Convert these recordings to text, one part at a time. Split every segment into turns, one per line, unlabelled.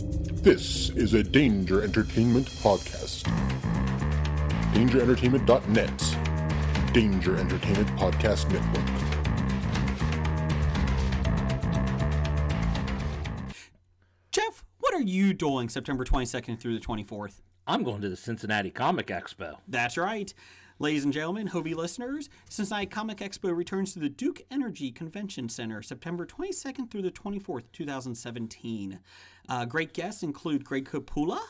This is a Danger Entertainment podcast. DangerEntertainment.net. Danger Entertainment Podcast Network.
Jeff, what are you doing September 22nd through the 24th?
I'm going to the Cincinnati Comic Expo.
That's right. Ladies and gentlemen, Hobie listeners, Cincinnati Comic Expo returns to the Duke Energy Convention Center September 22nd through the 24th, 2017. Uh, great guests include Greg Capula,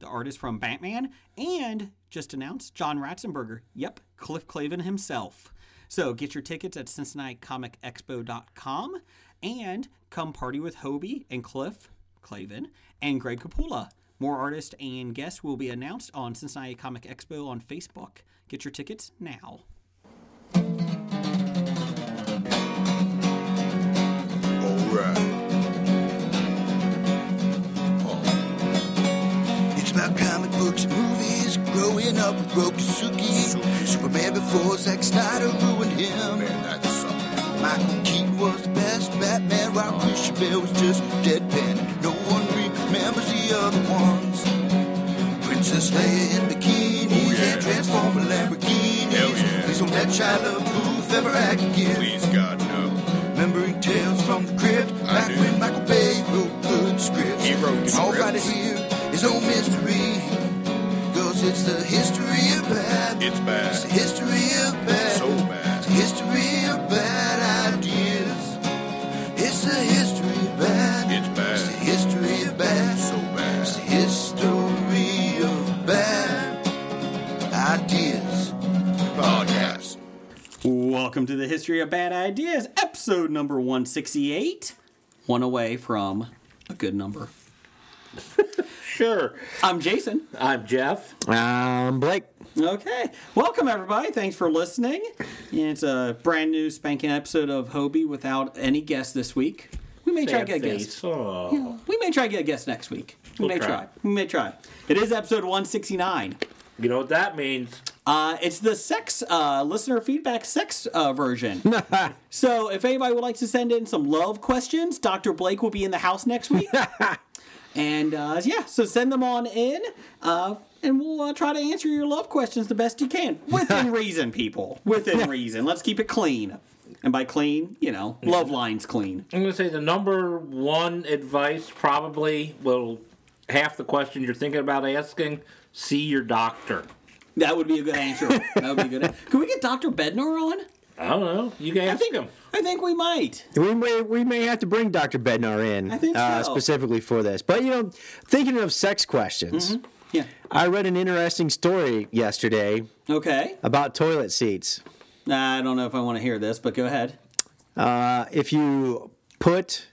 the artist from Batman, and just announced John Ratzenberger. Yep, Cliff Clavin himself. So get your tickets at CincinnatiComicExpo.com and come party with Hobie and Cliff Clavin and Greg Capula. More artists and guests will be announced on Cincinnati Comic Expo on Facebook. Get your tickets now.
Alright. Oh. It's about comic books and movies. Growing up with Rokusuki. Superman before Zack Snyder ruined him.
Man, that sucked.
Michael Keaton was the best Batman. Rob Christian was just deadpan. No one remembers the other ones. Princess Leia in bikinis
Oh, yeah.
and Transformer Lamborghinis.
Hell yeah.
Please don't let Shia LaBeouf ever act again.
Please, God, no.
Remembering tales from the crypt, back
do.
when Michael Bay wrote good scripts.
He wrote
And all
scripts.
right here is no mystery, cause it's the history of bad.
It's bad.
It's the history of bad.
So bad.
It's the history of bad ideas. It's the history of bad.
It's bad.
It's the history of bad.
So bad.
It's the history of bad ideas.
Podcast.
Welcome to the History of Bad Ideas, episode number 168. One away from a good number.
Sure.
I'm Jason.
I'm Jeff.
Um, Blake.
Okay. Welcome, everybody. Thanks for listening. It's a brand new spanking episode of Hobie without any guests this week. We may try to get a guest.
Oh.
We may try to get a guest next week. We
We'll
may
try.
try. We may try. It is episode 169.
You know what that means?
Uh, it's the sex uh, listener feedback sex uh, version. so if anybody would like to send in some love questions, Dr. Blake will be in the house next week. and uh, yeah, so send them on in, uh, and we'll uh, try to answer your love questions the best you can within reason, people. Within reason. Let's keep it clean. And by clean, you know, love lines clean.
I'm going to say the number one advice probably will half the questions you're thinking about asking see your doctor.
That would be a good answer. That would be good. Can we get Dr. Bednar on?
I don't know. You can
I
ask
think
him.
I think we might.
We may we may have to bring Dr. Bednar in
I think
uh,
so.
specifically for this. But you know, thinking of sex questions,
Yeah.
I read an interesting story yesterday
Okay.
about toilet seats.
I don't know if I want to hear this, but go ahead.
Uh, if you put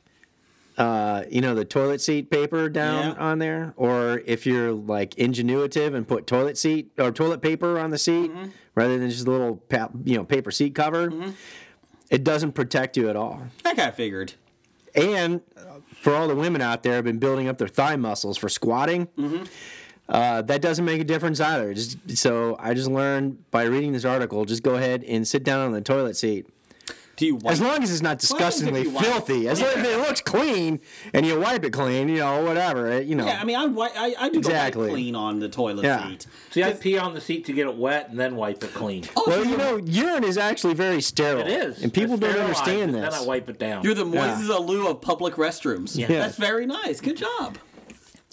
uh, you know the toilet seat paper down
Yeah.
on there, or if you're like ingenuitive and put toilet seat or toilet paper on the seat
Mm-hmm.
rather than just a little pa- you know paper seat cover, it doesn't protect you at all.
That guy figured.
And uh, for all the women out there who have been building up their thigh muscles for squatting, uh, that doesn't make a difference either. Just, so I just learned by reading this article, just go ahead and sit down on the toilet seat.
Do you wipe?
As long as it's not
Well, I think if
disgustingly
you wipe-
filthy, as long as it looks clean and you wipe it clean, you know, whatever, it- you know.
yeah, I mean, I, wi- I, I do the
Exactly.
wipe clean on the toilet
Yeah.
seat.
See, I pee on the seat to get it wet and then wipe it clean.
Oh,
well,
so
you
you're-
know, urine is actually very sterile.
It is.
And people
I
don't
sterilize
understand
it,
this.
Then I wipe it down.
you're the Moises Alou of public restrooms. Yeah. That's very nice. Good job.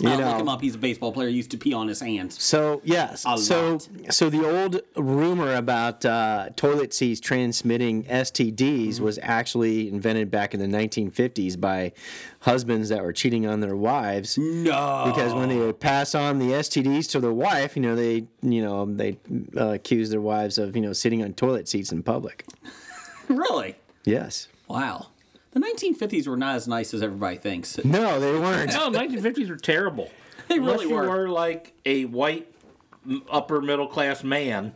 You
uh,
know.
Look him up. He's a baseball player. He used to pee on his hands.
So yes,
A
so
lot.
so the old rumor about uh, toilet seats transmitting STDs was actually invented back in the 1950s by husbands that were cheating on their wives.
No.
Because when they would pass on the STDs to their wife, you know they you know they uh, accused their wives of you know sitting on toilet seats in public.
Really?
Yes.
Wow. The 1950s were not as nice as everybody thinks.
No, they weren't.
No, 1950s were terrible.
They
Unless
really
you
were.
like a white m- upper middle class man.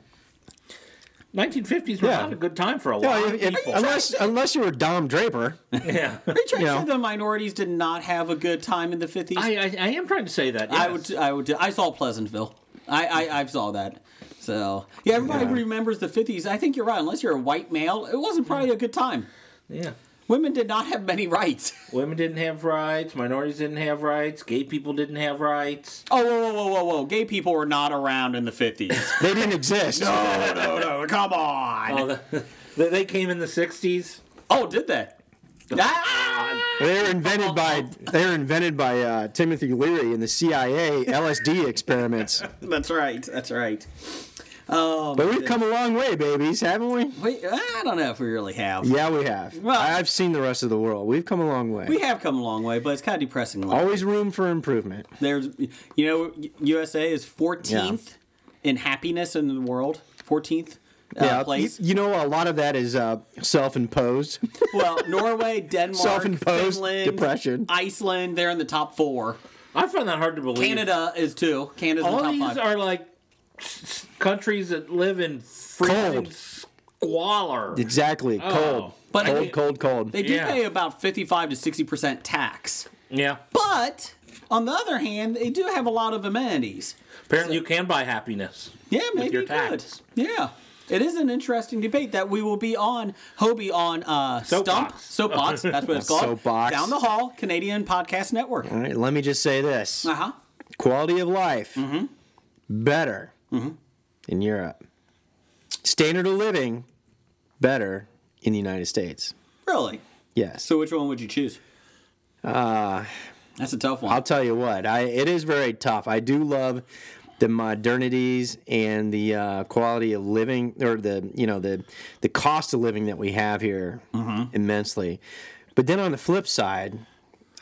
1950s were
Yeah.
not a good time for a
No,
lot of
if- if-
people.
unless unless you were Dom Draper.
yeah.
Are you trying
Yeah.
to say the minorities did not have a good time in the 50s?
I, I, I am trying to say that.
I
yes.
would. I would. I saw Pleasantville. I I, I saw that. So yeah, everybody remembers the fifties. I think you're right. Unless you're a white male, it wasn't probably a good time.
Yeah.
Women did not have many rights.
Women didn't have rights. Minorities didn't have rights. Gay people didn't have rights.
Oh, whoa, whoa, whoa, whoa, whoa. Gay people were not around in the 50s.
They didn't exist.
no, no, Oh, no. Come on.
Oh, the, they they came in the '60s.
Oh, did they? Ah!
They were invented by they were invented by uh, Timothy Leary in the CIA LSD experiments.
That's right. That's right.
But we've come a long way, babies, haven't we?
Wait, I don't know if we really have.
Yeah, we have.
Well-
I- I've seen the rest of the world. We've come a long way.
We have come a long way, but it's kind of depressing. Like,
Always room for improvement.
There's, you know, USA is 14th in happiness in the world. 14th uh,
Yeah,
place.
You, you know, a lot of that is uh, self-imposed.
well, Norway, Denmark,
Self-imposed
Finland,
depression.
Iceland. They're in the top four.
I find that hard to believe.
Canada is two. Canada's in
All
the
these
top five.
are like s- countries that live in freezing
Cold.
squalor.
exactly. Cold.
Oh. But
cold,
I-
cold, cold.
they do
Yeah.
pay about 55 to 60 percent tax,
Yeah.
but on the other hand, they do have a lot of amenities.
Apparently, you can buy happiness.
Yeah, maybe
your
you
tax.
could. Yeah. It is an interesting debate that we will be on. Hobie on uh, Stump
Soapbox.
Soapbox. That's what it's called.
Soapbox.
Down the hall, Canadian Podcast Network. Uh-huh. Uh
All right, let me just say this:
huh.
quality of life
Mm-hmm.
better in Europe. Standard of living better in the United States.
Really.
Yes.
So which one would you choose? Uh, that's a tough one.
I'll tell you what, I it is very tough. I do love the modernities and the uh, quality of living, or the you know the the cost of living that we have here immensely. But then on the flip side,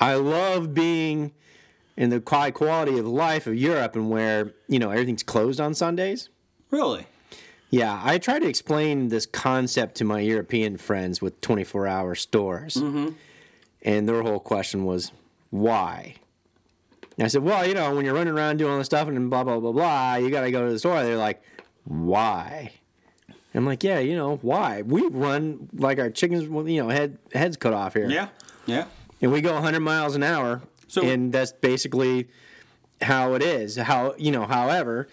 I love being in the high quality of life of Europe and where you know everything's closed on Sundays.
really.
Yeah, I try to explain this concept to my European friends with 24 hour stores. And their whole question was, why? And I said, well, you know, when you're running around doing all this stuff and blah, blah, blah, blah, you got to go to the store. They're like, why? I'm like, yeah, you know, why? We run like our chickens, with, you know, head, heads cut off here.
Yeah. Yeah.
And we go 100 miles an hour.
So-
and that's basically how it is. How you know, however,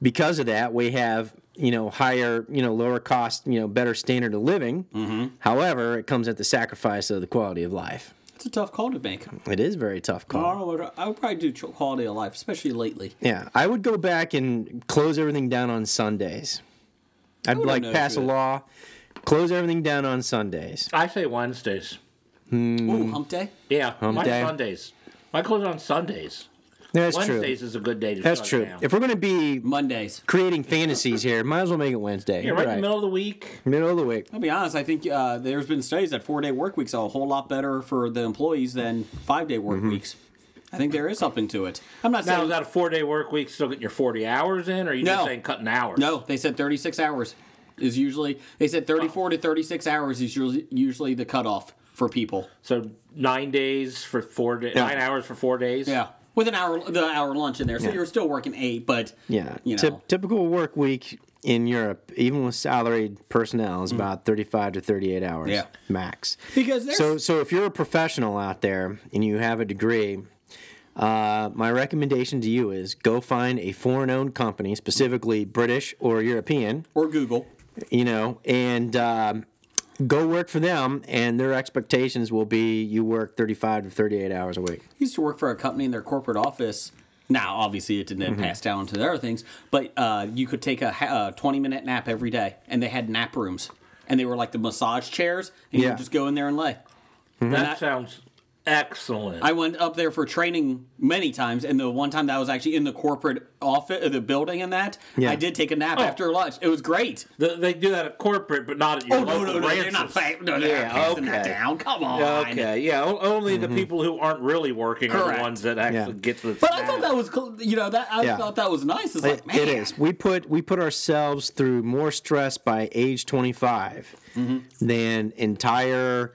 because of that, we have you know higher, you know, lower cost, you know, better standard of living.
Mm-hmm.
However, it comes at the sacrifice of the quality of life.
It's a tough call to make.
It is a very tough
I
call.
don't know what- I would probably do ch- quality of life, especially lately.
Yeah, I would go back and close everything down on Sundays. I'd
wouldn't
like
know
pass a
if it-
law, close everything down on Sundays.
I say Wednesdays. Mm.
Ooh, hump day.
Yeah, my
day.
Sundays. I close on Sundays.
That's
Wednesdays
true.
is a good day to
That's
shut
true.
down.
If we're gonna be
Mondays.
creating fantasies here, might as well make it Wednesday.
yeah, right, in the middle of the week.
Middle of the week.
I'll be honest. I think uh, there's been studies that four day work weeks are a whole lot better for the employees than five day work weeks. I think there is something to it. I'm not
Mm-hmm. Now,
saying
is that a four day work week still getting your 40 hours in, or are you
No.
just saying cutting hours?
no. They said 36 hours is usually. They said 34 to 36 hours is usually, usually the cutoff for people.
So nine days for four days, nine hours for four days?
Yeah, with an hour the hour lunch in there, so you're still working eight, but
Yeah.
you know,
Typ- typical work week in Europe, even with salaried personnel,
Mm.
is about 35 to 38 hours
Yeah.
max.
because there's
So, so if you're a professional out there and you have a degree, uh, my recommendation to you is go find a foreign-owned company, specifically British or European,
or Google.
you know, and um, go work for them. And their expectations will be you work 35 to 38 hours a week.
I used to work for a company in their corporate office. Now, obviously, it didn't
Mm-hmm.
pass down to the other things, but uh, you could take a, ha- a 20 minute nap every day, and they had nap rooms, and they were like the massage chairs, and you
Yeah.
would just go in there and lay.
That sounds excellent.
I went up there for training many times, and the one time that I was actually in the corporate office, uh, the building, and that
Yeah. Oh.
I did take a nap after lunch. It was great.
Th- they do that at corporate, but not at your
Oh no,
local
no, no,
branches.
they're not. Fa- no, they're
Yeah,
not passing that
okay.
down. Come on. Mm-hmm.
Okay, yeah, o- only the people who aren't really working are
Correct.
the ones that actually
Yeah.
get the.
But I thought that was, cool- you know, that I
Yeah.
thought that was nice. It's
It-
like, man,
it is. We put we put ourselves through more stress by age 25 than entire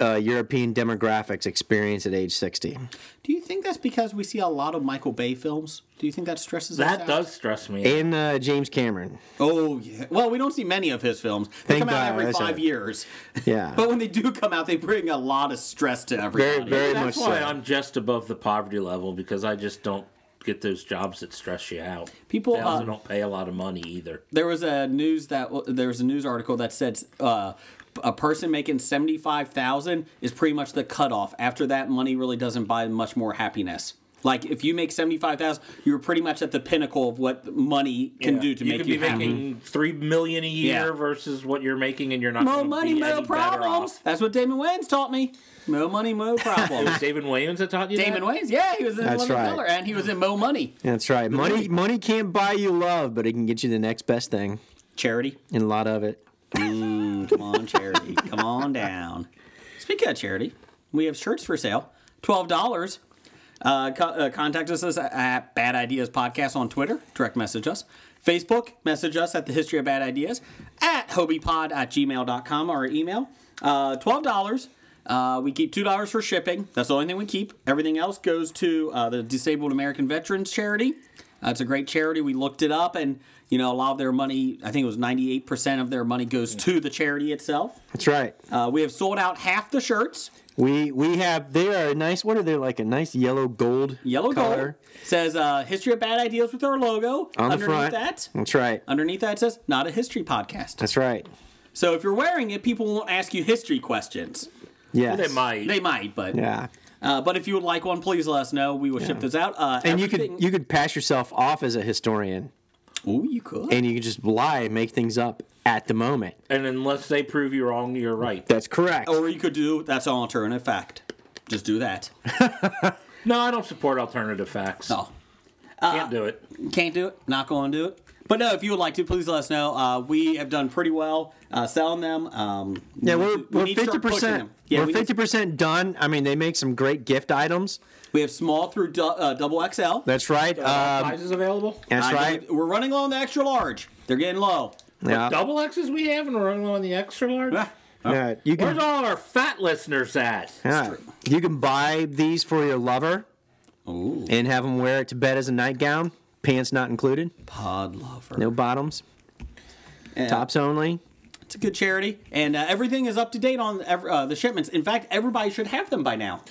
uh, European demographics experience at age 60.
Do you think that's because we see a lot of Michael Bay films? Do you think that stresses us
That
out?
does stress me.
And uh, James Cameron.
Oh yeah. Well, we don't see many of his films. They
Thank
come out
God,
every
that's
five
right.
years.
Yeah.
But when they do come out, they bring a lot of stress to everybody.
very very much
That's
so.
why I'm just above the poverty level because I just don't get those jobs that stress you out.
People,
They also
uh,
don't pay a lot of money either.
there was a news that there was a news article that said uh, a person making 75,000 is pretty much the cutoff. After that, money really doesn't buy much more happiness. Like if you make 75,000, you're pretty much at the pinnacle of what money can do to
you
make
could
you
be
happy.
making three million a year
Yeah.
versus what you're making, and you're not
Mo
gonna
money,
be
mo
any better
problems.
off.
That's what Damon Wayans taught me. Mo money, mo problems.
Was Damon Williams that taught you
Damon
that?
Wayans, yeah, he was in
That's
Living
right.
Color, and he was in Mo Money.
That's right. Money money can't buy you love, but it can get you the next best thing
Charity. Mm,
and a lot of it.
Come on, Charity. Come on down. Speaking of Charity, we have shirts for sale. $12. Uh, co- uh, contact us at Bad Ideas Podcast on Twitter. Direct message us. Facebook, message us at the History of Bad Ideas at hobiepod at gmail.com or email. Uh, $12. Uh, we keep $2 for shipping. That's the only thing we keep. Everything else goes to uh, the Disabled American Veterans Charity. Uh, it's a great charity. We looked it up, and you know a lot of their money. I think it was ninety-eight percent of their money goes to the charity itself.
That's right.
Uh, we have sold out half the shirts.
We we have they are a nice what are they like a nice yellow gold
Yellow gold
color
says uh, "History of Bad Ideas" with our logo
on the
underneath
front.
that.
That's right.
Underneath that says "Not a History Podcast."
That's right.
So if you're wearing it, people won't ask you history questions.
Yeah.
They might.
They might, but
Yeah.
uh, but if you would like one, please let us know. We will ship those out. Uh,
And you could
everything-
you could pass yourself off as a historian
Ooh, you could.
and you could just lie and make things up at the moment.
and unless they prove you wrong, you're right.
That's correct.
or you could do that's an alternative fact. Just do that.
No, I don't support alternative facts.
No.
Can't do it.
Can't do it. Not going to do it. But no, if you would like to, please let us know. Uh, we have done pretty well uh, selling them. Um,
yeah,
we
we're
need to- we
we're
need to
fifty
start pushing
percent.
them. Yeah,
we're
we,
fifty
need,
percent done. I mean, they make some great gift items.
we have small through du- uh, double XL.
That's right.
All
Um,
sizes available.
that's
I know
right.
we- We're running low on the extra large. They're getting low.
Yeah.
Double X's we have, and we're running on the extra large.
yeah. You can
Where's all our fat listeners at?
Yeah. You can buy these for your lover and have them wear it to bed as a nightgown, pants not included,
Pod lover.
no bottoms,
Yeah.
tops only.
It's a good charity, and uh, everything is up to date on ev- uh, the shipments. In fact, everybody should have them by now.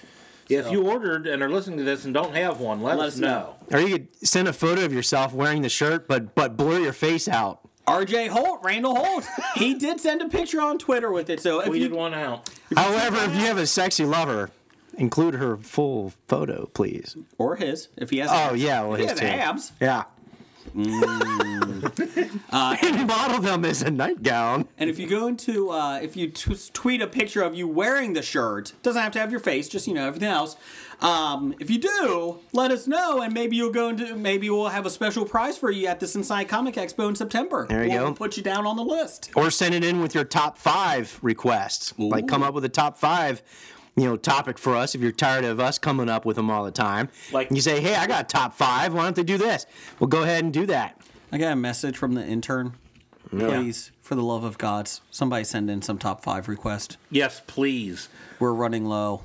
If you ordered and are listening to this and don't have one, let, us know.
Or you could send a photo of yourself wearing the shirt, but but blur your face out.
R.J. Holt, Randall Holt, he did send a picture on Twitter with it. So if
We
you
did one out.
However, if you have a sexy lover, include her full photo, please.
or his, if he has,
Oh yeah, well,
if he has
his too.
abs.
Yeah. and model them as a nightgown.
And if you go into, uh, if you t- tweet a picture of you wearing the shirt, doesn't have to have your face, just you know everything else. Um, if you do, let us know, and maybe you'll go into, maybe we'll have a special prize for you at the Cincinnati Comic Expo in September.
There you
we'll
go.
Put you down on the list.
or send it in with your top five requests. Like come up with a top five, you know, topic for us. If you're tired of us coming up with them all the time,
Like-
you say, "Hey, I got a top five. Why don't they do this?" Well, go ahead and do that.
I got a message from the intern. Please, for the love of gods, somebody send in some top five request.
Yes, please.
We're running low.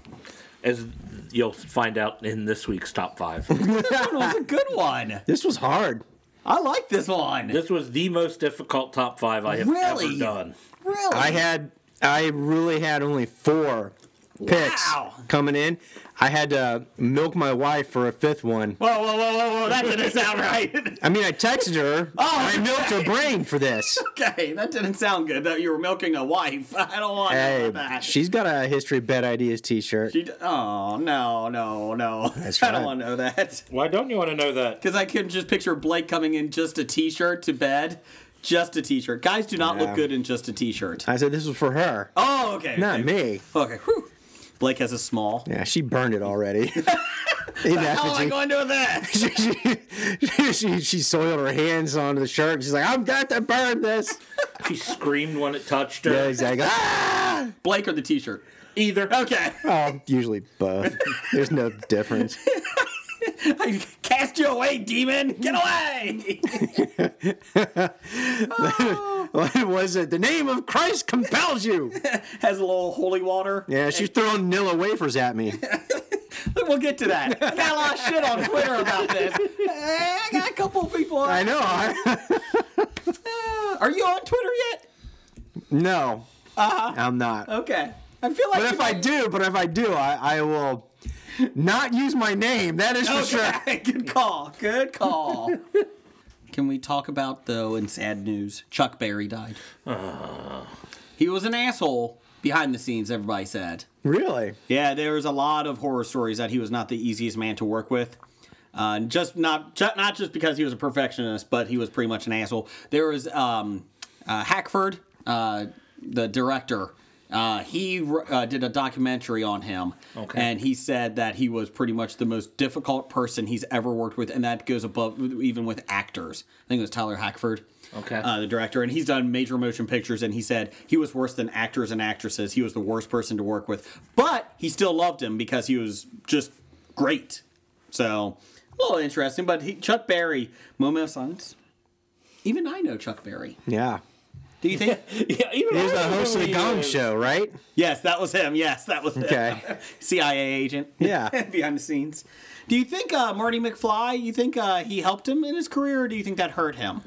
As you'll find out in this week's top five.
That was Oh, a good one.
This was hard.
I like this one.
this was the most difficult top five I have
Really?
ever done.
Really?
I had, I really had only four picks
Wow.
coming in. I had to milk my wife for a fifth one.
Whoa, whoa, whoa, whoa, whoa! That didn't sound right.
I mean, I texted her.
Oh,
I milked her brain for this.
Okay, that didn't sound good. That you were milking a wife. I don't want none
Hey,
of that.
she's got a history of bad ideas T-shirt.
She d- oh no, no, no.
That's
I don't
right.
want to know that
Why don't you want to know that?
because I can just picture Blake coming in just a t-shirt to bed, just a t-shirt. Guys do not
Yeah.
look good in just a t-shirt.
I said this was for her,
Oh, okay.
not
okay.
me.
Okay. whew. Blake has a small.
Yeah, she burned it already. In
How am I
effigy.
going to do that?
She, she, she, she soiled her hands onto the shirt. She's like, "I'm got to burn this."
She screamed when it touched her.
Yeah, exactly. Ah!
Blake or the t-shirt?
Either.
Okay.
Oh, usually both. There's no difference.
I cast you away, demon. Get away.
What was it? The name of Christ compels you.
has a little holy water.
Yeah, she's throwing Nilla wafers at me.
We'll get to that. I got a lot of shit on Twitter about this. Eh, I got a couple people. On,
I know. I,
Are you on Twitter yet?
no, I'm not.
Uh-huh. Okay. I feel like
But if I do, but if I do, I, I will not use my name. That is for sure.
Okay. Good call. Good call. Uh. Can we talk about though in sad news? Chuck Berry died. He was an asshole behind the scenes, everybody said.
Really?
Yeah, there was a lot of horror stories that he was not the easiest man to work with. Uh, just not ju- not just because he was a perfectionist, but he was pretty much an asshole. There was um, uh, Hackford, uh, the director. Uh, he uh, did a documentary on him,
Okay.
and he said that he was pretty much the most difficult person he's ever worked with, and that goes above even with actors. I think it was Tyler Hackford
Okay.
uh, the director, and he's done major motion pictures. And he said he was worse than actors and actresses. He was the worst person to work with, but he still loved him because he was just great. So a little interesting. But he, Chuck Berry, moment of silence. Even I know Chuck Berry.
Yeah.
Do you think?
Yeah, even
He was
I
the
don't
host
know
of the
who
Gong
he is.
Show, right?
yes, that was him. Yes, that was him.
Okay.
CIA agent.
Yeah.
behind the scenes. Do you think uh, Marty McFly? You think uh, he helped him in his career, or do you think that hurt him?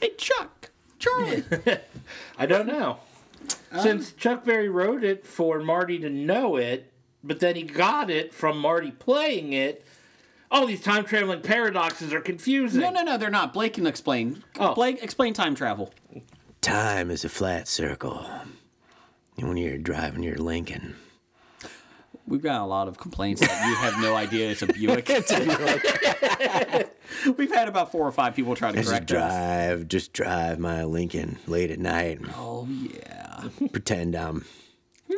Hey, Chuck, Charlie.
I don't know. Since Chuck Berry wrote it for Marty to know it, but then he got it from Marty playing it. All these time traveling paradoxes are confusing.
No, no, no, they're not. Blake can explain.
Oh.
Blake, explain time travel.
Time is a flat circle. And when you're driving your Lincoln.
We've got a lot of complaints that you have no idea it's a Buick. We've had about four or five people try to correct us.
drive, just drive my Lincoln late at night and
Oh yeah. Have
pretend I'm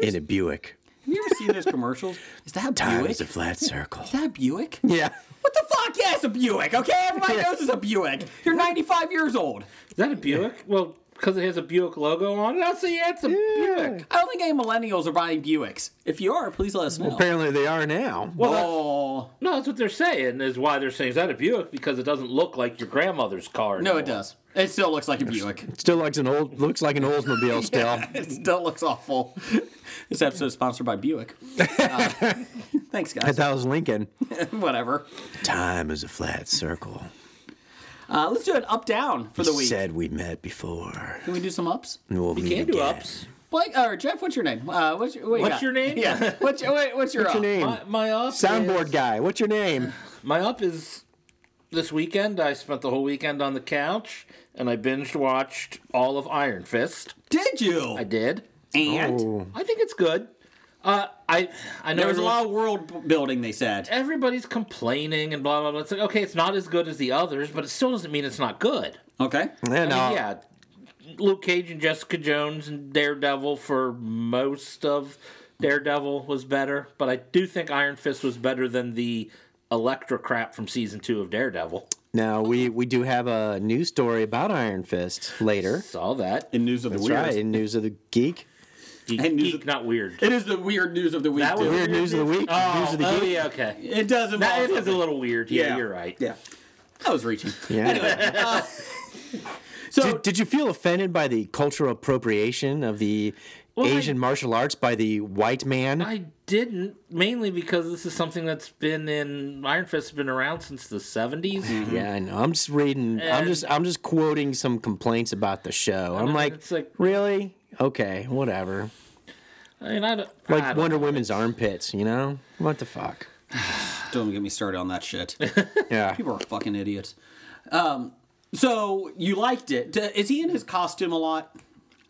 in a Buick.
you ever seen those commercials? Is that Buick? Is
flat circle.
that Buick?
Yeah.
What the fuck? Yeah, it's a Buick. Okay, everybody knows it's a Buick. You're 95 years old.
Is that a Buick? Well, because it has a Buick logo on it, I'll say yeah, it's a Buick.
I don't think any millennials are buying Buicks. If you are, please let us know.
Apparently they are now.
Well, that's-
Oh
no, that's what they're saying. Is why they're saying is that a Buick because it doesn't look like your grandmother's car.
no, it
anymore.
does. It still looks like a Buick.
Still looks an old looks like an Oldsmobile still.
It still looks awful. This episode is sponsored by Buick. Uh, thanks,
I
guys.
thought it was Lincoln.
Whatever.
Time is a flat circle.
Uh, let's do an up down for the week.
we met before.
Can we do some ups?
We'll
You can do ups.
Blake or Jeff? What's your name? Uh, what's your, what you
What's
got?
your name?
Yeah. What's your wait, what's your
What's your
up?
name?
My, my up.
Soundboard
is-
guy. What's your name?
My up is this weekend. I spent the whole weekend on the couch and I binge watched all of Iron Fist.
Did you? Oh.
I did.
and
I think it's good. Uh, I I know
there was a
everyone-
lot of world b- building. They said.
everybody's complaining and blah blah blah. It's like okay, it's not as good as the others, but it still doesn't mean it's not good.
Okay.
And
I mean,
uh,
yeah, Luke Cage and Jessica Jones and Daredevil for most of Daredevil was better, but I do think Iron Fist was better than the Electra crap from season two of Daredevil.
now we
Oh.
we do have a news story about Iron Fist later.
Saw that.
In news of the
That's
weird.
right. In news of the geek.
Geek,
And news-
geek, not weird.
It is the weird news of the week.
That was
dude.
Weird news of the week. news
Oh,
of the
oh,
geek.
yeah, okay.
It does involve.
That it is a little weird. Yeah,
Yeah.
you're right. Uh,
Yeah. I was reaching.
Yeah.
So
Did, did you feel offended by the cultural appropriation of the
I-
Asian martial arts by the white man?
I didn't mainly because this is something that's been in Iron Fist has been around since the 70s.
yeah, I know. I'm just reading. I'm
And-
just. I'm just quoting some complaints about the show. I'm like,
it's like-
really? Okay, whatever.
I mean, I don't, I
Like
don't
Wonder Woman's armpits. You know what the fuck?
don't get me started on that shit.
Yeah.
People are fucking idiots. Um, so you liked it. D- Is he in his costume a lot?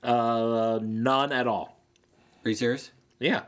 Uh, none at all.
Are you serious?
Yeah.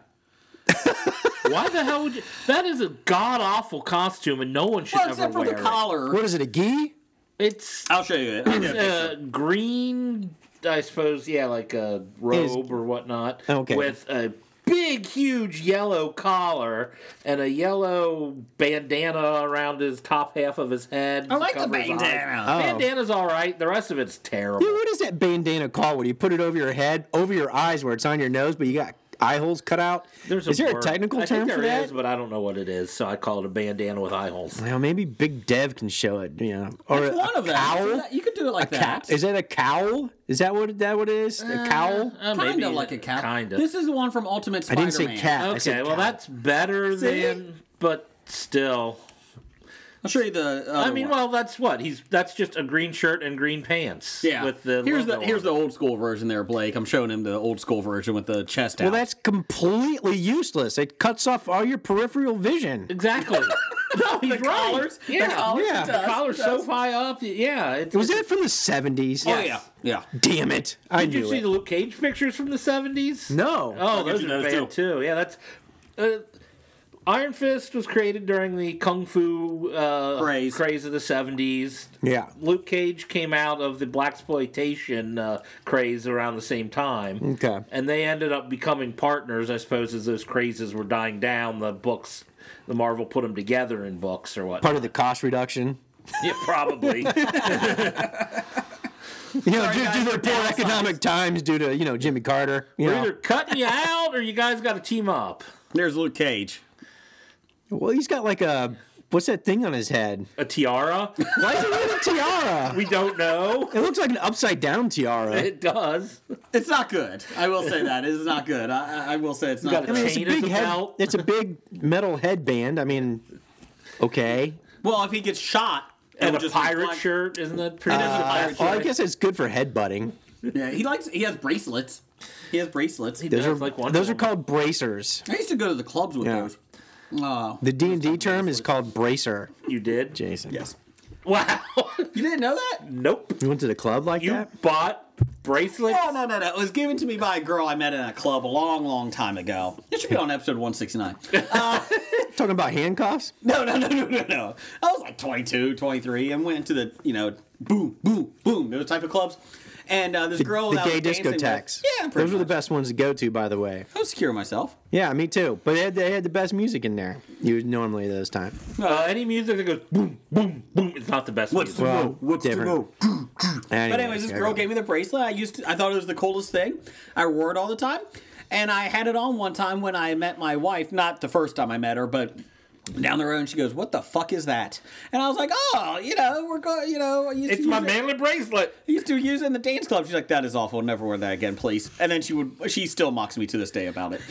Why the hell would you? That is a god awful costume, and no one should
Well,
ever
except for
wear
the collar.
What is it? A gi?
it. It's
I'll show you it.
uh, green, I suppose. Yeah, like a robe or whatnot.
Okay.
With a big, huge yellow collar and a yellow bandana around his top half of his head.
I like the
Covers his eyes.
bandana.
Oh.
Bandana's all right. The rest of it's terrible.
Yeah, what is that bandana called? When you put it over your head, over your eyes, where it's on your nose, but you got eye holes cut out.
There's
is there
word.
a technical
I
term
think
for
there
that?
is, but I don't know what it is, so I call it a bandana with eye holes.
Well, maybe Big Dev can show it. You know, or
It's
a-
one
a
of them.
cowl.
You could do it like
Cow-
that.
Is that a cowl? Is that what that what it is? A cowl?
Uh,
kind
maybe
of like a cow.
Kind of.
This is the one from Ultimate
I
Spider-Man.
didn't say cat. I said
Okay, well
cow.
that's better
See?
than, but still.
I'll show you the.
I
other
mean,
one.
well, that's what he's. That's just a green shirt and green pants.
yeah.
With the
here's the
logo
here's
on
the old school version there, Blake. I'm showing him the old school version with the chest out.
Well, that's completely useless. It cuts off all your peripheral vision.
it. exactly. no, he's
the
right.
collars.
Yeah.
the collars
Yeah.
to
The
us,
Collar's
to
so
us.
high up. Yeah. It's,
Was that from the 70s?
Oh yeah, yeah.
Damn it. I
Did you
knew
see
it.
the Luke Cage pictures from the seventies?
No.
Oh,
give
those
you
are
those,
bad too. Yeah, that's. Uh, Iron Fist was created during the kung fu uh,
Craze.
of the seventies.
Yeah.
Luke Cage came out of the black exploitation uh, craze around the same time.
Okay.
and they ended up becoming partners, I suppose, as those crazes were dying down. The books, the Marvel put them together in books or what?
Part of the cost reduction.
yeah, probably.
You know, due,
guys,
due to
we're
the poor
downsized.
economic times due to, you know, Jimmy Carter. You
We're
know.
either cutting you out or you guys got to team up.
There's Luke Cage.
Well, he's got like a. What's that thing on his head?
A tiara?
Why is he wearing a tiara?
we don't know.
It looks like an upside down tiara.
It does.
It's not good. I will say that it's not good. I, I- I will say it's not.
gotta
Good.
change
It's a
Chain is
big head,
about-
It's a big metal headband. I mean, okay.
Well, if he gets shot
And
it'll
a
just
pirate
reflect-
shirt, isn't that pretty?
It is a pirate
Well, I
shirt.
guess it's good for headbutting.
Yeah, he likes. He has bracelets. He has bracelets. He
Those
Yeah,
are
it's like Wonder
those are
Woman.
called bracers.
I used to go to the clubs with
Yeah.
those. Oh,
The D and D term is called bracer.
you did,
Jason,
yes.
Wow.
You didn't know that?
nope.
you went to the club like
You
that.
bought bracelets.
Oh no no no! It was given to me by a girl I met in a club a long long time ago. It should be on episode one sixty nine.
Talking about handcuffs.
No no no no no no! I was like 22, 23, and went into the you know boom boom boom those type of clubs. And uh, this girl
The
that I
gay
was dancing with-
discotheques.
Yeah,
those were the best ones to go to, by the way.
I was secure myself.
Yeah, me too. But they had, they had the best music in there. You normally those time.
Uh, any music that goes boom, boom, boom, it's not the best music.
Well, different.
But anyways, this girl gave me the bracelet. I used to, I thought it was the coolest thing. I wore it all the time, and I had it on one time when I met my wife. Not the first time I met her, but down the road, and she goes, "What the fuck is that?" And I was like, "Oh, you know, we're going, you know, I used
It's
to
my
use it-
manly bracelet.
I used to use it in the dance club." She's like, "That is awful. Never wear that again, please." And then she would, she still mocks me to this day about it.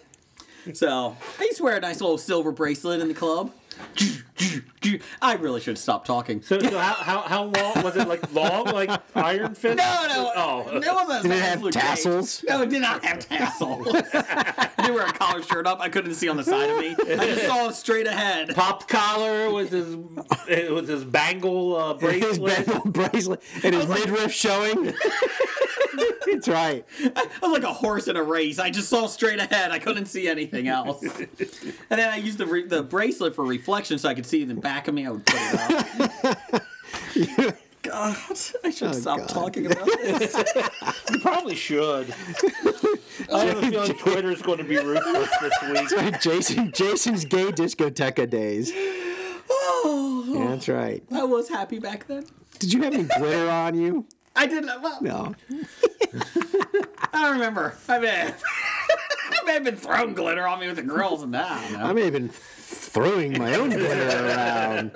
so I used to wear a nice little silver bracelet in the club. I really should stop talking.
So, so how, how how long was it? Like long, like Iron Fist?
No, no.
Oh,
It wasn't as
Did it
bad as
have
Luke Cage.
tassels?
No, it did not have tassels. I did wear a collar shirt up. I couldn't see on the side of me. I just saw straight ahead.
pop collar with his it was his bangle uh,
his
bracelet.
bangle bracelet and his midriff showing. That's right.
I was like a horse in a race. I just saw straight ahead. I couldn't see anything else. And then I used the, re- the bracelet for reflection so I could see the back of me. I would put it out. Oh, God, I should stop
God.
talking about this.
You probably should. I have a feeling Twitter's going to be ruthless this week.
Jason Jason's gay discoteca days.
Oh,
Yeah, that's right.
I was happy back then.
Did you have any glitter on you?
I didn't. Well,
No.
I don't remember. I may have, I may have been throwing glitter on me with the girls and that. I don't know.
I may have been throwing my own glitter around.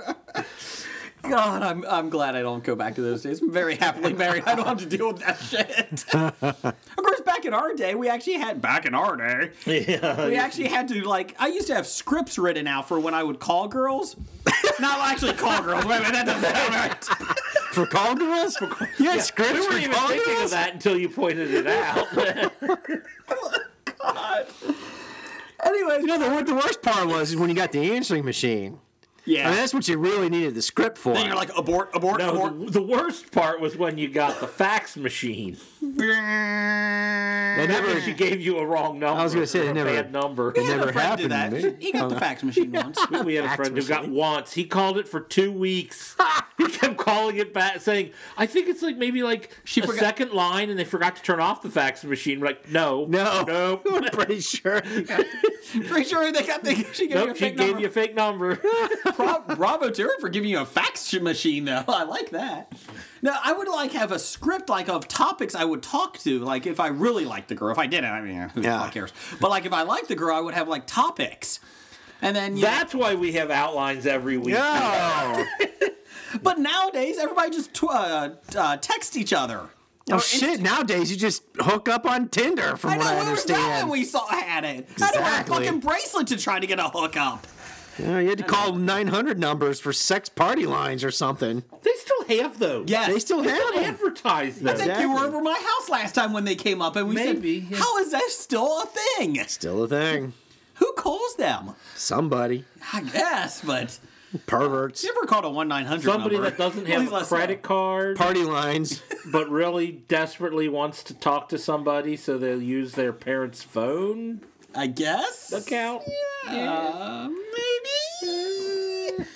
God, I'm, I'm glad I don't go back to those days. I'm very happily married. I don't have to deal with that shit. of course, back in our day, we actually had back in our day, we actually had to like. I used to have scripts written out for when I would call girls. Not actually call girls. Wait, wait, that doesn't sound right.
For call girls? You had scripts
We
for
weren't even
call
thinking of
girls?
that until you pointed it out.
You know, the, wor- the worst part was is when you got the answering machine. I mean,
Yeah.
that's what you really needed the script for.
Then you're like abort, abort,
No,
abort.
the, the worst part was when you got the fax machine.
They never,
She gave you a wrong number.
I was gonna say,
or
they
a
never-
bad number.
they never
My friend did
happened
that.
to me.
He got the fax machine once.
We had a
Fax
friend who got
machine.
once. He called it for two weeks. he kept calling it back, saying, "I think it's like maybe like
She
a
forgot-
second line, and they forgot to turn off the fax machine." We're like, no,
No.
no,
I'm pretty sure.
Pretty sure they got the. She gave you a
nope. She
fake
gave
number.
you a fake number.
Bra- Bravo to her for giving you a fax machine, though. I like that. No, I would like have a script like of topics I would talk to, like if I really liked the girl. If I didn't, I mean, who the
Yeah.
fuck cares? But like if I liked the girl, I would have like topics. And then you
That's why we have outlines every week.
No.
but nowadays everybody just tw- uh, uh, text each other.
Oh shit! Nowadays you just hook up on Tinder, from
I know
what I
where was that
understand.
when we saw had it. I don't wear a
Exactly.
fucking bracelet to try to get a hookup.
Yeah, you had to call 900 numbers for sex party lines or something.
They still have those.
Yes.
They still
They
have
still
them.
advertise those.
I think you were
Exactly.
over my house last time when they came up, and we
Maybe,
said,
yeah.
"How is that still a thing?
Still a thing.
Who calls them?"
Somebody.
I guess, but
Perverts.
You ever called a one nine hundred
Somebody that doesn't have a credit card,
Party lines.
but really desperately wants to talk to somebody, so they'll use their parents' phone
I guess.
account.
Uh, maybe.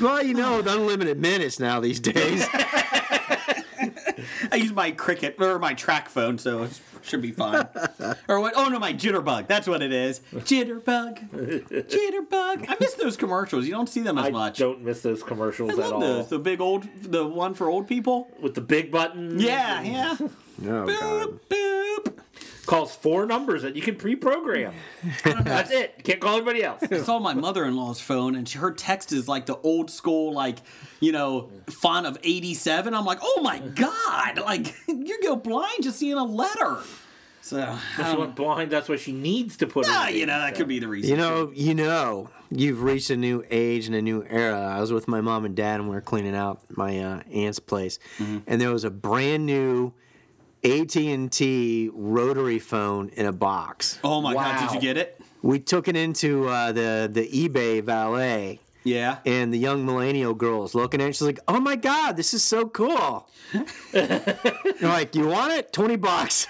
Well, you know, with unlimited minutes now these days.
I use my cricket or my track phone, so it should be fine. or what? Oh no, my jitterbug. That's what it is. Jitterbug. Jitterbug. I miss those commercials. You don't see them as
I
much.
don't miss those commercials
I
at
love
all.
those. The big old, the one for old people.
With the big button,
Yeah, yeah.
Oh, God.
Boop, boop.
calls four numbers that you can pre-program. That's it. You can't call anybody else.
I saw my mother-in-law's phone, and she, her text is like the old school, like you know, font of '87. I'm like, oh my god! Like you go blind just seeing a letter. So I
She
don't-
went blind. That's why she needs to put.
Ah,
in
Um, you know, that could be the reason.
You know, you know, you've reached a new age and a new era. I was with my mom and dad, and we were cleaning out my uh, aunt's place, and there was a brand new AT and T rotary phone in a box.
Oh my god! Did
Wow.
you get it?
We took it into uh, the the eBay valet.
Yeah.
And the young millennial girl's looking at it. She's like, "Oh my god, this is so cool!" You're like, "You want it? Twenty bucks?"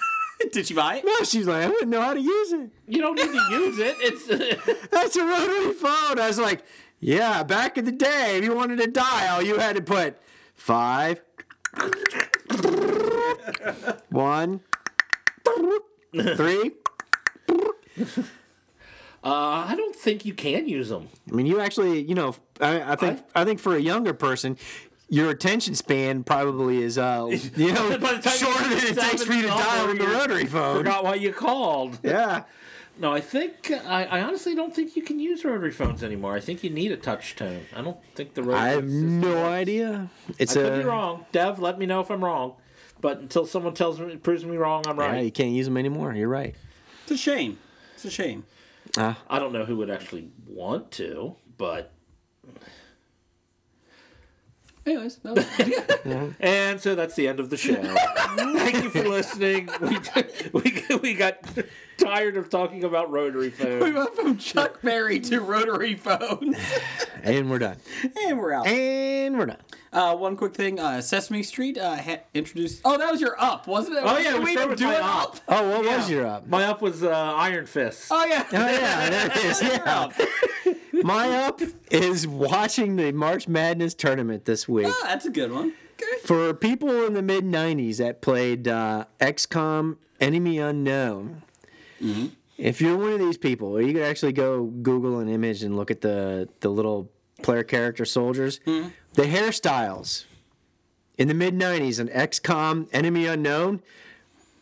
Did you buy it?
No, she's like, "I wouldn't know how to use it."
You don't need to use it. It's
That's a rotary phone. I was like, yeah, back in the day, if you wanted to dial, you had to put five, one, three.
Uh, I don't think you can use them.
I mean, you actually, you know, I, I think, I, think for a younger person, your attention span probably is, uh, you know,
By the time you
shorter
get
than
to
it takes for you to
seventh
dial
number,
on the
you
rotary phone.
Forgot why you called.
Yeah.
No, I think I, I honestly don't think you can use rotary phones anymore. I think you need a touch tone. I don't think the rotary.
I have
system-
no idea. It's
I could be
a.
wrong. Dev, let me know if I'm wrong. But until someone tells me proves me wrong, I'm
Yeah,
right.
you can't use them anymore. You're right.
It's a shame. It's a shame.
I don't know who would actually want to, but
Anyways, no.
and so that's the end of the show. Thank you for listening. We we we got tired of talking about rotary phones.
went from Chuck Berry to rotary phones,
And we're done.
and we're out.
And we're done.
Uh, one quick thing: uh, Sesame Street uh, ha- introduced. Oh, that was your up, wasn't it?
Oh, yeah, we
we didn't
started with
do
my
it
up.
up.
Oh, what was your up?
My up was uh, Iron Fist.
Oh yeah.
Oh yeah, there it is. Yeah.
Up.
My up is watching the March Madness tournament this week.
Oh, that's a good one. Okay.
For people in the mid '90s that played uh, XCOM, Enemy Unknown. If you're one of these people, you could actually go Google an image and look at the the little player character soldiers. The hairstyles in the mid '90s on XCOM, Enemy Unknown.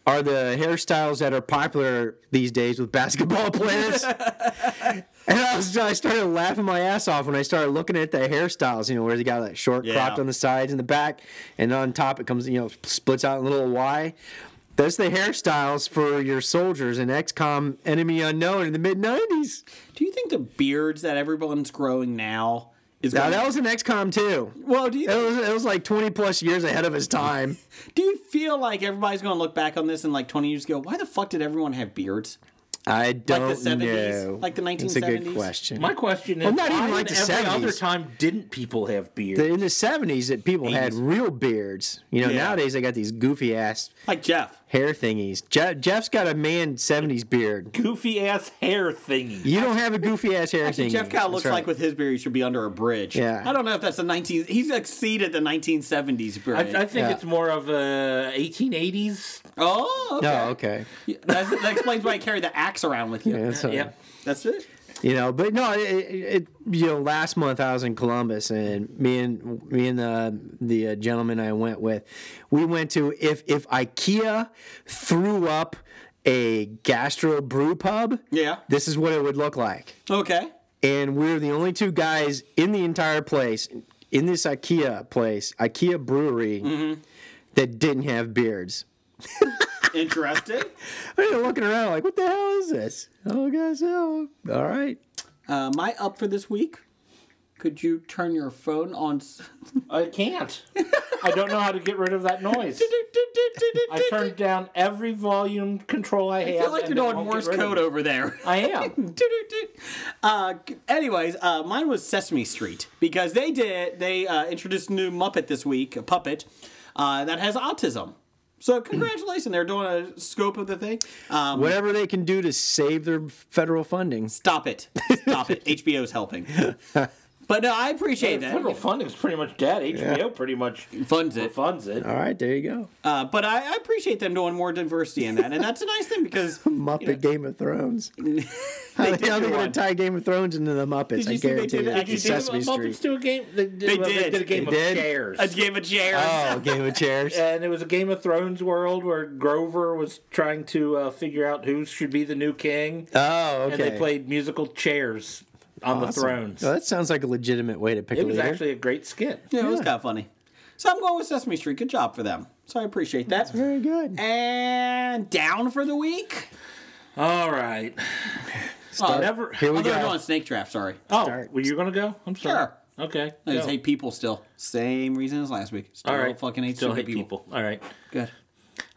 Are the hairstyles that are popular these days with basketball players? And I, was, I started laughing my ass off when I started looking at the hairstyles, you know, where they got that short
Yeah.
cropped on the sides and the back, and on top it comes, you know, splits out in a little Y. That's the hairstyles for your soldiers in XCOM Enemy Unknown in the mid 90s.
Do you think the beards that everyone's growing now is?
Now,
gonna-
that was an XCOM too.
well, do you
It was, it was like 20 plus years ahead of his time.
do you feel like everybody's going to look back on this and like 20 years ago? Why the fuck did everyone have beards?
I don't
the 70s?
know.
Like the
It's a good
1970s?
question.
My question is,
Well, not even
why
like
in
the
every
70s.
other time didn't people have beards?
The- in the 70s, that people had
80s.
real beards. You know,
Yeah.
nowadays they got these goofy ass
Like Jeff.
hair thingies. Je- Jeff's got a man 70s beard.
Goofy ass hair thingy.
You don't have a goofy ass hair
Actually,
thingy.
Jeff kind of looks
That's right.
like with his beard, he should be under a bridge.
Yeah.
I don't know if that's a 19. He's exceeded the 1970s
I,
bridge.
I think
Yeah.
it's more of a 1880s.
oh, okay.
Oh, okay.
That's, that explains why I carry the axe around with you.
Yeah, that's all right.
Yep.
That's it.
You know, but no, it, it, it- you know, last month I was in Columbus, and me and me and the the uh, gentleman I went with, we went to if if IKEA threw up a gastro brew pub,
Yeah.
this is what it would look like.
Okay.
and we're the only two guys in the entire place in this IKEA place, IKEA brewery,
Mm-hmm.
that didn't have beards.
Interesting.
I was looking around like, what the hell is this? Oh, guys, oh, all right.
Uh, my up for this week Could you turn your phone on? s-
I can't. I don't know how to get rid of that noise. I turned down every volume control I have.
I feel like
and
you're
it
doing
won't get
Morse
rid of
code
it.
over there.
I am.
uh, anyways, uh, mine was Sesame Street because they did they uh, introduced a new Muppet this week, a puppet uh, that has autism. So congratulations, they're doing a scope of the thing. Um,
Whatever they can do to save their federal funding.
stop it, stop it. HBO's helping, but no, I appreciate
Federal
that.
funding is pretty much dead. HBO pretty much
Funds it.
funds it.
All right, there you go.
Uh, but I, I appreciate them doing more diversity in that, and that's a nice thing because
Muppet Game of Thrones. how
they
are they
did do
going to
one.
tie Game of Thrones into the Muppets?
Did you see
I
they
guarantee
did-
it.
did you
It's
see the
Sesame Street.
Muppets do a game. They did,
They
well,
did.
a game
They
of
did?
chairs.
a game of chairs.
Oh, Game of Chairs.
and it was a Game of Thrones world where Grover was trying to uh, figure out who should be the new king,
Oh, okay.
and they played musical chairs on the thrones.
Oh, that sounds like a legitimate way to pick
It
a
was
leader.
actually a great skit.
Yeah, it was kind of funny. So I'm going with Sesame Street. Good job for them. So I appreciate that.
Very good.
And down for the week.
All right.
Oh,
Never.
Uh, Here we
Although I'm
go.
doing snake draft. Sorry.
Oh,
Start.
were you gonna go? I'm sorry.
Sure.
Okay.
I just
go.
hate people still. Same reason as last week. Still
All right.
fucking hate
Still
stupid
hate
people.
people. All right.
Good.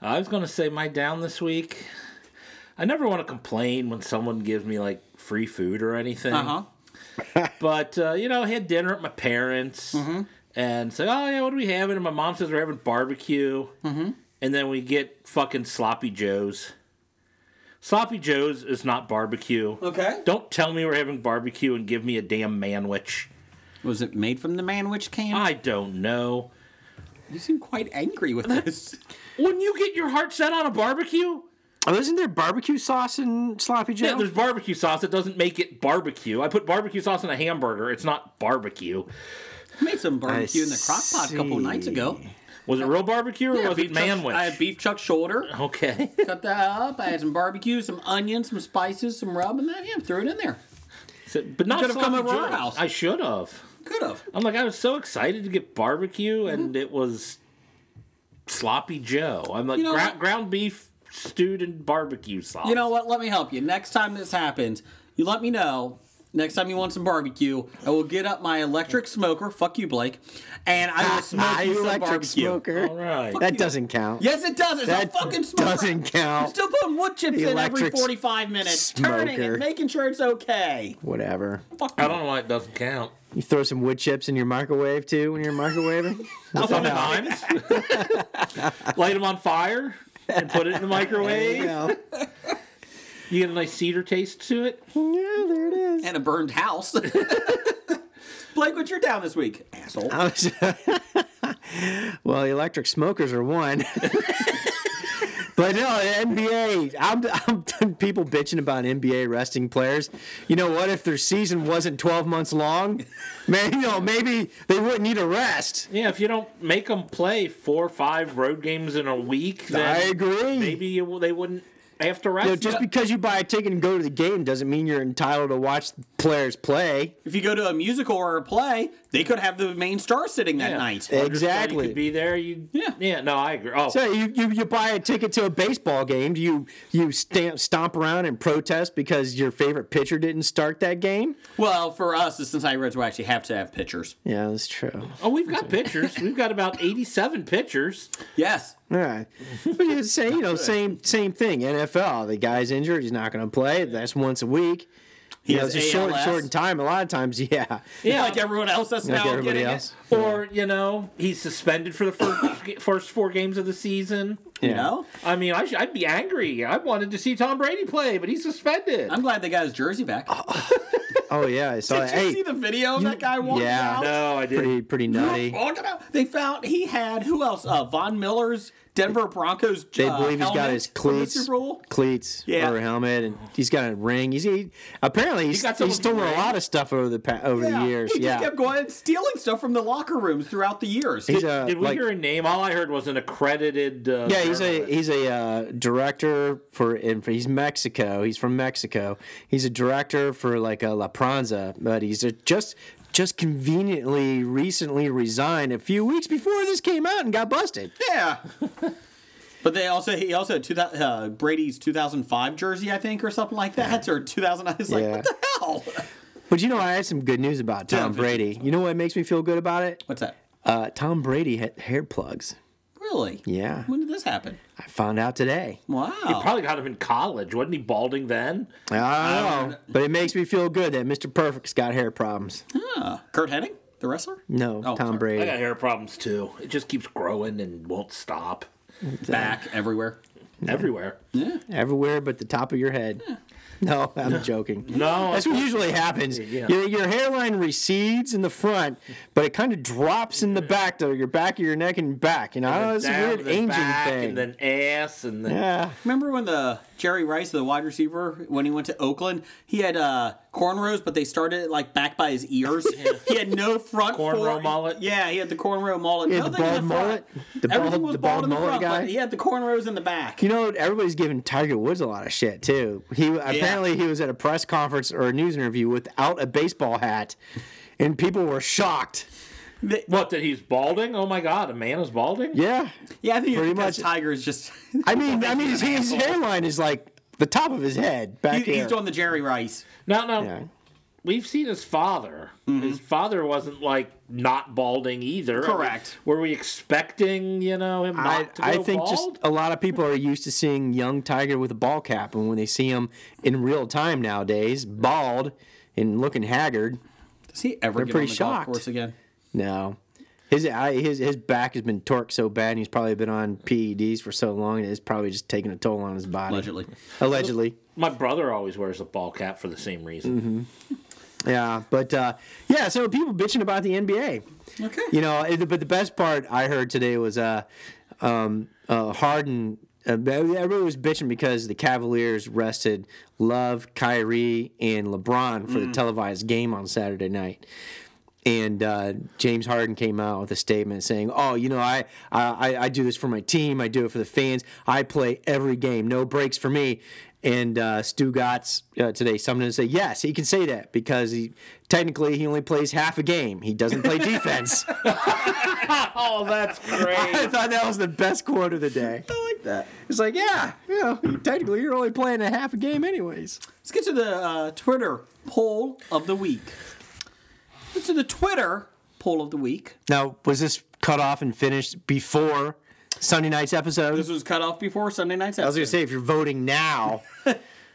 I was gonna say my down this week. I never want to complain when someone gives me like free food or anything.
Uh huh.
But uh, you know, I had dinner at my parents,
Mm-hmm.
and say, "Oh yeah, what are we having?" And my mom says we're having barbecue, mm-hmm. and then we get fucking sloppy joes. Sloppy joes is not barbecue.
Okay.
Don't tell me we're having barbecue and give me a damn manwich.
Was it made from the man witch can?
I don't know.
you seem quite angry with this.
When you get your heart set on a barbecue,
Oh, isn't there barbecue sauce in sloppy joe?
yeah, there's barbecue sauce. It doesn't make it barbecue. I put barbecue sauce in a hamburger. It's not barbecue.
made some barbecue
I
in the crock pot a couple
see.
nights ago.
Was it real barbecue or
Yeah,
was
beef
it
chuck-
manwich?
I had beef chuck shoulder.
okay.
Cut that up. I had some barbecue, some onions, some spices, some rub, and that. Yeah, threw it in there.
So- but not
could've come
sloppy
over our
joes.
house.
I should have.
Could have.
I'm like, I was so excited to get barbecue,
Mm-hmm.
and it was sloppy Joe. I'm like,
You know
"Gra-
what?
ground beef stewed in barbecue sauce.
You know what? Let me help you. Next time this happens, you let me know. Next time you want some barbecue, I will get up my electric smoker. Fuck you, Blake. And I will smoke
Ah,
you
you
some
electric
barbecue.
smoker.
All right.
That doesn't count.
Yes, it does. It's
That
a fucking smoker.
doesn't count.
I'm still putting wood chips
The
in every
electric
45 minutes, turning it,
smoker.
making sure it's okay.
Whatever.
Fuck
I don't know why it doesn't count.
You throw some wood chips in your microwave too when you're microwaving.
Sometimes light them on fire and put it in the
There
microwave.
you go.
You get a nice cedar taste to it.
Yeah, there it is.
And a burned house. Blake, what you're down this week, asshole.
I was- well, the electric smokers are one. But no, the NBA. I'm, I'm done people bitching about NBA resting players. You know what? If their season wasn't 12 months long, man, you know maybe they wouldn't need a rest.
Yeah, if you don't make them play four or five road games in a week, then
I agree.
Maybe you, they wouldn't have to rest.
You know, just because you buy a ticket and go to the game doesn't mean you're entitled to watch players play.
If you go to a musical or a play, they could have the main star sitting that
Yeah.
night.
You could
Exactly.
be there. You
Yeah.
yeah. No, I agree. Oh,
So you, you, you buy a ticket to a baseball game. Do you you stamp, stomp around and protest because your favorite pitcher didn't start that game?
Well, for us, the Cincinnati Reds will actually have to have pitchers.
Yeah, that's true.
Oh, we've got pictures. We've got about 87 pictures.
Yes.
All right, but you say you know same same thing. NFL, the guy's injured, he's not going to play. That's once a week.
He
You know,
has
it's a short
ALS.
shortened time. A lot of times, yeah,
Yeah,
Like everyone else that's
like
now
everybody
getting
else.
Or, you know, he's suspended for the first, first four games of the season.
it. You
Yeah.
know?
I mean, I should, I'd be angry. I wanted to see Tom Brady play, but he's suspended.
I'm glad they got his jersey back.
Oh yeah, I saw
Did
it.
you
Hey,
see the video of that guy walking
yeah.
out?
no, I didn't.
pretty pretty nutty.
Walking out. They found he had who else? Uh, Von Miller's Denver Broncos. uh,
They
Uh,
believe he's got his cleats,
Super Bowl.
cleats
Yeah.
or helmet, and he's got a ring. He's he, apparently he's,
got
he's,
so much
stolen
ring.
a lot of stuff over the pa- over the years.
he just
yeah,
kept going stealing stuff from the locker rooms throughout the years.
he's a
Did we
uh, like,
hear a name? All I heard was an accredited. Uh,
yeah, he's a
journalist.
he's a uh, director for in he's Mexico. He's from Mexico. He's a director for like a La Pranza, but he's a, just just conveniently recently resigned a few weeks before this came out and got busted.
yeah. But they also he also had two, thou- uh, Brady's 2005 jersey I think or something like that or 2000 I was like
Yeah.
what the hell
But you know, I had some good news about
Yeah,
Tom
fifty
Brady. You know what makes me feel good about it?
What's that?
Uh, Tom Brady had hair plugs.
Really?
Yeah.
When did this happen?
I found out today.
Wow.
Probably got him in college. Wasn't he balding then?
I don't know, Um, but it makes me feel good that Mr. Perfect's got hair problems.
Ah, Kurt Hennig, the wrestler?
No,
Oh,
Tom
sorry.
I
Brady.
got hair problems too. It just keeps growing and won't stop.
Back everywhere.
Everywhere.
Yeah.
everywhere but the top of your head. No, I'm joking.
No.
that's what usually happens.
Yeah.
Your, your hairline recedes in the front, but it kind of drops in the back, though your back of your neck and back. You know,
And
it's a
down
weird
to the
aging
back
thing.
And then ass and then
yeah,
Remember when the Jerry Rice, the wide receiver, when he went to Oakland, he had uh, cornrows, but they started like back by his ears. He had no front
Cornrow
four-
mullet?
Yeah, he had the cornrow mullet.
Yeah, the
Nothing in
bald
front.
mullet. The
Everything
bald-
was
the
bald
bald
in the
mullet
front,
guy.
But he had the cornrows in the back.
you know, everybody's giving Tiger Woods a lot of shit too. He apparently he was at a press conference or a news interview without a baseball hat, and people were shocked.
what that he's balding? Oh my god, a man is balding?
Yeah,
yeah, I think it's
pretty
because
much.
Tiger is just
I mean, I mean, his, his hairline is like the top of his head
he,
back
he's
here.
doing the Jerry Rice.
No, no.
Yeah. Mm-hmm.
We've seen his father. His father wasn't like not balding either. I mean,
Correct.
were we expecting, you know, him not
I,
to go
I think
bald?
just a lot of people are used to seeing young Tiger with a ball cap, and when they see him in real time nowadays, bald and looking haggard,
Does he ever get
pretty
on the
shocked.
golf course again?
no, his I, his his back has been torqued so bad, and he's probably been on PEDs for so long, and it's probably just taking a toll on his body.
Allegedly.
allegedly.
My brother always wears a ball cap for the same reason.
Mm-hmm. Yeah, but uh, yeah, so people bitching about the NBA.
Okay.
You know, it, but the best part I heard today was uh, um, uh, Harden. Uh, everybody was bitching because the Cavaliers rested Love, Kyrie, and LeBron for the televised game on Saturday night. And uh, James Harden came out with a statement saying, "Oh, you know, I, I I do this for my team. I do it for the fans. I play every game. No breaks for me." And uh, Stu Gotts uh, today summoned him to say, "Yes, he can say that because he technically he only plays half a game. He doesn't play defense."
Oh, that's
I
great.
thought that was the best quote of the day.
I like that.
It's like, yeah, you know, technically you're only playing a half a game anyways.
Let's get to the uh, Twitter poll of the week. Let's do the Twitter poll of the week.
Now, was this cut off and finished before Sunday night's episode?
This was cut off before Sunday night's
I was gonna say if you're voting now,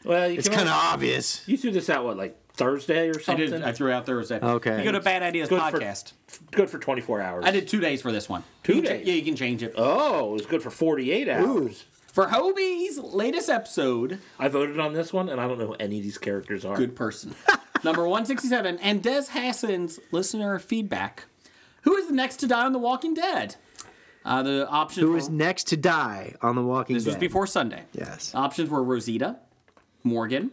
Well, you
it's
can
kind of
only-
obvious.
You threw this out what like Thursday or
I
something.
did. I threw out Thursday.
Okay.
You go to Bad Ideas
Good for-
podcast.
good for 24 hours.
I did two days for this one.
Two
You can-
days?
Yeah, you can change it.
Oh, it was good for 48 hours.
For Hobie's latest episode,
I voted on this one, and I don't know who any of these characters are.
good person. Number 167, and Des Hassan's listener feedback. Who is the next to die on The Walking Dead? Uh, the options
Who
were-
is next to die on The Walking
This was
Dead?
before Sunday.
Yes.
Options were Rosita, Morgan,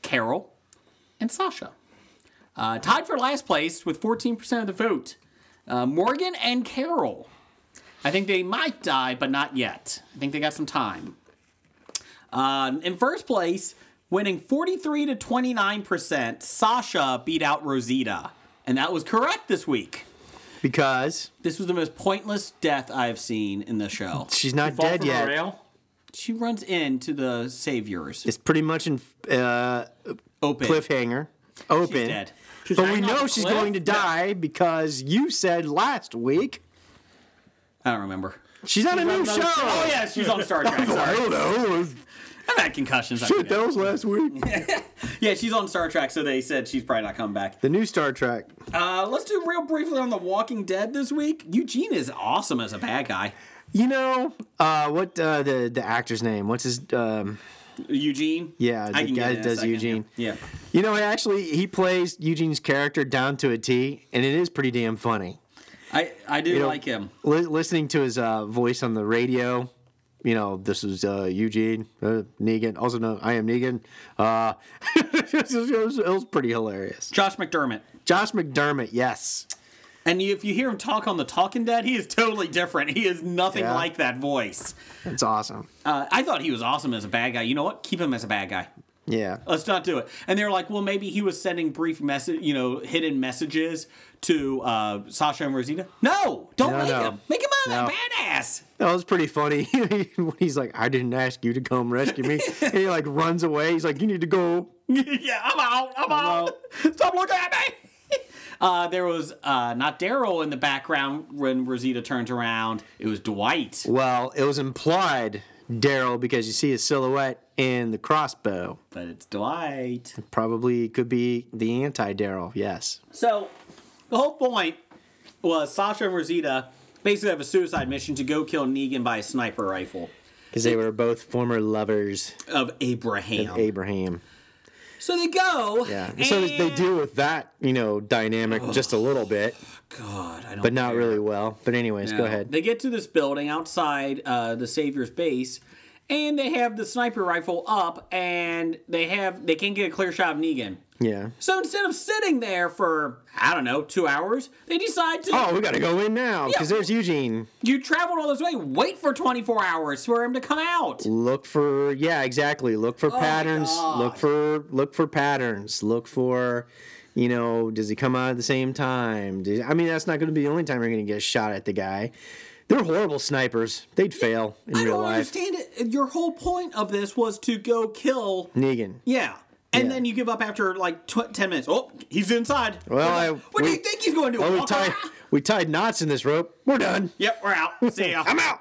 Carol, and Sasha. Uh, tied for last place with 14% of the vote. Uh, Morgan and Carol. I think they might die, but not yet. I think they got some time. Um, in first place, winning 43 to 29%, Sasha beat out Rosita. And that was correct this week.
because
This was the most pointless death I've seen in the show.
she's not
Fall
dead
from a
yet.
rail?
She runs into the saviors.
It's pretty much in uh,
open.
cliffhanger, open.
She's dead.
but we
hanging on
know
the
she's
cliff?
going to die because you said last week
I don't remember.
she's on a new show.
Oh yeah, she's on Star Trek.
I
Sorry,
don't know.
I've had concussions. I
Shit,
forget.
that was last week.
yeah, she's on Star Trek, so they said she's probably not coming back.
The new Star Trek.
Uh, let's do real briefly on The Walking Dead this week. Eugene is awesome as a bad guy.
You know uh, what uh, the the actor's name? What's his? Um,
Eugene.
Yeah, the guy
it in
that
a
does
second,
Eugene.
Yeah.
you know, actually, he plays Eugene's character down to a T, and it is pretty damn funny.
I I do
know-
like him.
Li- listening to his uh, voice on the radio, you know, this is uh, Eugene uh, Negan, also known I am Negan. Uh, it, was, it was pretty hilarious.
Josh McDermott.
Josh McDermott, yes,
And you, if you hear him talk on The Talking Dead, he is totally different. He is nothing
Yeah.
like that voice.
that's awesome.
Uh, I thought he was awesome as a bad guy. You know what? Keep him as a bad guy.
Yeah,
let's not do it. And they're like, well, maybe he was sending brief message, you know, hidden messages to uh, Sasha and Rosita. No, don't
No,
make
no.
him. Make him out of
No.
that badass.
that was pretty funny. When He's like, I didn't ask you to come rescue me, and he like runs away. He's like, you need to go
yeah, I'm out. I'm, out. Stop looking at me. Uh, there was uh, not Daryl in the background when Rosita turns around. It was Dwight.
Well, it was implied Daryl because you see his silhouette in the crossbow.
But it's Dwight.
Probably could be the anti Daryl. Yes.
So the whole point was Sasha and Rosita basically have a suicide mission to go kill Negan by a sniper rifle
Because they were both former lovers
of Abraham.
of Abraham.
so they go.
Yeah. So they
and-
deal with that, you know, dynamic just a little bit,
God, I don't.
but not
care.
really well. But, anyways, go
No.
ahead.
They get to this building outside uh, the Savior's base, and they have the sniper rifle up, and they have they can't get a clear shot of Negan.
Yeah.
So instead of sitting there for I don't know two hours, they decide to
Oh, we got to go in now because
Yeah.
there's Eugene.
you traveled all this way, wait for 24 hours for him to come out.
Look for yeah, exactly. Look for
Oh
patterns. Look for look for patterns. Look for you know, does he come out at the same time? Do- I mean, that's not going to be the only time you're going to get a shot at the guy. They're horrible snipers. They'd fail in
I
real
don't
life.
understand it. Your whole point of this was to go kill.
Negan.
Yeah. And
Yeah.
then you give up after like tw- 10 minutes. Oh, he's inside.
Well, I-
what do
we-
you think he's going to do?
Well, we
Walk
tied
around?
we tied knots in this rope. We're done.
Yep, we're out. See ya.
I'm out.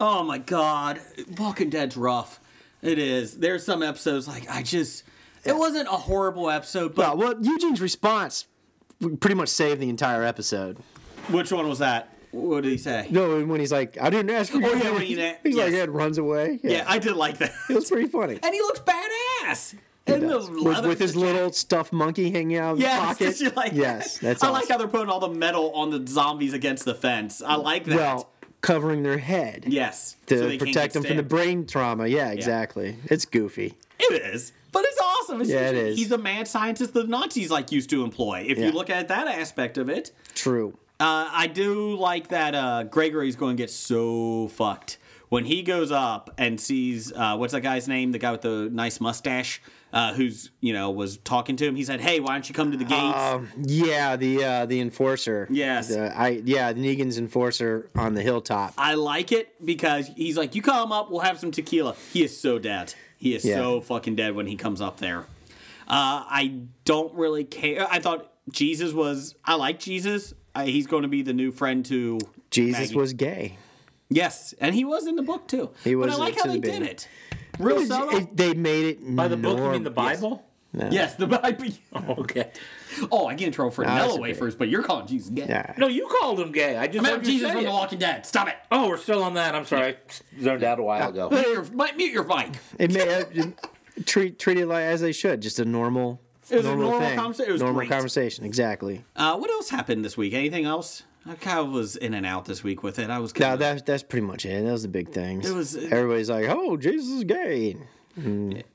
Oh my god, Walking Dead's rough. It is. There's some episodes like I just. It wasn't a horrible episode, but
Uh, Well, well, Eugene's response pretty much saved the entire episode.
which one was that? What did he say?
No, when he's like, "I didn't ask for you."
Oh, yeah, when he did-
he's like,
yes.
"Ed runs away."
Yeah, I did like that.
it was pretty funny.
and he looks badass. and the
does. With,
leather-
with his little stuffed monkey hanging out of
yes,
his
did you
pocket.
like that?
yes, that's
I
awesome.
like how they're putting all the metal on the zombies against the fence. I like that.
well covering their head
yes,
to
so they can't
protect
get
them from the
stabbed.
brain trauma. Yeah, exactly. It's goofy.
It is, but it's awesome. It's
Yeah, it
just-
is.
He's a mad scientist the Nazis like used to employ. If
Yeah.
you look at that aspect of it,
True.
Uh, I do like that uh, Gregory's going to get so fucked when he goes up and sees uh, what's that guy's name? The guy with the nice mustache, uh, who's you know was talking to him. He said, "Hey, why don't you come to the gates?"
Um, yeah, the uh, the enforcer.
Yes.
The- I yeah, Negan's enforcer on the hilltop.
I like it because he's like, "You come up, we'll have some tequila." He is so dead. He is
Yeah.
so fucking dead when he comes up there. Uh, I don't really care. I thought Jesus was. I like Jesus. I, he's going to be the new friend to
Jesus
Maggie.
was gay.
Yes, and he was in the book too. He
was
But I like
to
how
the
they did
beginning.
it. Real
It-
subtle.
it- they made it
By the book, you mean the
norm- yes.
Bible?
yes, the Bible.
Okay.
Oh, I get in trouble for
that's
Nella
okay.
wafers, but you're calling Jesus gay.
Yeah.
No, you called him gay. I just
Remember
heard you
Jesus
say
from
it.
The Walking Dead. Stop it.
Oh, we're still on that. I'm sorry. I zoned out a while ago.
Mute your, mi- mute your mic.
It may have, treat treat it like as they should, just a normal.
It was a
normal,
normal
thing.
conversa- it was
normal
great.
conversation, exactly.
Uh, what else happened this week? Anything else? I kind of was in and out this week with it. I was
No,
kind of,
that's that's pretty much it. That was the big thing.
It was- uh,
everybody's like, "Oh, Jesus is gay,"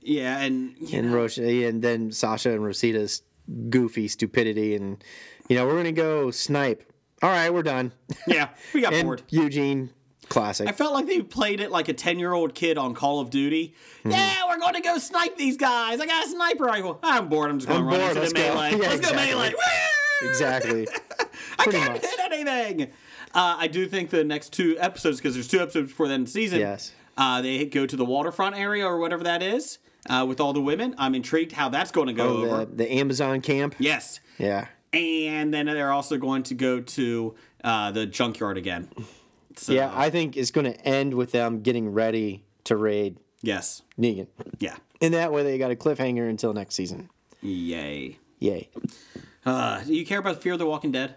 yeah, and you
and
know,
Rosh, and then Sasha and Rosita's goofy stupidity, and you know, we're gonna go snipe. All right, we're done.
yeah, we got
and
bored.
Eugene, classic.
I felt like they played it like a ten-year-old kid on Call of Duty. Yeah, we're going to go snipe these guys. I got a sniper rifle. I'm bored. I'm just going
I'm
to run
bored,
into
let's
the
go.
melee.
Yeah,
let's
exactly.
go melee. Woo!
exactly.
I
Pretty
can't
much.
hit anything. Uh, I do think the next two episodes, because there's two episodes before the end of the season.
Yes.
Uh, they go to the waterfront area or whatever that is uh, with all the women. I'm intrigued how that's going to go over.
the, the Amazon camp.
Yes.
Yeah.
And then they're also going to go to uh, the junkyard again. So,
Yeah, I think it's going to end with them getting ready to raid
yes.
Negan.
Yeah.
And that way they got a cliffhanger until next season.
Yay.
Yay.
Uh, do you care about Fear of the Walking Dead?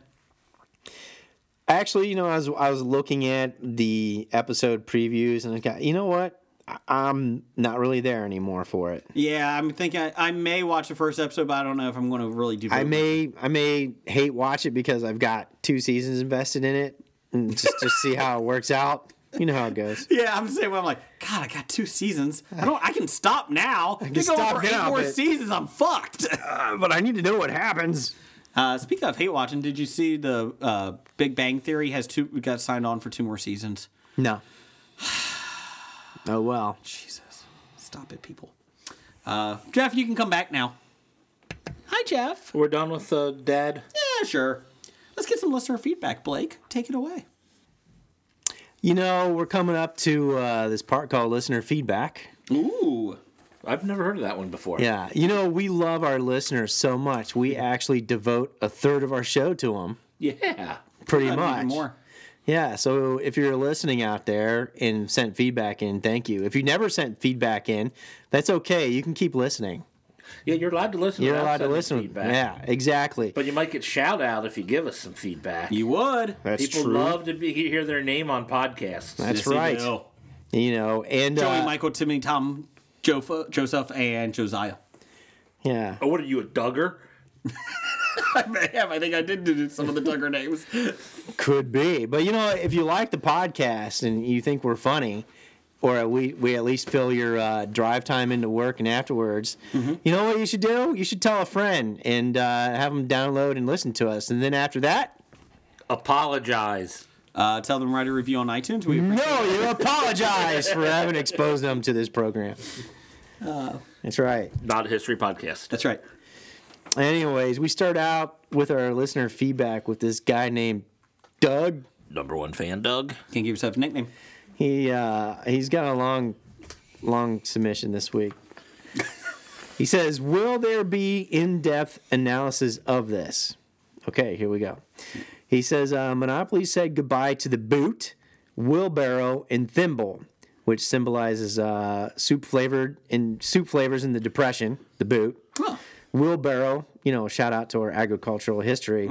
Actually, you know, I was I was looking at the episode previews and I got, you know what? I- I'm not really there anymore for it.
Yeah, I'm thinking I, I may watch the first episode, but I don't know if I'm going to really do.
I may I may hate watch it because I've got two seasons invested in it and just just see how it works out. You know how it goes.
Yeah, I'm the same way. I'm like, God, I got two seasons. I don't. I can stop now. I can
stop
for
now,
eight more
but-
seasons. I'm fucked.
But I need to know what happens.
Uh, speaking of hate watching, did you see the uh, Big Bang Theory has two? We got signed on for two more seasons.
No. Oh well.
Jesus, stop it, people. Uh, Jeff, you can come back now. Hi, Jeff.
We're done with uh, Dad.
Yeah, sure. Let's get some listener feedback. Blake, take it away.
You know, we're coming up to uh, this part called listener feedback.
Ooh.
I've never heard of that one before.
Yeah, you know we love our listeners so much. We actually devote a third of our show to them,
Yeah.
pretty
That'd be
much.
even more.
Yeah. So if you're listening out there and sent feedback in, thank you. If you never sent feedback in, that's okay. You can keep listening.
Yeah, you're allowed to listen.
You're
without
allowed to
sending
listen.
Feedback.
Yeah, exactly.
But you might get shout out if you give us some feedback.
You would.
that's
People
true.
love to be, hear their name on podcasts.
that's
Yes, you
right.
do.
You know, and
Joey,
uh,
Michael, Timmy, Tom, Jofa, Joseph, and Josiah.
yeah.
Oh, what are you, a Duggar?
I may have. I think I did do some of the Tucker names.
Could be. But you know, if you like the podcast and you think we're funny, or we, we at least fill your uh, drive time into work and afterwards,
Mm-hmm.
you know what you should do? You should tell a friend and uh, have them download and listen to us. And then after that,
Apologize.
Uh, tell them write a review on iTunes. We appreciate
no, you apologize for having exposed them to this program. That's right.
Not a history podcast.
That's right.
Anyways, we start out with our listener feedback with this guy named Doug.
Number one fan, Doug.
Can't give yourself a nickname.
He uh, he's got a long, long submission this week. he says, "Will there be in-depth analysis of this?" Okay, here we go. He says, uh, "Monopoly said goodbye to the boot, wheelbarrow, and thimble, which symbolizes uh, soup flavored and soup flavors in the Depression. The boot,
Huh.
wheelbarrow, you know, shout out to our agricultural history,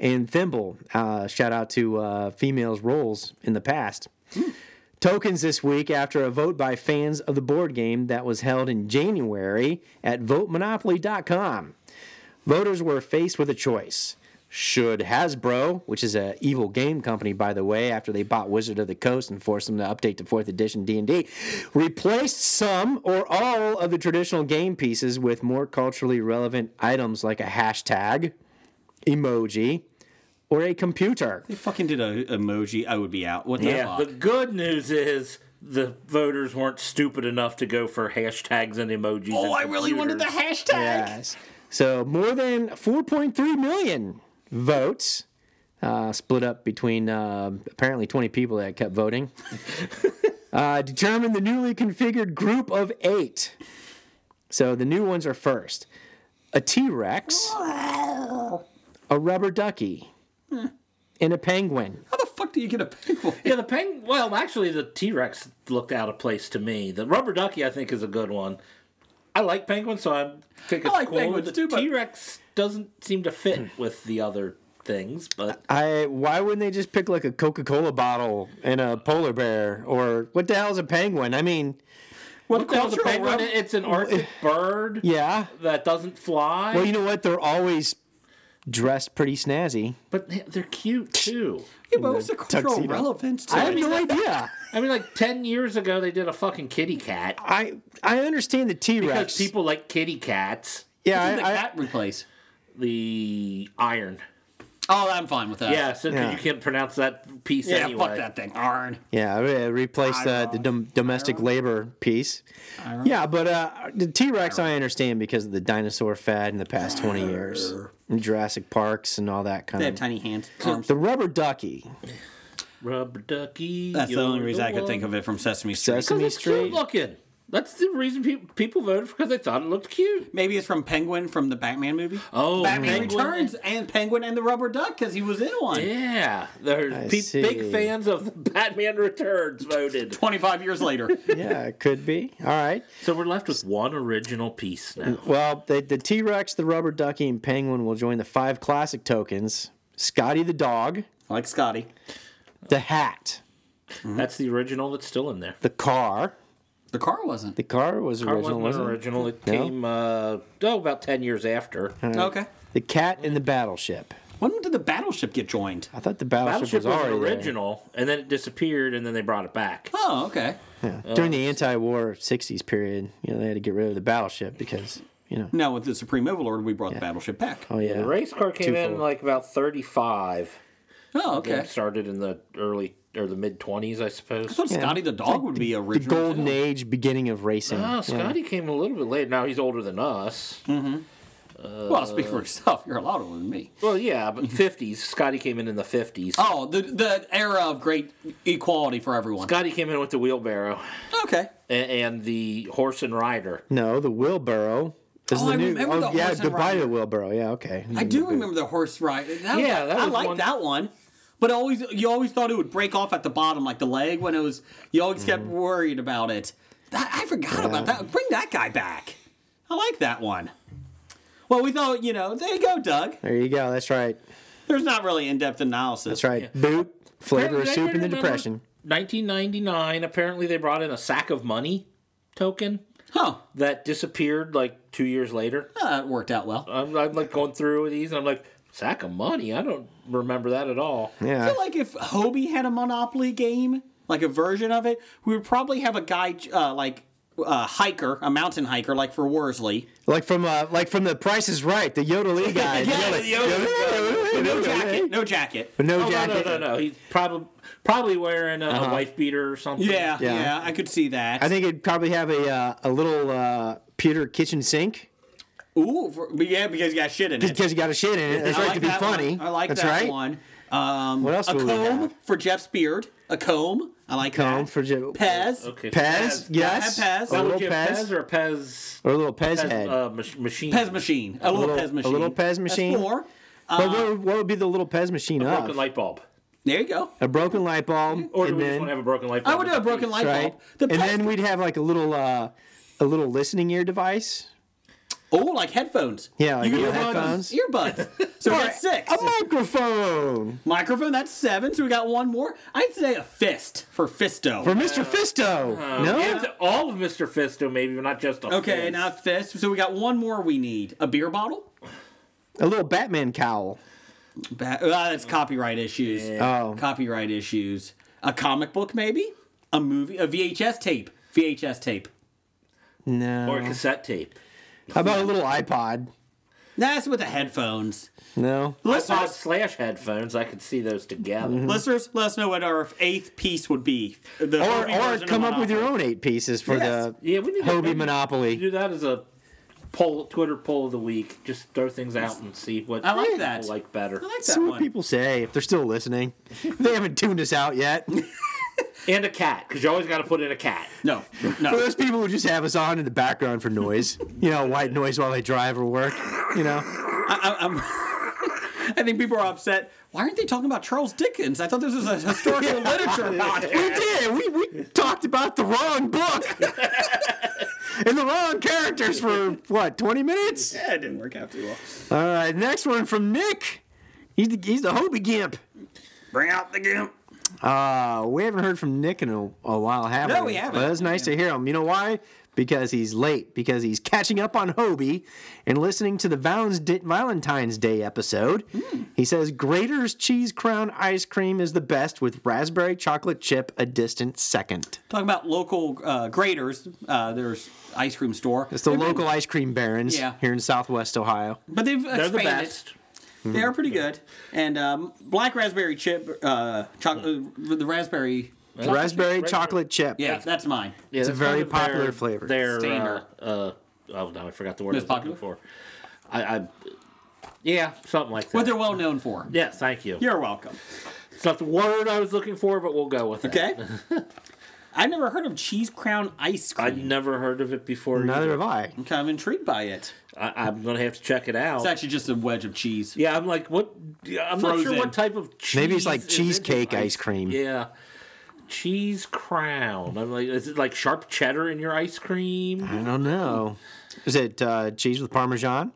and thimble, uh, shout out to uh, females' roles in the past." Tokens this week after a vote by fans of the board game that was held in January at votemonopoly.com. Voters were faced with a choice. Should Hasbro, which is an evil game company by the way, after they bought Wizard of the Coast and forced them to update to 4th edition D&D, replace some or all of the traditional game pieces with more culturally relevant items like a hashtag, emoji, or a computer?
They fucking did a emoji. I would be out. What the
Yeah. The
fuck?
good news is the voters weren't stupid enough to go for hashtags and emojis.
Oh,
and
I really wanted the
computers.
hashtag.
Yes. So more than 4.3 million votes, uh, split up between uh, apparently 20 people that kept voting, uh, determined the newly configured group of eight. So the new ones are first a T Rex, a rubber ducky, and a penguin.
How the fuck do you get a pickle?
Yeah, the peng. Well, actually, the T Rex looked out of place to me. The rubber ducky, I think, is a good one. I like penguins, so I think
I
it's
like
cool.
penguins
the
too, but-
T Rex doesn't seem to fit with the other things, but
I why wouldn't they just pick like a Coca Cola bottle and a polar bear or what the hell is a penguin? I mean,
What
Well, the
cultural
penguin,
rep-
it's an Arctic bird
yeah.
that doesn't fly,
Well, you know what? They're always dressed pretty snazzy.
but they- they're cute too.
Yeah, but what's the cultural
tuxedo.
relevance to
I have
it?
no idea.
I mean, like ten years ago, they did a fucking kitty cat
I I understand the T
because
Rex.
people like kitty cats.
yeah,
Who did the
I, I,
cat replace?
The iron.
Oh, I'm fine with that.
Yeah, so 'cause
Yeah.
you can't pronounce that piece
Yeah,
anyway.
fuck that thing. Arn.
yeah, I replaced the, the dom- domestic labor piece. Yeah, but uh, the T Rex I understand because of the dinosaur fad in the past twenty years, and Jurassic Parks and all that kind
They have
of.
tiny hands.
Um,
Arms.
The rubber ducky,
Rubber ducky.
That's the
you're
only reason I could
one.
think of it from Sesame Street.
Because
Sesame
it's cute
Street.
looking. That's the reason people people voted because they thought it looked cute.
Maybe it's from Penguin from the Batman movie.
Oh,
Batman
Penguin.
Returns and Penguin and the Rubber Duck because he was in one.
Yeah, there's
see.
pe- big fans of the Batman Returns voted.
25 years later.
Yeah, it could be. All right.
So we're left with one original piece now.
Well, the the T Rex, the rubber ducky, and penguin will join the five classic tokens: Scotty the dog,
like Scotty.
the hat,
That's the original that's still in there.
the car.
The car wasn't.
The car was
That
original,
wasn't
wasn't it?
original. It
No.
came uh, oh about ten years after.
Okay.
The cat and the battleship.
When did the battleship get joined?
I thought the battleship,
Battleship
was
was
already there.
original, and then it disappeared, and then they brought it back.
Oh, okay.
Yeah. During the anti-war '60s period, you know, they had to get rid of the battleship because you know.
Now with the Supreme Overlord, we brought the battleship back.
Oh yeah.
The race car came in
Twofold.
like about thirty-five.
Oh,
Yeah,
okay.
it started in the early or the mid twenties, I suppose.
I thought Scotty the dog would be
The
original.
golden
too.
Ah,
age beginning of racing.
Oh, Scotty came a little bit later. Now he's older than us.
well, speak for yourself. You're a lot older than me.
Well, yeah, but 50s. Scotty came in in the 50s.
Oh, the the era of great equality for everyone.
Scotty came in with the wheelbarrow
Okay.
and, and the horse and rider.
No, the Wilboro is
Oh,
the
I
new.
remember
oh,
the
yeah,
horse and
goodbye to
rider.
the Wilboro. Yeah, okay. Hmm,
I do remember the horse ride. That was-
Yeah, that
I
was
liked
one-
that one. But always, you always thought it would break off at the bottom, like the leg. When it was, you always
Mm-hmm.
kept worried about it. That, I forgot about that. Bring that guy back. I like that one. Well, we thought, you know, there you go, Doug.
There you go. That's right.
There's not really in-depth analysis.
That's right. Boot flavor of
Apparently, I
soup in the
remember
depression.
1999, apparently they brought in a sack of money token
Huh?
that disappeared like two years later.
Uh, it worked out well.
I'm, I'm like going through these and I'm like, sack of money? I don't remember that at all.
I
Yeah.
feel like if Hobie had a Monopoly game, like a version of it, we would probably have a guy uh, like a hiker, a mountain hiker, like for Worsley.
Like from uh, like from the Price is Right, the Yodelee guy.
Yes,
Yodelee.
No jacket. No jacket.
But no
Oh, no, no,
jacket.
no, no. He's probably probably wearing a, a wife beater or something.
Yeah, yeah,
Yeah.
I could see that.
I think it'd probably have a uh, a little uh, pewter kitchen sink
Ooh, for, but yeah, because you got shit in it.
because you got a shit in it. That's
I
right
like
to be
that
funny.
One. I like
That's
that
right.
one. Um,
What else
A
would we
comb
have?
for Jeff's beard. A comb. I like
Comb
that.
for Jeff.
Pez.
Okay.
Pez, yes.
Pez.
A
That
Would
little
you have Pez
Pez.
or a Pez,
Or a little Pez
Pez
head.
uh, mach- machine?
Pez machine. A, little,
little-
Pez
a
machine.
little Pez machine.
That's four. Uh,
But what, would- what would be the little Pez machine of?
Broken light bulb.
There you go.
a broken light bulb.
Or do
and
we
then,
just want to have a broken light bulb?
I would do a broken light
right?
bulb. The
and
Pez-
then we'd have like a little uh, a little listening ear device.
oh, like headphones.
Yeah, like
you can do
earphones.
earbuds. So that's six.
A microphone
Microphone. That's seven. So we got one more. I'd say a fist for Fisto.
for Mr. Fisto.
Uh-huh.
no,
Yeah, to all of Mr. Fisto, maybe, but not just a
Okay,
fist.
now fist. So we got one more we need. A beer bottle?
a little Batman cowl.
Ba- ah, that's copyright issues.
Oh.
Copyright issues. A comic book, maybe? A movie? A VHS tape. VHS tape.
No.
Or a cassette tape.
How about a little iPod?
That's with the headphones.
No.
Pod
Listeners,
slash headphones, I could see those together.
listeners, let us know what our eighth piece would be. The
Or
movie
or
version of
come up with your
Monopoly.
own eight pieces for
Yes.
the
Yeah, we need to
Hobie
maybe
Monopoly.
do that as a poll, Twitter poll of the week. Just throw things out and see what
I like
people
that.
like better.
I like
See
that
what
one.
people say if they're still listening. If they haven't tuned us out yet.
And a cat, because you always got to put in a cat.
No,
For
no.
those people who just have us on in the background for noise, you know, white noise while they drive or work, you know.
I, I, I'm. I think people are upset. Why aren't they talking about Charles Dickens? I thought this was a historical literature podcast.
We did. We, we talked about the wrong book and the wrong characters for what twenty minutes.
Yeah, it didn't work out too well.
All right, next one from Nick. He's the, he's the Hobie Gimp.
Bring out the gimp.
Uh, we haven't heard from Nick in a, a while, have
No,
we?
we haven't.
But it's nice to hear him. You know why? Because he's late. Because he's catching up on Hobie and listening to the Valens- Valentine's Day episode.
Hmm.
He says Grater's Cheese Crown ice cream is the best with raspberry chocolate chip a distant second.
Talking about local uh, graders, uh, there's ice cream store.
It's the local ice cream barons
Yeah.
here in Southwest Ohio.
but they've
They're
expanded.
the best.
They are pretty good. And um, black raspberry chip, uh, choc- uh, the raspberry.
raspberry chocolate chip.
Yeah, that's mine.
it's
a very popular flavor.
Their
Standard.
uh, uh, oh no, I forgot the word. I
Most
was looking
popular?
for. I, I, yeah, something like that.
What they're well known for.
yes, thank you.
You're welcome.
It's not the word I was looking for, but we'll go with it.
Okay. I've never heard of cheese crown ice
I'd
cream.
never heard of it before.
Neither
either.
have I.
I'm kind of intrigued by it.
I, I'm gonna have to check it out.
It's actually just a wedge of cheese.
yeah, I'm like, what? I'm not
Frozen.
sure what type of cheese.
Maybe it's like
is in
cheesecake
this
ice cream.
Yeah, cheese crown. I'm like, is it like sharp cheddar in your ice cream?
I don't know. Is it uh, cheese with Parmesan?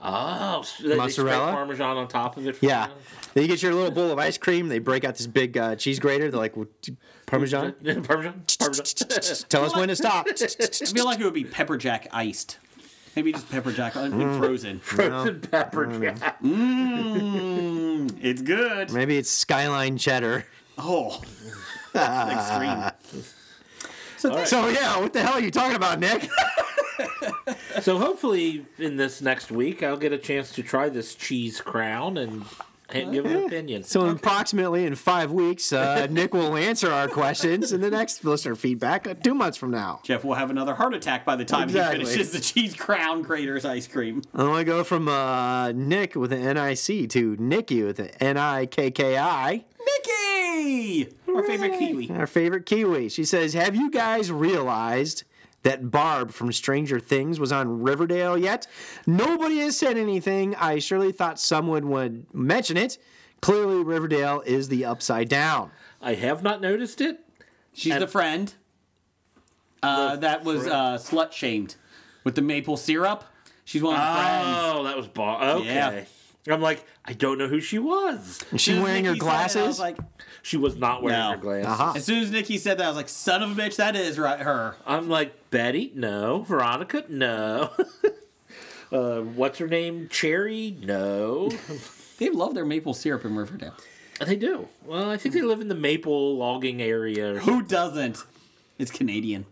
Oh, so they- they
Mozzarella?
spread parmesan on top of it. for
Yeah. Then you get your little bowl of ice cream. They break out this big uh, cheese grater. They're like, "Well, t- Parmesan?
you? parmesan. Parmesan.
Tell us when to stop.
I feel like it would be pepper jack iced. Maybe just pepper jack un- frozen.
Frozen pepper jack.
It's good.
Maybe it's skyline cheddar.
Oh, extreme. So thank-
So, yeah, what the hell are you talking about, Nick?
So hopefully in this next week I'll get a chance to try this cheese crown and can't give an opinion.
So, approximately in five weeks, uh, Nick will answer our questions in the next listener feedback uh, two months from now.
Jeff will have another heart attack by the time
Exactly.
he finishes the cheese crown graters ice cream.
I want to go from uh, Nick with an NIC to Nicky with an NIKKI.
Mickey! Our favorite Kiwi.
Our favorite Kiwi. She says, Have you guys realized that Barb from Stranger Things was on Riverdale yet? Nobody has said anything. I surely thought someone would mention it. Clearly, Riverdale is the upside down.
I have not noticed it.
She's the friend uh, that was uh, slut shamed with the maple syrup. She's one of the friends.
Oh, that was Bob. Okay. I'm like, I don't know who she was.
Is she
As soon as
wearing her
Nikki said it, I was
glasses?
like,
She was not wearing
No.
her glasses.
Aha.
as soon as Nikki said that, I was like, son of a bitch, that is right, her.
I'm like, Betty? No. Veronica? No. uh, what's her name? Cherry? No.
They love their maple syrup in Riverdale.
they do. Well, I think they live in the maple logging area.
Who doesn't? It's Canadian.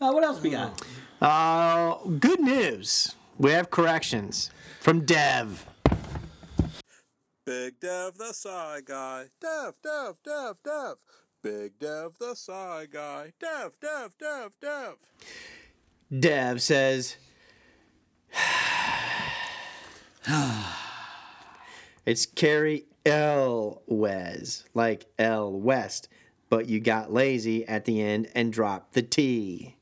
Uh, what else we got?
Uh, good news. We have corrections from Dev.
Big Dev the Psy Guy. Dev, Dev, Dev, Dev. Big Dev the Psy Guy. Dev, Dev, Dev, Dev.
Dev says, It's Carrie L. Wes, like L. West, but you got lazy at the end and dropped the T.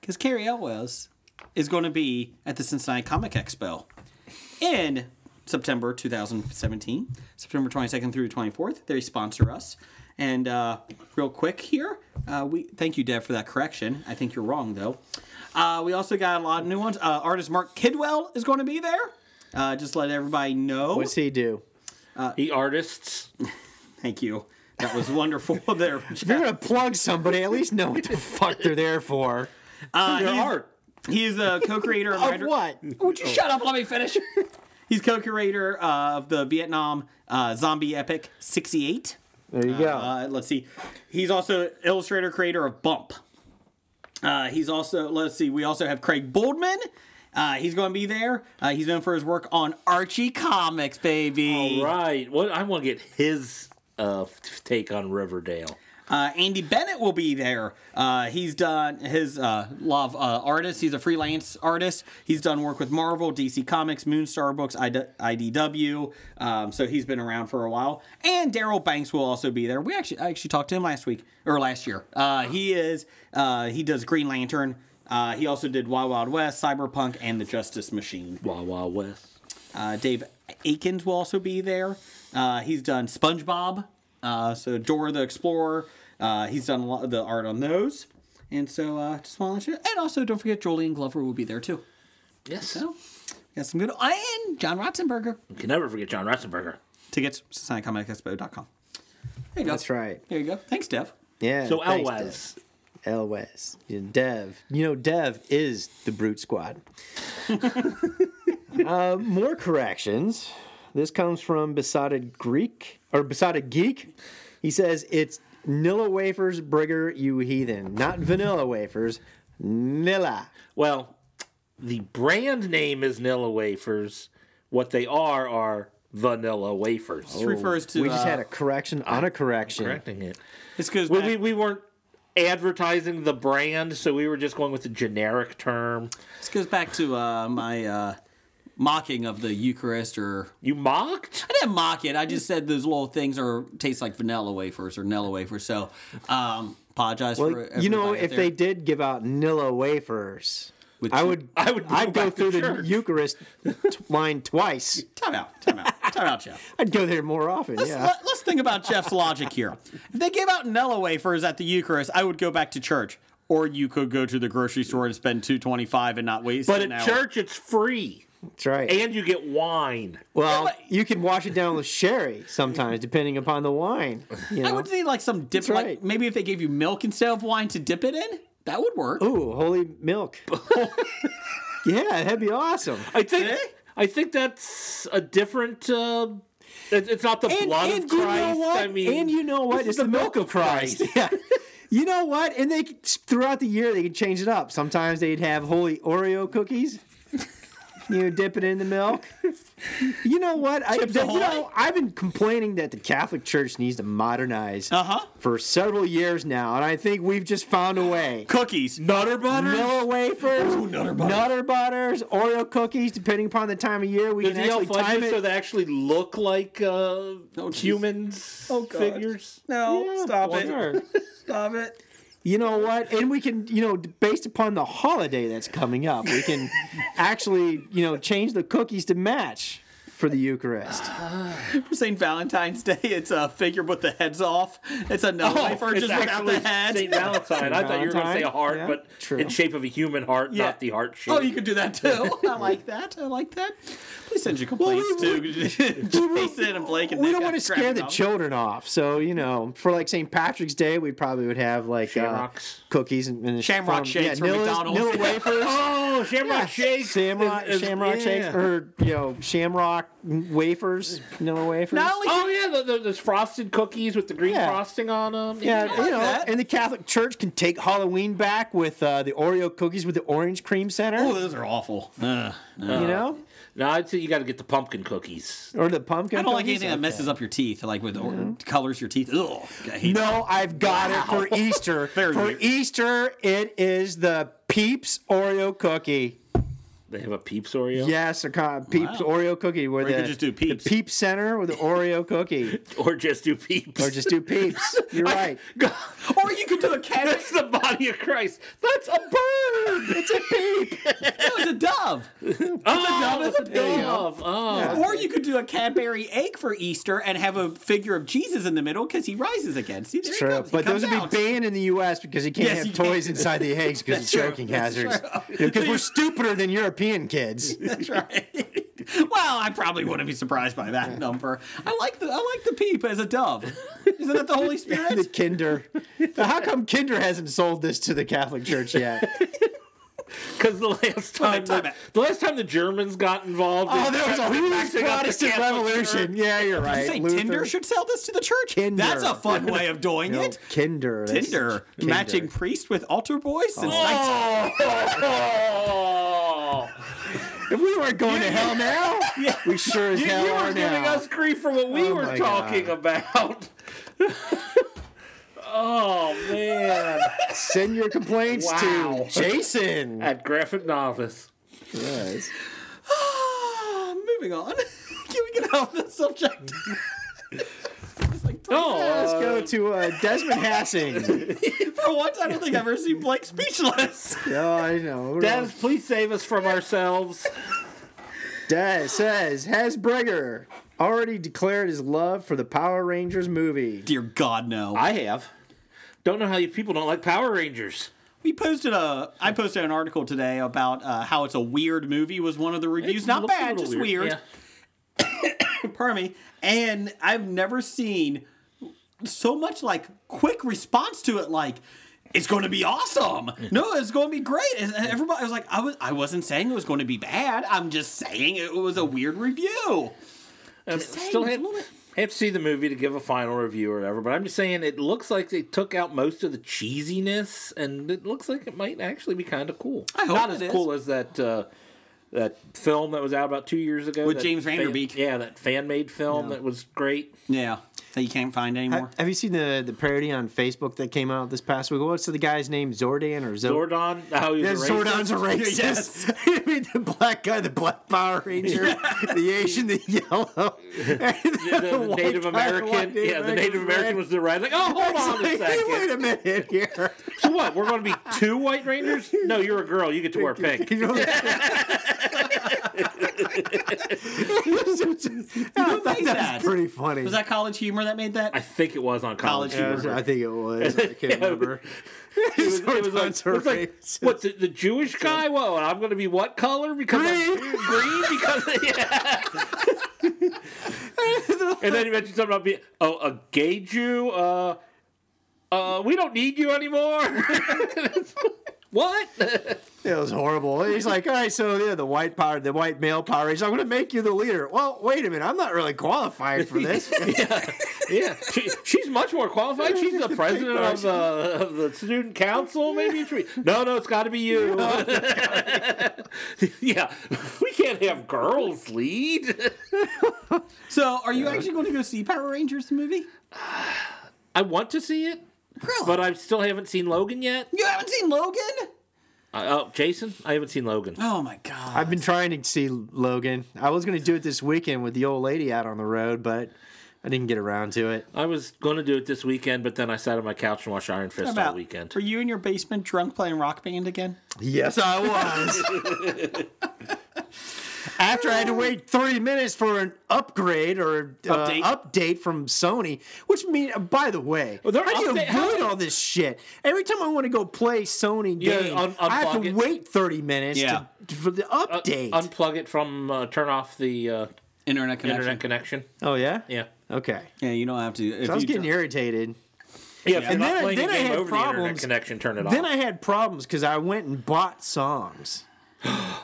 Because Carrie Elwes is going to be at the Cincinnati Comic Expo in September 2017, September 22nd through 24th. They sponsor us. And uh, real quick here, uh, we thank you, Dev, for that correction. I think you're wrong though. Uh, we also got a lot of new ones. Uh, artist Mark Kidwell is going to be there. Uh, just let everybody know.
What's he do?
He artists.
Uh, Thank you. That was wonderful there.
If you're gonna plug somebody, at least know what the fuck they're there for.
Uh,
Their
he's-
art. Oh.
He is the co-creator and
Of
writer.
what?
Would you shut up? Let me finish. He's co-creator of the Vietnam uh, zombie epic '68.
There you go.
Uh, let's see. He's also illustrator creator of Bump. Uh, he's also let's see. We also have Craig Boldman. Uh, he's going to be there. Uh, he's known for his work on Archie comics, baby.
All right. What I want to get his uh, f- take on Riverdale.
Uh, Andy Bennett will be there. Uh, he's done his uh, love uh, artist. He's a freelance artist. He's done work with Marvel, DC Comics, Moonstar Books, ID- IDW. Um, so he's been around for a while. And Daryl Banks will also be there. We actually I actually talked to him last week or last year. Uh, he is uh, he does Green Lantern. Uh, he also did Wild Wild West, Cyberpunk, and the Justice Machine.
Wild Wild West.
Uh, Dave Aikens will also be there. Uh, he's done SpongeBob, uh, so Dora the Explorer. Uh, he's done a lot of the art on those. And so uh, just want to let you And also, don't forget, Julian Glover will be there too.
Yes.
So, got some good. And John Ratzenberger.
You can never forget John Ratzenberger.
Tickets, societycomicexpo.com. There you go.
That's right.
There you go. Thanks, Dev.
Yeah.
So
thanks, Dev.
Elwes.
L West. Yeah, Dev. You know, Dev is the brute squad. uh, more corrections. This comes from Besotted Greek or Besotted Geek. He says it's Nilla wafers, Brigger, you heathen. Not vanilla wafers. Nilla.
Well, the brand name is Nilla Wafers. What they are are vanilla wafers.
This refers to.
We just
uh,
had a correction on a correction.
Correcting it.
This goes
We,
back.
we, we weren't advertising the brand, so we were just going with the generic term.
this goes back to uh, my uh, mocking of the Eucharist or
You mocked?
I didn't mock it. I just said those little things are taste like vanilla wafers or Nella wafers. So, um, apologize
Well,
for
you know,
everybody out
if
there.
they did give out Nilla wafers,
With
I
you-
would.
I would go
I'd go
back to
through the
church.
Eucharist t- line twice.
time out, time out, time out, Jeff.
I'd go there more often. yeah.
Let, us think about Jeff's logic here. If they gave out Nella wafers at the Eucharist, I would go back to church, or you could go to the grocery store and spend two twenty five and not waste.
But
an
at
hour.
church, it's free,
That's right.
and you get wine.
well, you can wash it down with sherry sometimes, depending upon the wine. You know?
I would need like some dip. Like
right.
maybe if they gave you milk instead of wine to dip it in, that would work.
Ooh, holy milk. yeah, that'd be awesome.
I think I think that's a different. Uh, it- it's not the blood of
you know
Christ.
what?
I mean,
and you know what? It's
is
the, milk of Christ. yeah. You know what? And they could- throughout the year they could change it up. Sometimes they'd have holy Oreo cookies. You dip it in the milk. You know what? I,
Chips
you know,
Ahoy?
I've been complaining that the Catholic Church needs to modernize
Uh-huh.
for several years now, and I think we've just found a way.
Cookies.
Nutter butter.
Vanilla wafers,
Nutter
nutter,
Butters.
butters, Oreo cookies, depending upon the time of year. We
Does
can
the elf
actually time
fudges
it. Oh,
so they actually look like uh,
jeez.
humans
God.
figures?
No,
Yeah,
stop
Well,
it.
sure.
Stop it.
You know what? And we can, you know, based upon the holiday that's coming up, we can actually, you know, change the cookies to match for the Eucharist.
For St. Valentine's Day, it's a figure with the heads off. It's a
Oh,
no wafer
Oh, It's
just without
actually
the head.
Saint Valentine. I thought you were going to say a
Valentine,
heart,
yeah.
but
True.
in shape of a human heart,
Yeah.
not the heart shape.
Oh, you could do that too. I like that. I like that. Please send your complaints to Jason and Blake. And
We
Nick
don't want to
at
scare the
Scrapyard.
children off. So, you know, for like St. Patrick's Day, we probably would have like uh,
Shamrocks.
cookies and, and
Shamrock
from-
shakes from
Nilla-
McDonald's.
Nilla wafers.
Oh, Shamrock
Yeah.
Shakes.
Shamrock,
is- is-
shamrock
yeah.
shakes, or you know, shamrock wafers, Nilla wafers.
Not only
Oh yeah, the, the, those frosted cookies with the green
Yeah.
frosting on them.
Yeah, you know,
that.
and the Catholic Church can take Halloween back with uh, the Oreo cookies with the orange cream center.
Oh, those are awful. Ugh.
you know,
No, I'd say you got to get the pumpkin cookies.
or the pumpkin.
I don't like
cookies.
anything that messes up your teeth, like with or colors your teeth. Ugh, I hate that.
No, I've got it for Easter.
Very
for
weird.
Easter, it is the Peeps Oreo cookie.
They have a Peeps Oreo.
Yes, a kind of Peeps
Wow.
Oreo cookie. Where
Or you
the,
could just do Peeps.
The Peep Center with the Oreo cookie,
or just do Peeps.
or just do Peeps. You're right.
Or you could do a cat.
That's the body of Christ. That's a bird.
It's a peep.
no, it's a dove.
Oh,
it's a
you go.
dove. Oh,
Or you could do a Cadbury egg for Easter and have a figure of Jesus in the middle because he rises again. See, there he
True,
comes. He
but
comes
those would be
out.
banned in the U.S. because you can't
Yes,
have
you
toys
can't.
inside the eggs because
That's
it's
true.
choking
That's
hazards.
true.
Because we're stupider than European kids.
That's right. well, I probably wouldn't be surprised by that number. I like the I like the peep as a dove. Isn't that the Holy Spirit?
the Kinder. How come Kinder hasn't sold this to the Catholic Church yet?
Because the last time,
time
the,
out.
the last time the Germans got involved,
oh, there was a huge
mixing up the
Protestant
Catholic
revolution.
Church.
Yeah, you're right.
you say
Luther.
Tinder should sell this to the church?
Kinder.
That's a fun way of doing
No,
it.
Kinder. that's-
Tinder. Matching priest with altar boy since
Oh,
If we weren't going to hell now, we sure as
you,
hell
you were
are
giving
now.
us grief for what we
Oh
were
my
talking about. oh man,
Send your complaints
Wow.
to Jason.
at graphic novice.
yes.
Moving on. Can we get off the subject? It's like,
No,
Let's
uh,
go to uh, Desmond Hassing.
For once, I don't think I've ever seen Blake speechless.
oh, I know.
Des, please save us from ourselves.
Dad says, has Breger already declared his love for the Power Rangers movie?
Dear God, no.
I have. Don't know how you people don't like Power Rangers.
We posted a. I posted an article today about uh, how it's a weird movie. Was one of the reviews. Not
Looks a
bad,
little
just weird.
Yeah.
Pardon me. And I've never seen so much like quick response to it. Like it's going to be awesome. No, it's going to be great. And and everybody was like, I was. I wasn't saying it was going to be bad. I'm just saying it was a weird review.
Um,
saying,
still
it's
have,
a little bit-
have to see the movie to give a final review or whatever. But I'm just saying it looks like they took out most of the cheesiness, and it looks like it might actually be kind of cool.
I hope
Not
it
as
is.
cool as that uh, that film that was out about two years ago
With
that
James
fan-
Vanderbeek.
yeah, that fan made film that was great.
Yeah, that you can't find anymore.
Have you seen the, the parody on Facebook that came out this past week? What's the guy's name? Zordan or Zord?
Zordon, oh, he
Yeah,
was a racist.
Zordon's a racist. I mean, the black guy, the black Power Ranger, the Asian, the yellow,
The, the
white
Native
guy, the white
American, yeah, the Native American was the right. Like, oh,
red.
hold on a
It's like, hey, Wait
second.
a minute here.
So what? We're going to be two White Rangers? No, you're a girl. You get to wear pink.
You know? I thought
made
that
that?
was pretty funny.
Was that college humor that made that?
I think it was on
College
college.
Yeah,
Humor.
I think it was. I can't remember.
It was, it was like,
Sometimes her
it's like,
face
what the, the Jewish guy? Whoa! and I'm going to be what color? Because I'm
Green.
green because yeah. and then he mentioned something about being oh a gay Jew. Uh, uh, we don't need you anymore. What?
It was horrible. He's like, all right, so yeah, the white power, the white male power ranger. I'm going to make you the leader. Well, wait a minute, I'm not really qualified for this.
yeah, she, she's much more qualified. She's the president of the, of the student council. Maybe you treat. No, no, it's got to be you. yeah, we can't have girls lead.
So, are you actually going to go see Power Rangers the movie?
I want to see it,
Really?
but I still haven't seen Logan yet.
you haven't seen Logan?
Uh, oh, Jason, I haven't seen Logan.
Oh my god!
I've been trying to see Logan. I was going to do it this weekend with the old lady out on the road, but I didn't get around to it.
I was going to do it this weekend, but then I sat on my couch and watched Iron Fist
What about-
all weekend.
Were you in your basement drunk playing rock band again?
Yes, I was. After I had to wait three minutes for an upgrade or uh,
Update.
update. from Sony, which mean, uh, by the way,
Oh,
they're
how do you
upda-
avoid all this shit? Every time I want to go play Sony
Yeah,
game,
un-
I have
unplug
to
it.
wait thirty minutes
Yeah. Uh,
to, for the update.
Uh, Unplug it from, uh, turn off the uh,
Internet connection.
internet connection.
oh yeah,
Yeah.
Okay,
Yeah, you don't have to. If
so I was
you
getting
don't-
irritated.
Yeah, if you're
And
not
then I-
playing
then
a
I
game
had
over the internet
problems.
connection, turn it off.
Then I had problems because I went and bought songs,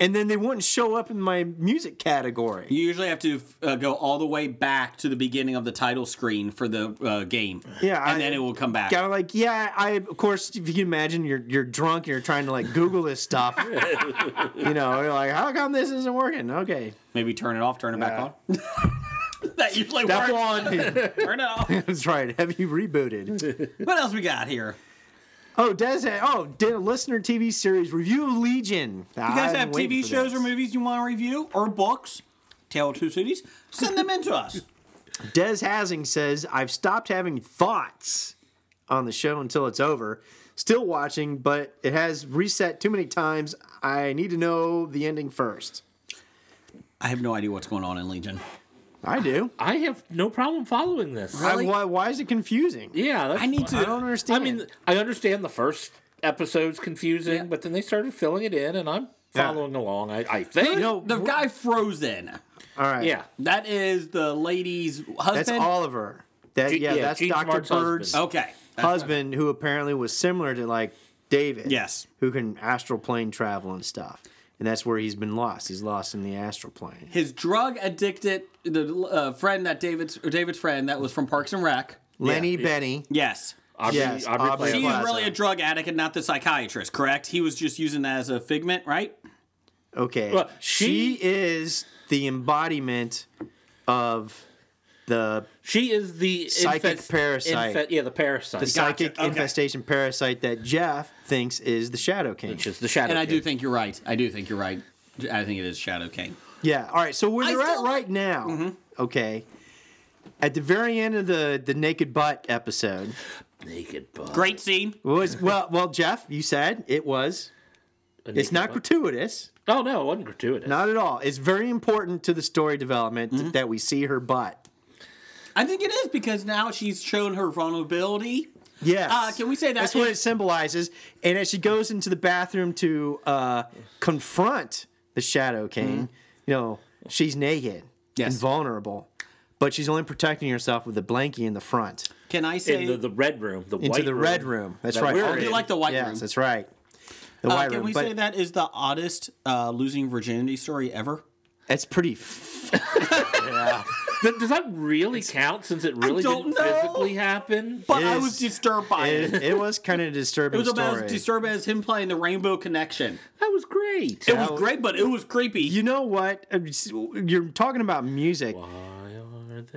and then they wouldn't show up in my music category.
You usually have to uh, go all the way back to the beginning of the title screen for the uh, game.
Yeah,
and
I-
then it will come back.
kind of like yeah i of course if you can imagine you're you're drunk you're trying to like google this stuff you know you're like how come this isn't working okay
Maybe turn it off, turn it back on. that usually
step
works.
one
Turn it off.
that's right have you rebooted
what else we got here?
oh des oh did a listener tv series review of legion
You guys have TV shows or movies you want to review or books? Tale of Two Cities. Send them in to us.
des hasing says i've stopped having thoughts on the show until it's over still watching but it has reset too many times i need to know the ending first
I have no idea what's going on in Legion.
i do
I have no problem following this.
I- why, why is it confusing
Yeah, that's
I need
I
to.
don't
I
understand.
mean, I understand the first episode's confusing, but then they started filling it in, and I'm
Yeah.
following along. I, I think.
No,
The guy Frozen.
all right.
Yeah.
That is the lady's husband.
That's Oliver. That
G-
yeah,
yeah,
that's
Gene
Dr.
Smart's
Bird's husband,
Okay.
who apparently was similar to like David.
Yes.
Who can astral plane travel and stuff. And that's where he's been lost. He's lost in the astral plane.
His drug addicted, the uh, friend that David's David's friend that was from Parks and Rec.
Lenny Benny.
Yes.
Aubrey,
Yes,
Aubrey
Aubrey
He
Plaza.
was
Plaza.
really a drug addict and not the psychiatrist, correct? He was just using that as a figment, right?
Okay.
Well,
she,
she-
is the embodiment of the
She is the
Psychic parasite.
infest- yeah, the parasite.
psychic
okay.
infestation parasite that Jeff thinks is the Shadow King.
which is the shadow.
And I
King.
do think you're right. I do think you're right. I think it is Shadow King.
Yeah. All right. So where
I
they're
still- Mm-hmm.
at right now, okay, at the very end of the the naked butt episode
naked butt.
Great scene.
was well, well, Jeff, you said it was.
A naked
It's not
butt.
gratuitous,
Oh no, it wasn't gratuitous.
not at all. It's very important to the story development
Mm-hmm.
that we see her butt.
I think it is because now she's shown her vulnerability.
Yes.
Uh, can we say that
That's what
is-
it symbolizes. And as she goes into the bathroom to uh, confront the Shadow King,
Mm-hmm.
you know, she's naked
Yes.
and vulnerable, but she's only protecting herself with a blankie in the front.
Can I say oh,
in the, the red room, the
into
white
the
room.
red room. That's
that
right.
we're
I'll
in.
be
You like the white
yes,
room.
that's right. The
uh,
white
can
room.
we
but
say that is the oddest uh, losing virginity story ever?
That's pretty. F-
Th- Does that really count since it really
don't
didn't
know.
physically happen?
But I
Is-
was disturbed by it.
it, it was kind of a disturbing.
It was about
story.
as disturbing as him playing the Rainbow Connection.
That was great.
It was great, but it was creepy.
You know what? I mean, s- You're talking about music.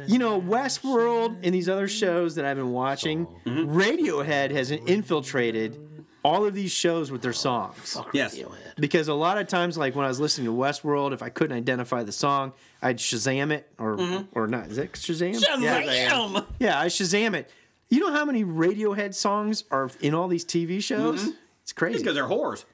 You know, Westworld and these other shows that I've been watching,
Mm-hmm.
Radiohead has infiltrated all of these shows with their
Oh,
songs.
yes.
Because a lot of times, like when I was listening to Westworld, if I couldn't identify the song, I'd Shazam it or or not. Is that Shazam?
Mm-hmm. Shazam!
Yeah, I Shazam it. You know how many Radiohead songs are in all these TV
Mm-hmm.
shows? It's crazy.
Because they're whores.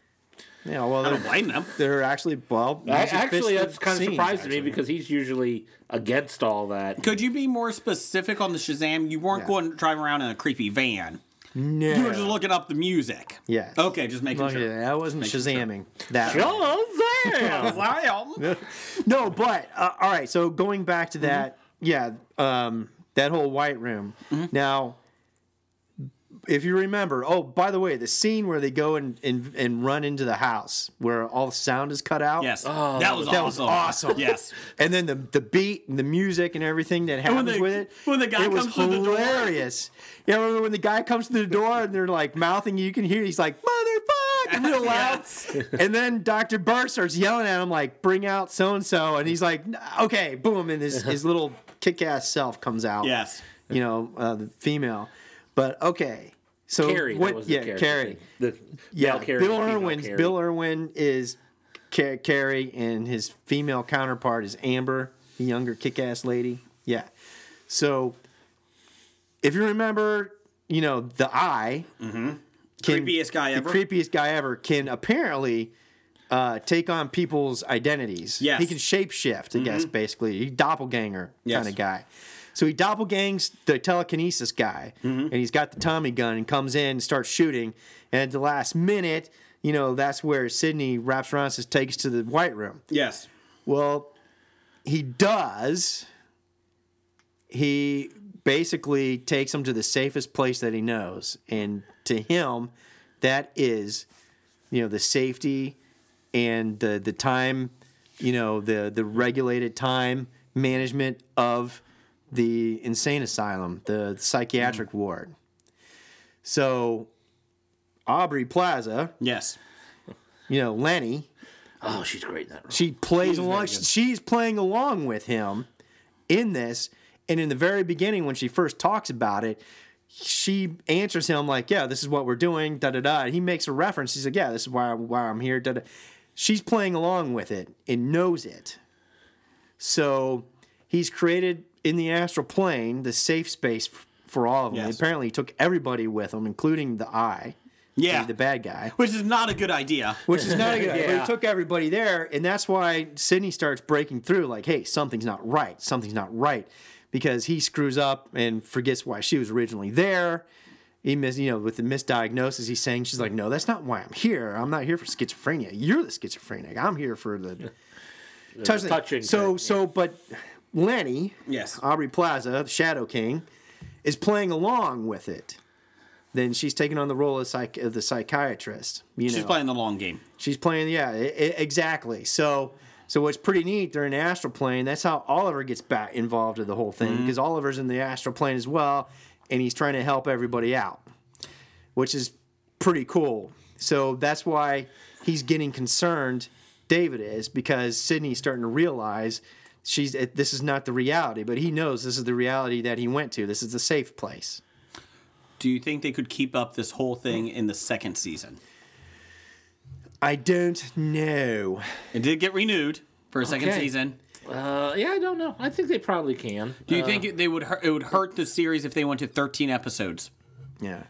Yeah, well,
I don't
they're,
blame them.
they're actually well.
I,
music fits
actually,
the
that's kind of
scene,
surprising to me
actually.
because he's usually against all that.
Could you be more specific on the Shazam? You weren't
Yeah.
going to drive around in a creepy van.
no,
You were just looking up the music.
Yes.
Okay, just making
Look at
sure.
that. I wasn't Shazamming that.
Shazam!
Shazam!
No, but uh, all right. So going back
Mm-hmm.
to that, yeah, um, that whole white room. Now, if you remember, oh, by the way, the scene where they go and, and, and run into the house where all the sound is cut out.
Yes. that was
Oh, that
awesome.
was awesome.
yes.
And then the the beat and the music and everything that
when
happens
the-
with it.
when the guy
it was
comes through the door.
hilarious. Yeah, remember when the guy comes to the door and they're like mouthing, you can hear he's like motherfucker real loud.
Yes.
And then Dr. Burr starts yelling at him like, "Bring out so and so," and he's like, "Okay, boom!" And his his little kick ass self comes out.
Yes.
you know, uh, the female. But okay, so
Carrie,
what?
that was
yeah,
the character
Carrie.
thing. The
Yeah,
male Carrie,
Bill
female
Irwin.
Carrie.
Bill Irwin is Car- Carrie, and his female counterpart is Amber, the younger kick-ass lady. Yeah. So, if you remember, you know the Eye, can-
Mm-hmm. Creepiest guy
the
ever.
creepiest guy ever, can apparently uh, take on people's identities.
Yes. Mm-hmm.
he can shapeshift. I guess basically, he doppelganger
Yes.
kind of guy. So he doppelgangs the telekinesis guy,
Mm-hmm.
and he's got the Tommy gun and comes in and starts shooting. And at the last minute, you know, that's where Sydney wraps around and says, "Take us to the White Room."
yes.
Well, he does. He basically takes him to the safest place that he knows. And to him, that is, you know, the safety and the, the time, you know, the, the regulated time management of the insane asylum, the psychiatric ward. So Aubrey Plaza,
Yes.
you know, Lenny,
Oh, she's great in that. Role.
she plays along. She's playing along with him in this. And in the very beginning, when she first talks about it, she answers him like, "Yeah, this is what we're doing." Da da da. And he makes a reference. He's like, "Yeah, this is why why I'm here." Da da. She's playing along with it and knows it. So he's created in the astral plane the safe space f- for all of them.
Yes.
Apparently, he took everybody with him, including the eye,
Yeah.
the bad guy
Which is not a good idea.
which is not a good idea. But
Yeah.
it took everybody there, and that's why Sydney starts breaking through. Like, hey, something's not right. Something's not right because he screws up and forgets why she was originally there. He mis, you know, with the misdiagnosis, he's saying she's like, no, that's not why I'm here. I'm not here for schizophrenia. You're the schizophrenic. I'm here for the touching.
touching
So,
thing,
so, but Lenny,
Yes.
Aubrey Plaza, the Shadow King, is playing along with it. Then she's taking on the role of, psych- of the psychiatrist. You
She's
know,
playing the long game.
She's playing, yeah, e- e- exactly. So, so what's pretty neat, they're in the astral plane. That's how Oliver gets back involved in the whole thing because Oliver's in the astral plane as well, and he's trying to help everybody out, which is pretty cool. So that's why he's getting concerned. David is because Sydney's starting to realize she's eh, this is not the reality, but he knows this is the reality that he went to. This is the safe place.
Do you think they could keep up this whole thing in the second season?
I don't know.
It did get renewed for a second
Okay.
season.
Uh, yeah, I don't know. I think they probably can.
Do
Uh,
you think it, they would hurt, it would hurt the series if they went to 13 episodes?
Yeah.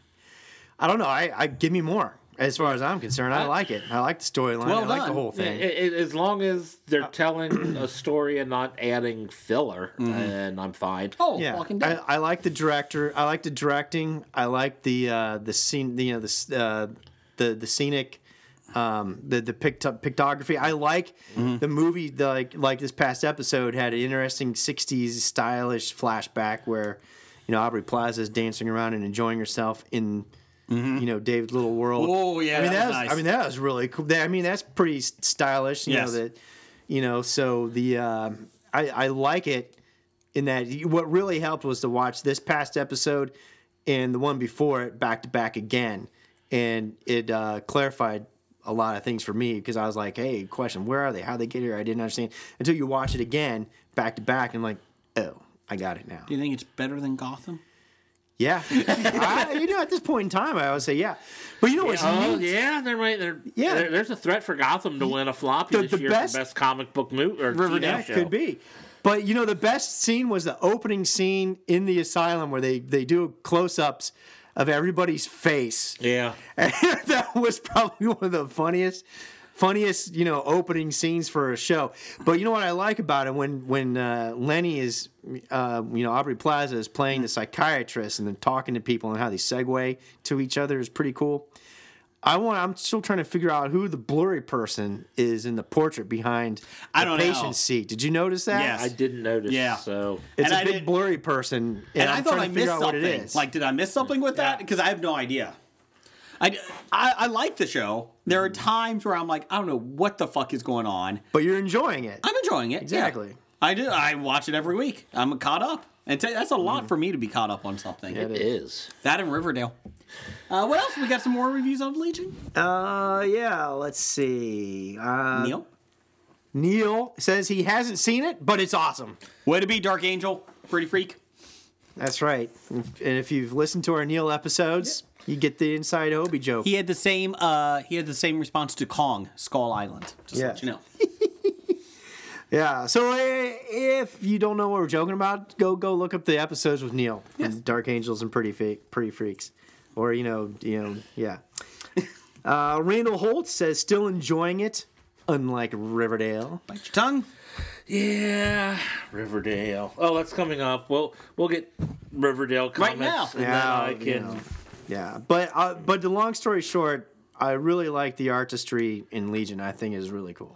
I don't know. I, I give me more. As far as I'm concerned, I like it. I like the storyline.
Well
I like the
done.
whole
Yeah,
thing.
a- a- as long as they're
Uh,
telling a story and not adding filler,
Mm-hmm.
and I'm fine.
Oh,
Yeah, I, I like the director. I like the directing. I like the uh, the scene. The, you know the s- uh, the the scenic, um, the the picto- pictography. I like
Mm-hmm.
the movie. The, like like this past episode had an interesting '60s stylish flashback where, you know, Aubrey Plaza is dancing around and enjoying herself in. You know, Dave's little world.
Oh, Mm-hmm. yeah,
I mean
that was nice.
I mean that was really cool. That- I mean that's pretty s- stylish. You
Yes.
know that, you know. So the um, I I like it in that what really helped was to watch this past episode and the one before it back to back again and it uh, clarified a lot of things for me because i was like hey question where are they how they get here i didn't understand until you watch it again back to back and like oh i got it now
Do you think it's better than Gotham?
yeah I, you know at this point in time i would say yeah but you know what's
Oh
neat?
yeah, there might there
Yeah.
there- there's a threat for Gotham to win a floppy
The-
this
the
year
best-
for best comic book movie or
Yeah,
TV
it
show.
could be. But you know, the best scene was the opening scene in the asylum where they they do close ups of everybody's face.
Yeah.
And that was probably one of the funniest funniest you know opening scenes for a show but you know what i like about it when when uh, lenny is uh, you know aubrey plaza is playing the psychiatrist and then talking to people and how they segue to each other is pretty cool I want. I'm still trying to figure out who the blurry person is in the portrait behind
I
the
don't know.
patient seat. Did you notice that?
Yes.
I didn't notice.
Yeah.
So
It's a
And I
big
didn't-
blurry person, and,
and
I'm
I thought
trying
I
to figure
missed
out what it
something.
is.
Like, did I miss something with that? Because I have no idea. I, I, I like the show. There are times where I'm like, I don't know what the fuck is going on.
but you're enjoying it.
I'm enjoying it. yeah.
Exactly.
I do. I watch it every week. I'm caught up. And t- that's a lot for me to be caught up on something.
it is.
That and Riverdale. Uh, what else? We got some more reviews of Legion.
Uh, yeah. Let's see. Uh,
Neil,
Neil says he hasn't seen it, but it's awesome.
way to be Dark Angel, pretty freak.
That's right. And if you've listened to our Neil episodes, you get the inside Hobie joke.
He had the same. Uh, he had the same response to Kong Skull Island. Just to let
Yeah.
you know.
Yeah. So eh, if you don't know what we're joking about, go go look up the episodes with Neil from
Yes.
Dark Angels and Pretty Fake, Pretty Freaks, or you know, you know, yeah. Uh, Randall Holt says still enjoying it, unlike Riverdale.
Bite your tongue.
Yeah, Riverdale. Oh, that's coming up. We'll we'll get Riverdale
Right
comments
now.
and
Yeah,
then I
you
can.
know. Yeah, but uh, but the long story short, I really like the artistry in Legion. I think is really cool.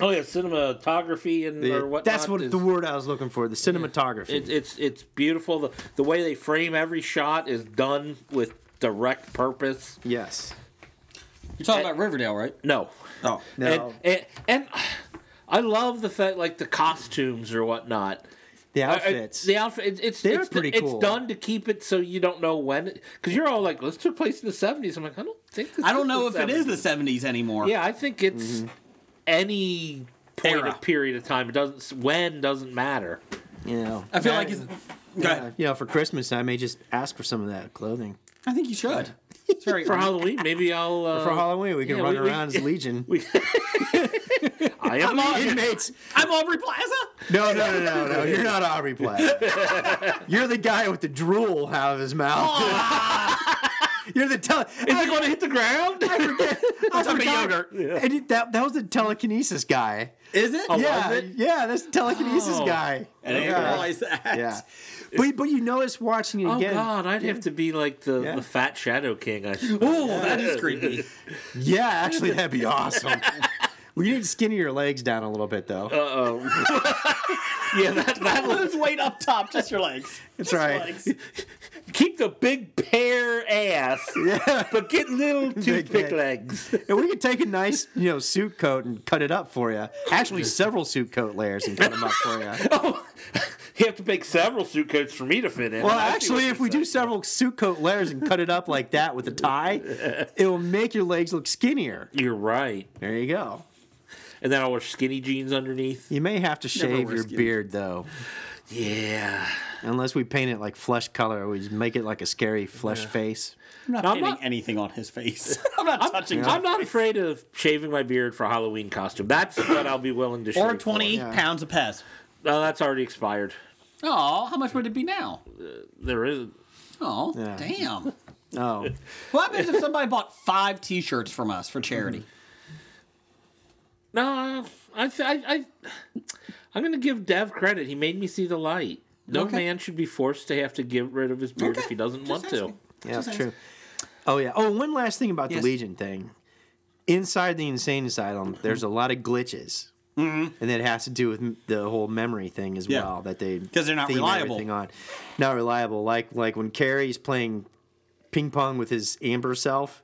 Oh yeah, cinematography and
The-
or whatnot.
that's what
is-
the word I was looking for. The cinematography.
It, it's it's beautiful. The the way they frame every shot is done with direct purpose.
yes.
You're talking about Riverdale, right?
No,
Eh. Oh,
No.
and, and and I love the fact like the costumes or whatnot.
the
I- I-
outfits.
the outfit. It's it's,
They're
it's,
pretty
it's
cool.
done to keep it so you don't know when. Because you're all like, "This took place in the '70s." I'm like, I don't think. This
I don't
is
know if
the
it
70s.
is the '70s anymore.
Yeah, I think it's any point
Era.
of period of time. It doesn't when doesn't matter.
you know.
I feel like
And-
it's. Go ahead.
you know, for Christmas, I may just ask for some of that clothing.
I think you should. It's very
For Halloween, maybe I'll uh,
For Halloween, we can
yeah,
run
we- we-
around as Legion.
We, I am not.
Inmates.
I'm Aubrey Plaza.
No, no, no, no, no. You're not Aubrey Platt. You're the guy with the drool out of his mouth.
Oh.
You're the tele.
Is it going to hit the ground?
That's
about
yogurt. And it- that, that was the telekinesis guy.
Is it?
yeah,
Oh, was it?
yeah, that's the telekinesis
Oh.
guy.
I didn't
yeah.
realize that.
Yeah. But, but you notice watching it
Oh
again.
God, I'd have to be like the,
Yeah.
the fat Shadow King. I suppose.
Oh, that is creepy.
Yeah, actually, that'd be awesome. we need to skinny your legs down a little bit, though.
Uh,
yeah, that, that looks.
Lose weight up top, just your legs.
that's right.
Legs.
Keep the big pear ass, but get little toothpick
head.
legs.
And we could take a nice, you know, suit coat and cut it up for you. Actually, several suit coat layers and cut them up for you.
Oh, you have to make several suit coats for me to fit in.
Well,
I see
actually,
what
if we do several suit coat layers and cut it up like that with a tie, it will make your legs look skinnier.
you're right.
There you go.
And then I'll wear skinny jeans underneath.
You may have to shave
wear
your
skinny.
beard though,
Yeah.
unless we paint it like flesh color. We just make it like a scary flesh face.
I'm not
I'm
painting
not-
anything on his face. I'm not touching
I'm not afraid of shaving my beard for Halloween costume. That's what I'll be willing to shave.
Or
for.
20
Yeah.
pounds of pez.
No, that's already expired.
Oh, how much would it be now?
There is.
Oh,
Yeah.
damn.
Oh,
What happens if somebody bought five t shirts from us for charity?
No, I, th- I, I, I'm going to give Dev credit. He made me see the light. No
Okay.
man should be forced to have to get rid of his beard
Okay,
if he doesn't
just
want to.
asking.
yeah,
Just
that's true. Oh yeah. Oh, one last thing about
Yes.
the Legion thing. Inside the insane asylum, there's a lot of glitches, mm-hmm. and that has to do with m- the whole memory thing as
Yeah.
well. That they
'Cause they're not
theme
reliable.
everything on. Not reliable. Like like when Carrie's playing ping pong with his amber self.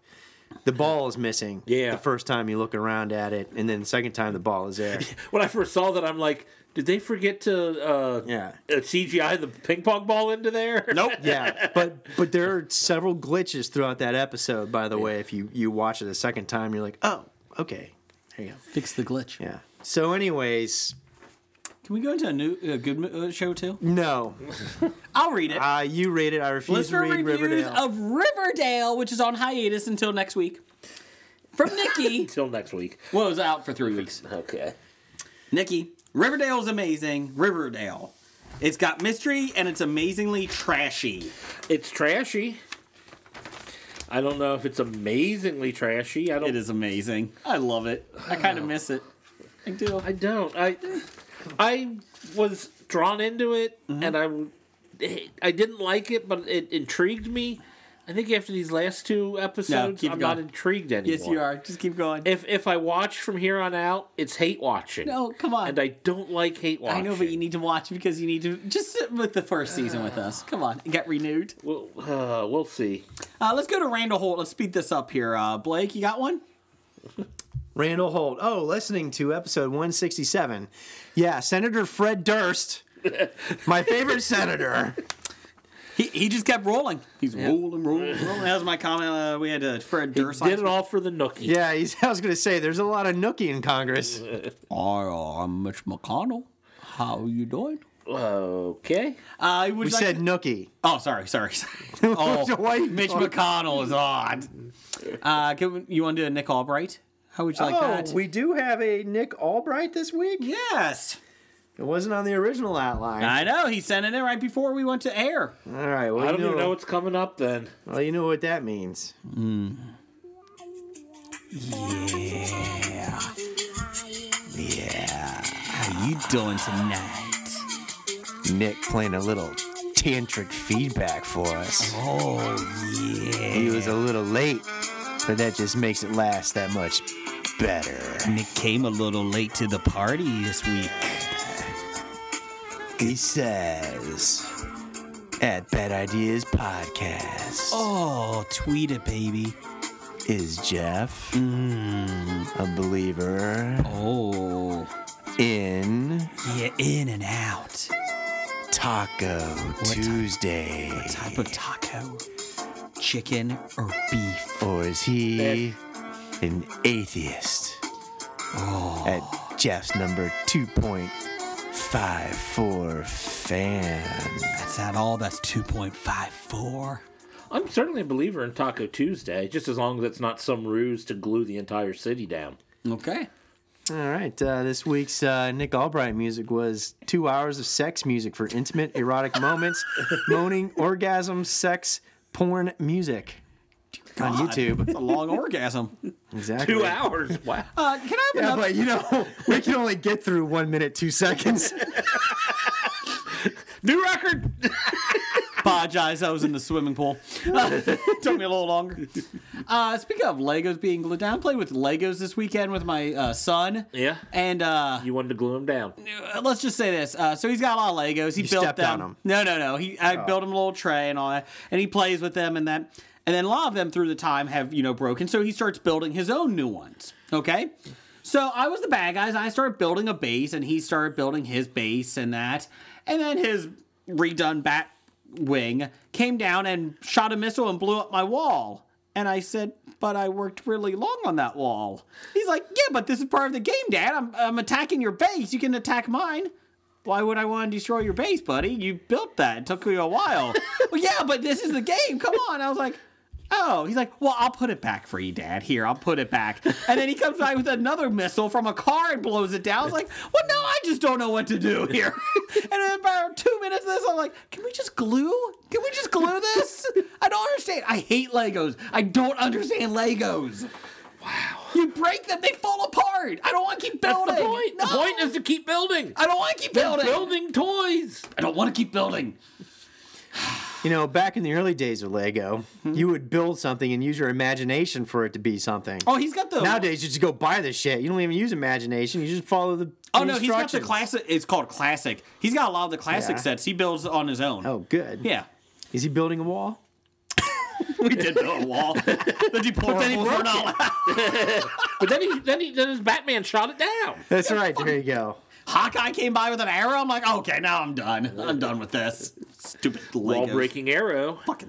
The ball is missing.
Yeah.
The first time you look around at it, and then the second time the ball is there.
When I first saw that, I'm like, did they forget to uh,
Yeah.
uh, CGI the ping pong ball into there? Nope.
yeah, but but there are several glitches throughout that episode. By the way, if you you watch it a second time, you're like, oh, okay, there you go.
Fix the glitch.
Yeah. So, anyways,
Can we go into a new a good mo- uh, show too?
no,
I'll read it.
uh, you rate it. I refuse
Listener
to read
reviews
Riverdale.
of Riverdale, which is on hiatus until next week. From Nikki.
Till next week.
well, it was out for three weeks.
Okay.
Nikki, Riverdale's amazing. Riverdale. It's got mystery and it's amazingly trashy.
It's trashy. I don't know if it's amazingly trashy. I don't.
It is amazing. I love it. I kind of miss it. I do.
I don't. I I was
Mm-hmm.
drawn into it, and I I didn't like it, but it intrigued me. I think after these last two episodes,
keep
I'm
going.
not intrigued anymore.
Yes, you are. Just keep going.
If if I watch from here on out, it's hate watching.
No, come on.
And I don't like hate watching.
I know, but you need to watch because you need to just sit with the first season with us. Come on, get renewed.
We'll, uh, we'll see.
Uh, let's go to Randall Holt. Let's speed this up here. Uh, Blake, you got one?
Randall Holt. Oh, listening to episode 167. Yeah, Senator Fred Durst, my favorite senator.
He, he just kept rolling. He's rolling, rolling, rolling. That was my comment. Uh, we had uh, Fred Durst.
Did it all for the nookie.
Yeah, he's, I was going to say, there's a lot of nookie in Congress.
I, am uh, Mitch McConnell. How you doing?
Okay.
Uh, would
We
you like
said
to-
nookie.
Oh, sorry, sorry, sorry. Oh,
Dwight
Mitch
Clark.
McConnell is on. Uh, can we- you want to do a Nick Albright? How would you like that?
Oh, we do have a Nick Albright this week.
yes.
It wasn't on the original outline.
I know. He sent it in right before we went to air.
All right. Well,
I
you
don't
know,
even know what's coming up then.
well, you know what that means.
Yeah. How you doing tonight?
Nick playing a little tantric feedback for us.
Oh, yeah.
He was a little late, but that just makes it last that much better.
Nick came a little late to the party this week.
He says at Bad Ideas Podcast
Oh, tweet it, baby.
is Jeff
Mm.
a believer
Oh.
in
Yeah, in and out.
Taco
ti-
Tuesday?
Type of taco, chicken, or beef.
Or is he an atheist?
Oh.
At Jeff's number 2.54 fan.
That's not all. That's 2.54.
I'm certainly a believer in Taco Tuesday, just as long as it's not some ruse to glue the entire city down.
Okay.
All right. Uh, this week's uh, Nick Albright music was two hours of sex music for intimate, erotic moments, moaning, orgasm, sex, porn music on
God,
YouTube.
That's a long orgasm.
Exactly.
Two hours. Wow.
Uh, can I have
Yeah,
another?
but you know, we can only get through one minute, two seconds.
New record.
Apologize. I was in the swimming pool. Uh, took me a little longer. Uh, speaking of Legos being glued down, I played with Legos this weekend with my uh, son.
Yeah.
And uh,
You wanted to glue him down.
Uh, let's just say this. Uh, so he's got a lot of Legos. He built
stepped
them.
on Oh. them.
No, no, no. He I built him a little tray and all that, and he plays with them and that. And then a lot of them through the time have you know broken. So he starts building his own new ones. Okay. So I was the bad guys. I started building a base, and he started building his base and that. And then his redone bat wing came down and shot a missile and blew up my wall. And I said, but I worked really long on that wall. He's like, yeah, but this is part of the game, Dad. I'm, I'm attacking your base. You can attack mine. Why would I want to destroy your base, buddy? You built that. It took you a while. well, yeah, but this is the game. Come on. I was like, oh. He's like, well, I'll put it back for you, Dad. Here, I'll put it back. And then he comes by with another missile from a car and blows it down. I was like, well, no, I just don't know what to do here. and in about two minutes of this, I'm like, can we just glue? Can we just glue this? I don't understand. I hate Legos. I don't understand Legos. Wow. You break them, they fall apart. I don't want to keep
That's
building.
the point.
No.
The point is to keep building.
I don't want to keep
Building.
building.
toys.
I don't want to keep building.
you know, back in the early days of Lego,
Mm-hmm.
you would build something and use your imagination for it to be something.
Oh, he's got the
Nowadays, you just go buy the shit. You don't even use imagination. You just follow the.
Oh no, he's got the
instructions.
classic. It's called classic. He's got a lot of the classic
Yeah.
sets. He builds on his own.
Oh, good.
yeah.
Is he building a wall?
We did build a wall. But he put then he broke it.
But then he then he then his Batman shot it down.
That's right. There you go.
Hawkeye came by with an arrow. I'm like, okay, now I'm done. I'm done with this. Stupid
Wall
Legos.
breaking arrow.
Fucking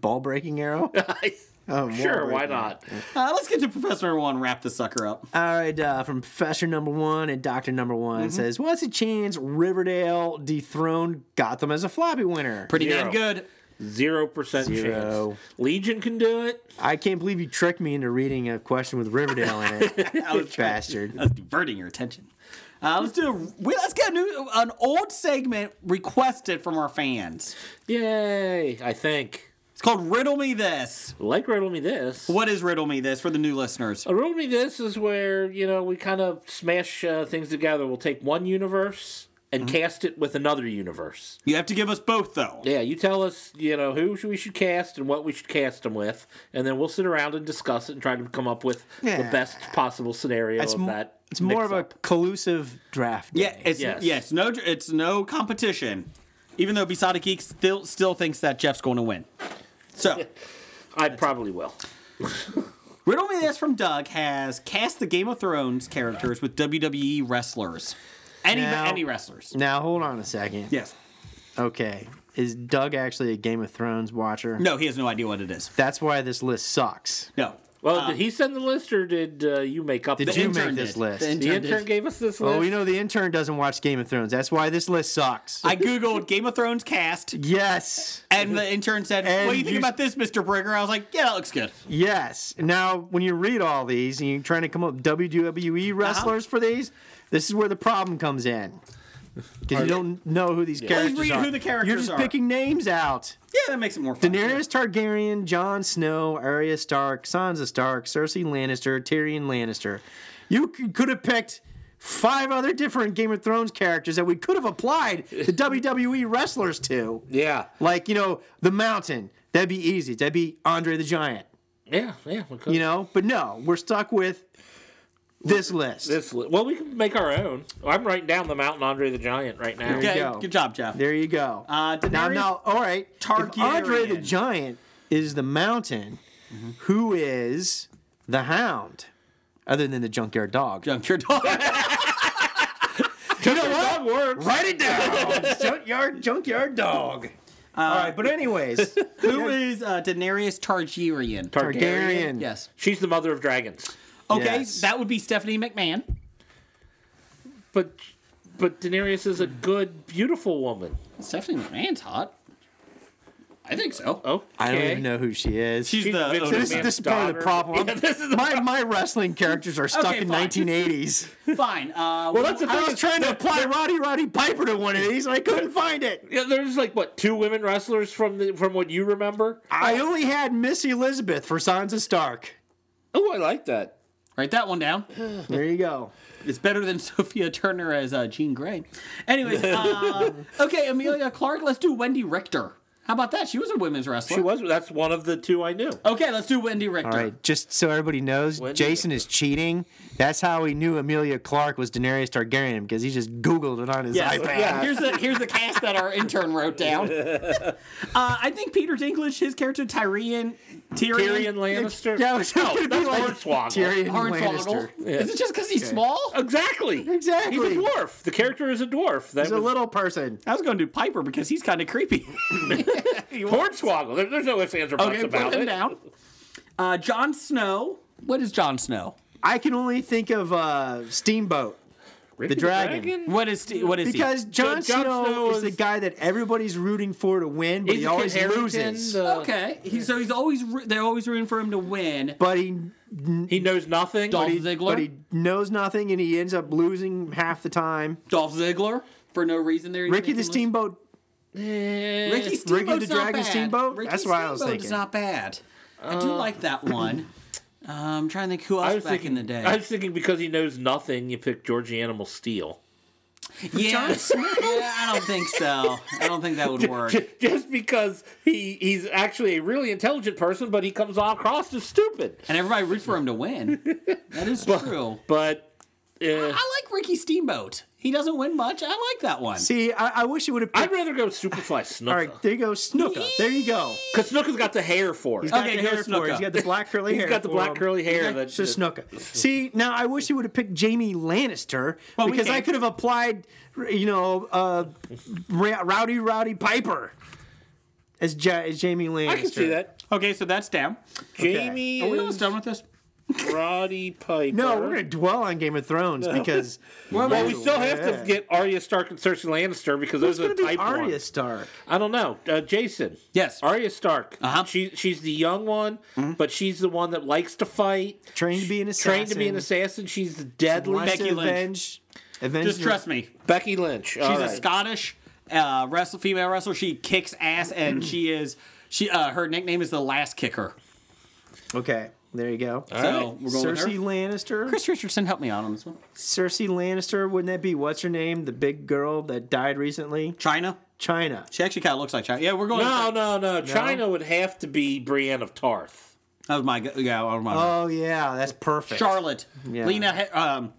Ball breaking arrow. Oh, wall
sure, why
breaking.
not?
Uh, let's get to Professor One. Wrap this sucker up.
All right, uh, from Professor Number One and Doctor Number One
Mm-hmm.
says, "What's a chance Riverdale dethroned Gotham as a floppy winner?"
Pretty damn
Zero.
good.
Zero percent
Zero.
chance. Legion can do it.
I can't believe you tricked me into reading a question with Riverdale in it,
I was
bastard.
That's diverting your attention. Uh, let's do. A, we- let's get a new, an old segment requested from our fans.
Yay! I think.
It's called Riddle Me This.
Like riddle me this.
What is Riddle Me This for the new listeners?
A riddle me this is where you know we kind of smash uh, things together. We'll take one universe and
Mm-hmm.
cast it with another universe.
You have to give us both, though.
Yeah, you tell us, you know, who should- we should cast and what we should cast them with, and then we'll sit around and discuss it and try to come up with the
Yeah.
best possible scenario
It's,
of
m-
that.
it's more of a
mix-up.
collusive draft.
Yeah,
day.
it's
Yes.
yes, no, it's no competition. Even though Besada Geek still still thinks that Jeff's going to win. So,
I probably will.
riddle me this from Doug has cast the Game of Thrones characters with WWE wrestlers, any
Now-
any wrestlers.
Now hold on a second.
Yes.
Okay. Is Doug actually a Game of Thrones watcher?
No, he has no idea what it is.
That's why this list sucks.
No.
Well, did he send the list or did uh, you make up?
Did
the
you
list?
make
intern
this
did.
list?
The in-
The intern gave us this list.
well, we know the intern doesn't watch Game of Thrones. That's why this list sucks.
I googled Game of Thrones cast,
yes.
and the intern said,
And
"What do you think
you-
about this, Mister Brigger?" I was like, "Yeah, that looks good."
Yes. Now, when you read all these and you're trying to come up with WWE
Uh-huh.
wrestlers for these, this is where the problem comes in. Because you don't know who these characters
read
are.
who the characters
You're just
are.
picking names out.
Yeah, that makes it more fun.
Daenerys Targaryen, Jon Snow, Arya Stark, Sansa Stark, Cersei Lannister, Tyrion Lannister. You c- could have picked five other different Game of Thrones characters that we could have applied the WWE wrestlers to.
yeah,
Like, you know, the Mountain. That'd be easy. That'd be Andre the Giant.
yeah, yeah. We could.
You know, but no, we're stuck with this list.
this li- well, we can make our own. I'm writing down the Mountain Andre the Giant right now.
you
Okay,
go.
good job, Jeff.
there you go.
Uh,
now,
Daenerys-
now, all right. If Andre the
Targaryen.
Giant is the Mountain,
Mm-hmm.
who is the Hound? Other than the junkyard dog.
Jump your dog.
you know what? Write it down. junkyard, junkyard dog.
Uh,
all right, but anyways,
Who is uh, Daenerys Targaryen?
Targaryen.
yes.
She's the mother of dragons.
Okay,
Yes.
that would be Stephanie McMahon.
But but Daenerys is a good, beautiful woman.
Stephanie McMahon's hot. I think so.
Okay.
I don't even know who she is.
Oh, She's the
Vince
Otis.
this, is- this is part of the
daughter.
problem.
Yeah, this is the
my, my wrestling characters are stuck
Okay,
in
fine.
1980s.
Fine. Uh,
Well, that's the
I
thing.
was trying to apply Roddy Roddy Piper to one of these, and I couldn't find it.
Yeah, there's like what two women wrestlers from the from what you remember.
I only had Miss Elizabeth for Sansa Stark.
Oh, I like that.
write that one down.
There you go.
It's better than Sophia Turner as uh, Jean Grey. Anyways, uh, okay, Amelia Clark. Let's do Wendy Richter. How about that? She was a women's wrestler.
She was. That's one of the two I knew.
Okay, let's do Wendy Richter.
All right, just so everybody knows,
Wendy-
Jason is cheating. That's how he knew Amelia Clark was Daenerys Targaryen because he just Googled it on his
Yes.
iPad.
Yeah. Here's the here's the cast that our intern wrote down. uh, I think Peter Dinklage, his character Tyrion,
Tyrion
Tyrion,
Lannister.
Yeah, I was
no,
gonna be
that's
like
Hornswoggle.
Tyrion
Hornswoggle.
Lannister.
Is it just because he's small?
Exactly.
Exactly.
He's a dwarf. The character is a dwarf. That
He's a
was
little person.
I was going to do Piper because he's kind of creepy.
Hornswoggle. There, there's no ifs, ands, or buts
okay,
about
put him
it.
down. Uh, Jon Snow. What is Jon Snow?
I can only think of uh, Steamboat.
Ricky
dragon.
What is what is
Because Jon
Jon
Snow,
Snow
is,
is-
the guy that everybody's rooting for to win, but
He's
he
the
always
kid Harrington, uh,
loses.
he?
the-
Okay, he, so he's always ru- they're always rooting for him to win.
but he,
He knows nothing.
Dolph
But he-
Ziggler.
but he knows nothing, and he ends up losing half the time.
Dolph Ziggler for no reason. There. He's
Ricky
making
the
lists.
Steamboat.
Ricky
the
Steamboat's not
Dragon
bad.
Steamboat?
Ricky
That's what I was
Steamboat
thinking.
Is not bad. I do like that one. Uh, I'm trying to think who else
I
back
was thinking
in the day.
I was thinking because he knows nothing, you pick Georgianimal Steel.
yeah, yeah, I don't think so. I don't think that would work.
J- Just because he he's actually a really intelligent person, but he comes across as stupid.
And everybody roots for him to win. That is true.
But uh,
I like Ricky Steamboat. He doesn't win much. I like that one.
See, I, I wish it would have.
I'd rather go Superfly
All
Snuka
right, there you go, Snuka. There you go.
because Snuka's got the hair for it.
He's got
Okay,
the
go
hair for it.
Snuka.
He's got the black curly hair.
He's got the
for
black
him.
curly hair. that,
So Snuka. See, now I wish he would have picked Jamie Lannister
we
because I
can't-
could have applied, you know, uh, Ra- Rowdy Rowdy Piper as, ja- as Jamie Lannister.
I can see that.
Okay, so that's down.
Jamie
Are we
is
almost done with this?
Roddy Piper.
No, we're gonna dwell on Game of Thrones because
Well, we still have to get Arya Stark and Cersei Lannister because those
it's gonna
are the
be
type
Arya
ones.
Stark.
I don't know, uh, Jason.
Yes.
Arya Stark.
Uh-huh.
She she's the young one, but she's the one that likes to fight.
Mm-hmm. Trained to be an assassin.
Trained to be an assassin. She's the deadly.
Wants
Becky
to
Lynch.
avenge- avenge
Just
the-
trust me.
Becky Lynch. All
She's a
right.
Scottish uh, wrestle, female wrestler. She kicks ass, and she is she. Uh, her nickname is the Last Kicker.
Okay, there you go.
so we're going
Cersei
with her.
Lannister.
Chris Richardson, help me out on this one.
Cersei Lannister. Wouldn't that be what's her name? The big girl that died recently.
China.
China.
She actually kind of looks like China. Yeah, we're going.
No, no, no. China would have to be Brienne of Tarth.
That was my. gu- Yeah, that was my.
Oh yeah, that's perfect.
Charlotte.
Yeah.
Lena. He- um,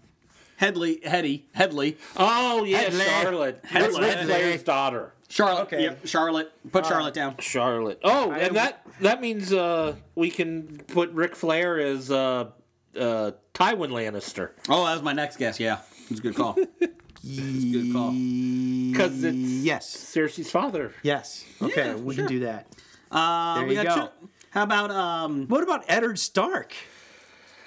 Headley. Hetty. Headley.
Oh yeah,
Headley.
Charlotte. That's
Headley.
Ric Flair's daughter.
Charlotte.
Okay. Uh,
Yep. Charlotte. Put Charlotte down.
Charlotte. Oh,
am-
and that that means uh, we can put Ric Flair as uh, uh, Tywin Lannister
Oh, that was my next guess. Yeah, it's a good call. It's a good call.
because it's
Yes.
Cersei's father.
Yes. Okay,
Yeah,
we
sure.
can do that.
Uh,
There
we
you
got
go.
two- How about um?
What about Eddard Stark?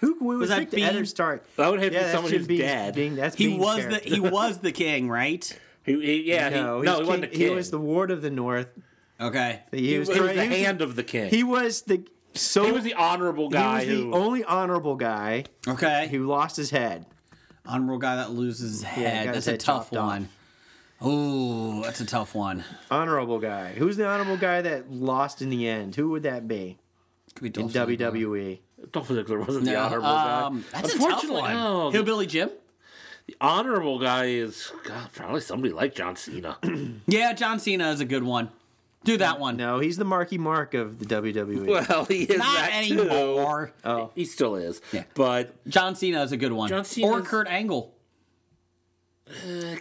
Who we would
Was that
pick to
Bean?
Eddard Stark?
That would have to
Yeah,
be
that
someone
should
who's
be
dead.
Bean- that's
He
Bean's
was the
character.
he was the king, right?
Who- he- yeah, he- no,
No,
he,
was
wasn't a
king-
king.
He was the ward of the North.
Okay.
He, was,
He was the
he was-
hand of the king.
He was the so
He was the honorable
he was
guy
the
who.
only honorable guy
Okay.
who lost his head.
Honorable guy that loses his head.
got his
that's a
head
tough
chopped off.
one. Oh, that's a tough one.
Honorable guy. Who's the honorable guy that lost in the end? Who would that be E.
Could be
in
Dolph Ziggler.
WWE?
Dolph Ziggler wasn't the
No,
honorable
um,
guy.
That's a tough
Unfortunately,
one.
no, the
Hillbilly Jim.
honorable guy is God, probably somebody like John Cena.
Yeah, John Cena is a good one. Do that one.
No, he's the Marky Mark of the E. WWE.
well, he is
Not
that
anymore.
too. He still is.
Yeah.
But
John Cena is a good one.
John Cena's-
or Kurt Angle.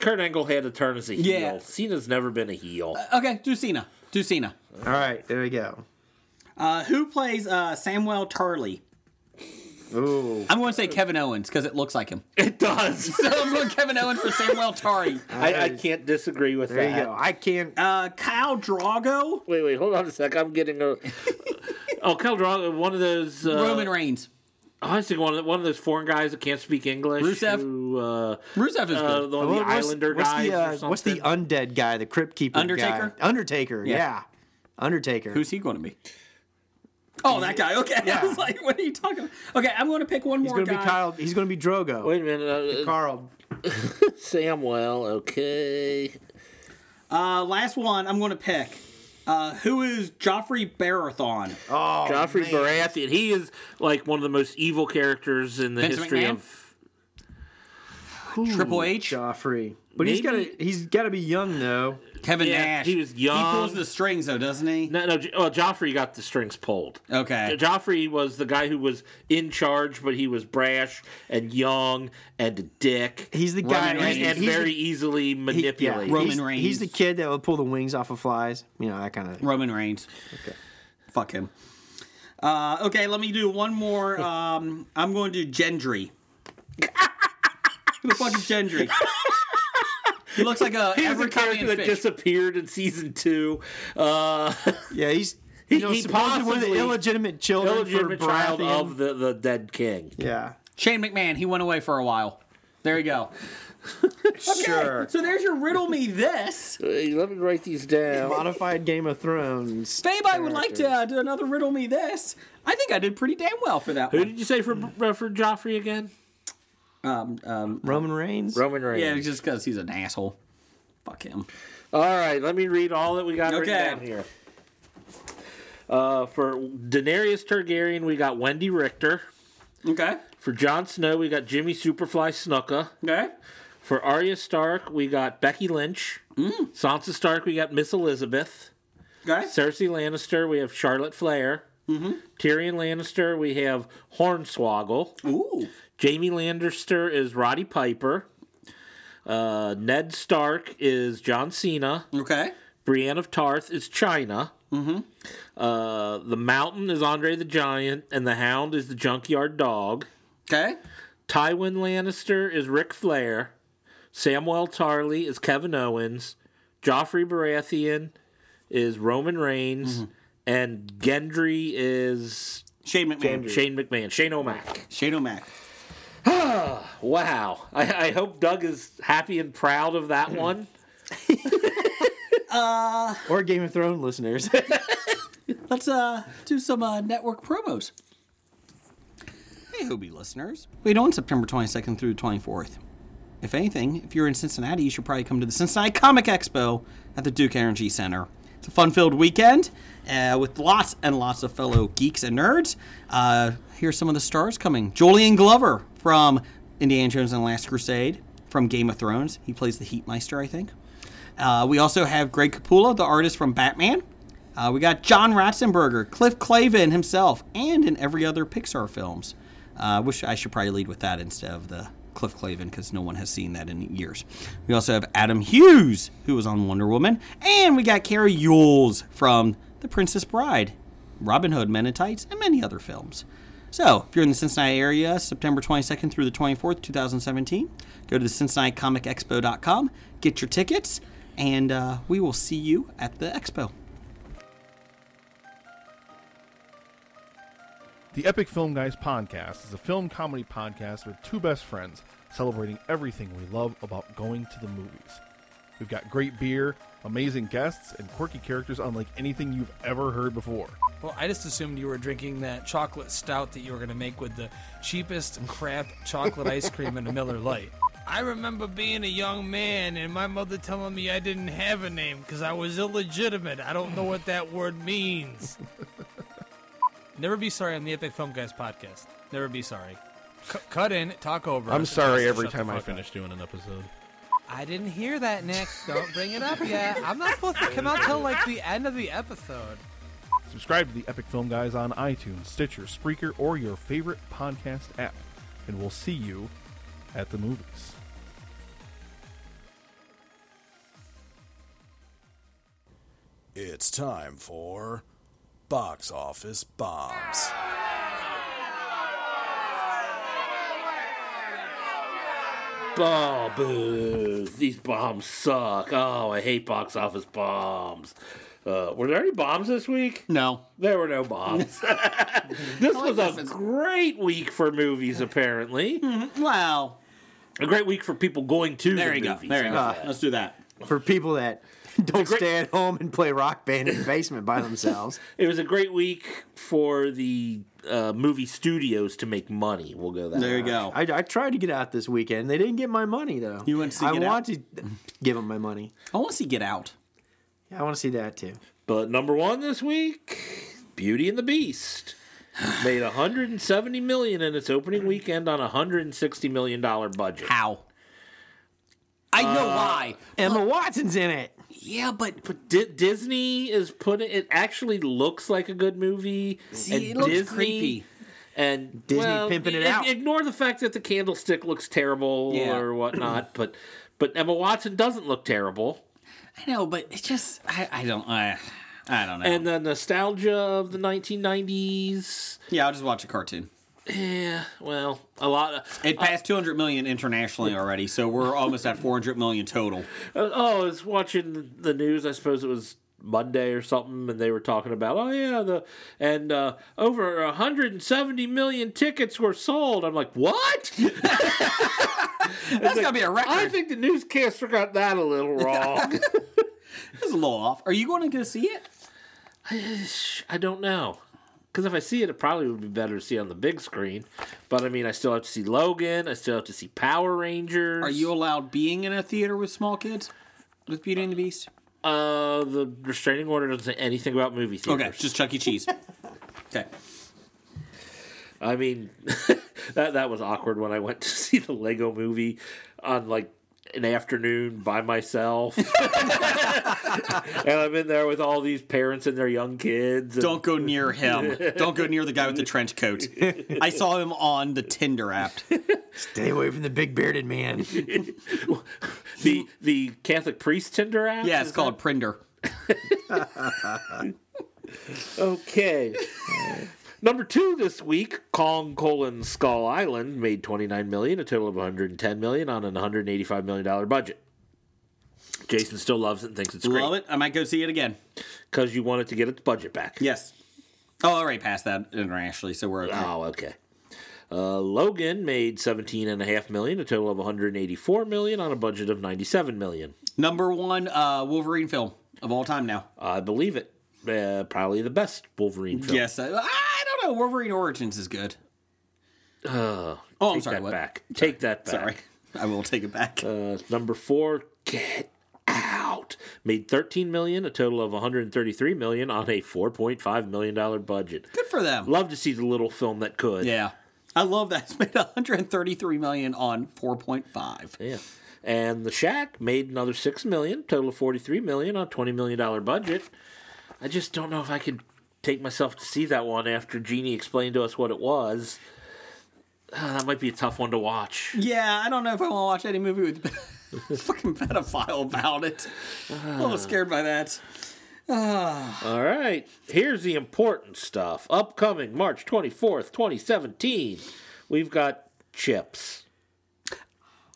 Kurt Angle had to turn as a heel.
Yeah.
Cena's never been a heel.
Okay, do Cena. Do Cena.
All right, there we go.
Uh, who plays uh, Samuel Tarly?
Ooh,
I'm going to say Kevin Owens because it looks like him.
It does.
So I'm going Kevin Owens for Samuel Tarly.
I, I can't disagree with
there
that.
you go. I can't.
Uh, Kyle Drago.
Wait, wait, hold on a sec. I'm getting a. oh, Kel Drago, one of those. Uh,
Roman Reigns.
I was thinking one of, the, one of those foreign guys that can't speak English.
Rusev?
Who, uh,
Rusev is
uh,
good.
the, the
What- what's-
Islander
what's
guys.
The,
or
uh, what's the
something.
undead guy? The crypt keeper. guy?
Undertaker?
Undertaker. Yeah. Undertaker.
Who's he going to be? Oh, that guy. Okay. I was like, what are you talking about? Okay, I'm going to pick one
he's
more
gonna
guy.
be Kyle? He's gonna be Drogo.
Wait a minute. Uh,
Carl.
Samwell, okay.
Uh, last one I'm going to pick. Uh, who is Joffrey Barathon?
Oh,
Joffrey
man.
Baratheon. He is like one of the most evil characters in the
Vince
history
McMahon?
of.
Triple H?
Joffrey. But he's gotta
Maybe-
he's gotta be young though.
Kevin
Yeah,
Nash.
he was
He
young.
pulls the strings, though, doesn't he?
No, no. Jo- Well, Joffrey got the strings pulled.
Okay.
Joffrey was the guy who was in charge, but he was brash and young and a dick.
He's the guy
Roman
and,
Reigns.
and
he's
very
the,
easily
he- yeah,
manipulated.
Roman
he's-
Reigns.
He's the kid that would pull the wings off of flies. You know that kind of. thing.
Roman Reigns. Okay. Fuck him. Uh, okay, let me do one more. Um, I'm going to do Gendry. Who the fuck is Gendry? he looks like a
He was the
Abercrombie
character
and
that
Fitch.
disappeared in season two. Uh,
Yeah, he's
He-
you know,
he
supposedly one of the
possibly-
illegitimate children
illegitimate
for
child
Baratheon.
of the, the dead king.
yeah.
Shane McMahon. He went away for a while. There you go.
Sure.
So there's your riddle me this. If
Hey, let me write these down.
Modified Game of Thrones.
anybody would like to uh, do another riddle me this, I think I did pretty damn well for that
Who
one.
did you say for uh, for Joffrey again?
Um, um,
Roman Reigns.
Roman Reigns.
yeah, just because he's an asshole. Fuck him.
All right, let me read all that we got written
Okay.
down here. Uh, for Daenerys Targaryen, we got Wendy Richter.
Okay.
For Jon Snow, we got Jimmy Superfly Snuka.
Okay.
For Arya Stark, we got Becky Lynch. Sansa Stark, we got Miss Elizabeth.
Okay.
Cersei Lannister, we have Charlotte Flair. Tyrion Lannister, we have Hornswoggle.
Ooh.
Jamie Lannister is Roddy Piper. Uh, Ned Stark is John Cena.
Okay.
Brienne of Tarth is China. Uh, the Mountain is Andre the Giant, and the Hound is the Junkyard Dog.
Okay.
Tywin Lannister is Ric Flair. Samwell Tarly is Kevin Owens. Joffrey Baratheon is Roman Reigns. And Gendry is
Shane McMahon.
Shane McMahon, Shane O'Mac.
Shane O'Mac.
Wow. I, I hope Doug is happy and proud of that one.
Or Game of Thrones listeners.
Let's uh, do some uh, network promos. Hey, Hobie listeners. Wait on September 22nd through the 24th. If anything, if you're in Cincinnati, you should probably come to the Cincinnati Comic Expo at the Duke Energy Center.
fun filled weekend uh, with lots and lots of fellow geeks and nerds. Uh, here's some of the stars coming Julian Glover from Indiana Jones and the Last Crusade from Game of Thrones. He plays the Heatmeister, I think. Uh, we also have Greg Capullo, the artist from Batman. Uh, we got John Ratzenberger, Cliff Clavin himself, and in every other Pixar films. Uh, which I should probably lead with that instead of the Cliff Clavin because no one has seen that in years. We also have Adam Hughes, who was on Wonder Woman, and we got Carrie Yules from The Princess Bride, Robin Hood, Men in Tights, and many other films. So, if you're in the Cincinnati area, September 22nd through the 24th, 2017, go to the CincinnatiComicExpo.com, get your tickets, and uh, we will see you at the expo.
The Epic Film Guys podcast is a film comedy podcast with two best friends celebrating everything we love about going to the movies. We've got great beer, amazing guests, and quirky characters unlike anything you've ever heard before.
Well, I just assumed you were drinking that chocolate stout that you were going to make with the cheapest crap chocolate ice cream and a Miller Lite. I remember being a young man and my mother telling me I didn't have a name because I was illegitimate. I don't know what that word means. Never be sorry on the Epic Film Guys podcast. Never be sorry. C- cut in, talk over.
I'm
us, and
sorry
just
every
shut the
time I
fuck up.
finish doing an episode.
I didn't hear that, Nick. Don't bring it up yet. I'm not supposed to come out till like the end of the episode.
Subscribe to the Epic Film Guys on iTunes, Stitcher, Spreaker, or your favorite podcast app, and we'll see you at the movies.
It's time for Box Office Bombs.
Bah, boo. These bombs suck. Oh, I hate box office bombs. Uh, were there any bombs this week?
No.
There were no bombs. this was a great week for movies, apparently.
Wow.
A great week for people going to
There
the
you go.
movies.
There you go. Let's do that.
for people that don't
great-
stay at home and play rock band in the basement by themselves.
It was a great week for the uh, movie studios to make money. We'll go that.
There you go.
route.
I, I tried to get out this weekend. They didn't get my money though.
You went to see
I
Get Out?
want to give them my money.
I want to see Get Out.
Yeah, I want to see that too.
But number one this week, Beauty and the Beast. Made 170 million in its opening weekend on a 160 million dollar budget.
How? I know why.
Emma Watson's in it.
Yeah, but
But Di- Disney is putting it actually looks like a good movie.
see, it looks creepy.
And
Disney
well,
pimping it
ig-
out.
Ignore the fact that the candlestick looks terrible
Yeah.
or whatnot, but but Emma Watson doesn't look terrible.
I know, but it's just I, I don't I, I don't know.
And the nostalgia of the 1990s.
yeah, I'll just watch a cartoon.
Yeah, well, a lot of
It passed 200 million internationally already, so we're almost at 400 million total.
Uh, Oh, I was watching the news. I suppose it was Monday or something, and they were talking about, oh yeah, the and uh, over 170 million tickets were sold. I'm like, what?
That's gotta be a
I
record.
think the newscaster got that a little wrong.
This is a little off. Are you going to go see it?
I don't know. Because if I see it, it probably would be better to see on the big screen. But I mean, I still have to see Logan. I still have to see Power Rangers.
Are you allowed being in a theater with small kids? With Beauty and the Beast?
Uh, the restraining order doesn't say anything about movie theaters.
Okay, just Chuck E. Cheese. Okay.
I mean, that that was awkward when I went to see the Lego movie on like an afternoon by myself, and I'm in there with all these parents and their young kids. and-
Don't go near him. Don't go near the guy with the trench coat. I saw him on the Tinder app.
Stay away from the big bearded man.
the the Catholic priest Tinder app.
Yeah,
Is
it's called Prinder.
that- okay. Number two this week, Kong colon Skull Island made 29 million, a total of 110 million on an 185 million dollar budget. Jason still loves it and thinks it's
Love
great
it. I might go see it again.
because you wanted to get its budget back.
Yes. Oh, I already passed that internationally, so we're okay.
Oh, okay. Uh, Logan made seventeen and a half million, a total of one hundred eighty-four million on a budget of ninety-seven million.
Number one uh, Wolverine film of all time now.
I believe it. Uh, probably the best Wolverine film.
Yes, I, I don't know. Wolverine Origins is good. oh, I'm
Uh, Take
sorry.
that
What?
back. Take that back.
Sorry, I will take it back.
Uh, number four. Get out. out made 13 million, a total of 133 million on a 4.5 million dollar budget.
Good for them.
Love to see the little film that could.
Yeah. I love that. It's made 133 million on 4.5.
Yeah. And The Shack made another 6 million, total of 43 million on a 20 million dollar budget. I just don't know if I could take myself to see that one after Jeannie explained to us what it was. Ah, that might be a tough one to watch.
Yeah, I don't know if I want to watch any movie with a fucking pedophile about it. I'm a
Uh.
little scared by that. Ah.
All right, here's the important stuff. Upcoming March 24th, 2017, we've got Chips.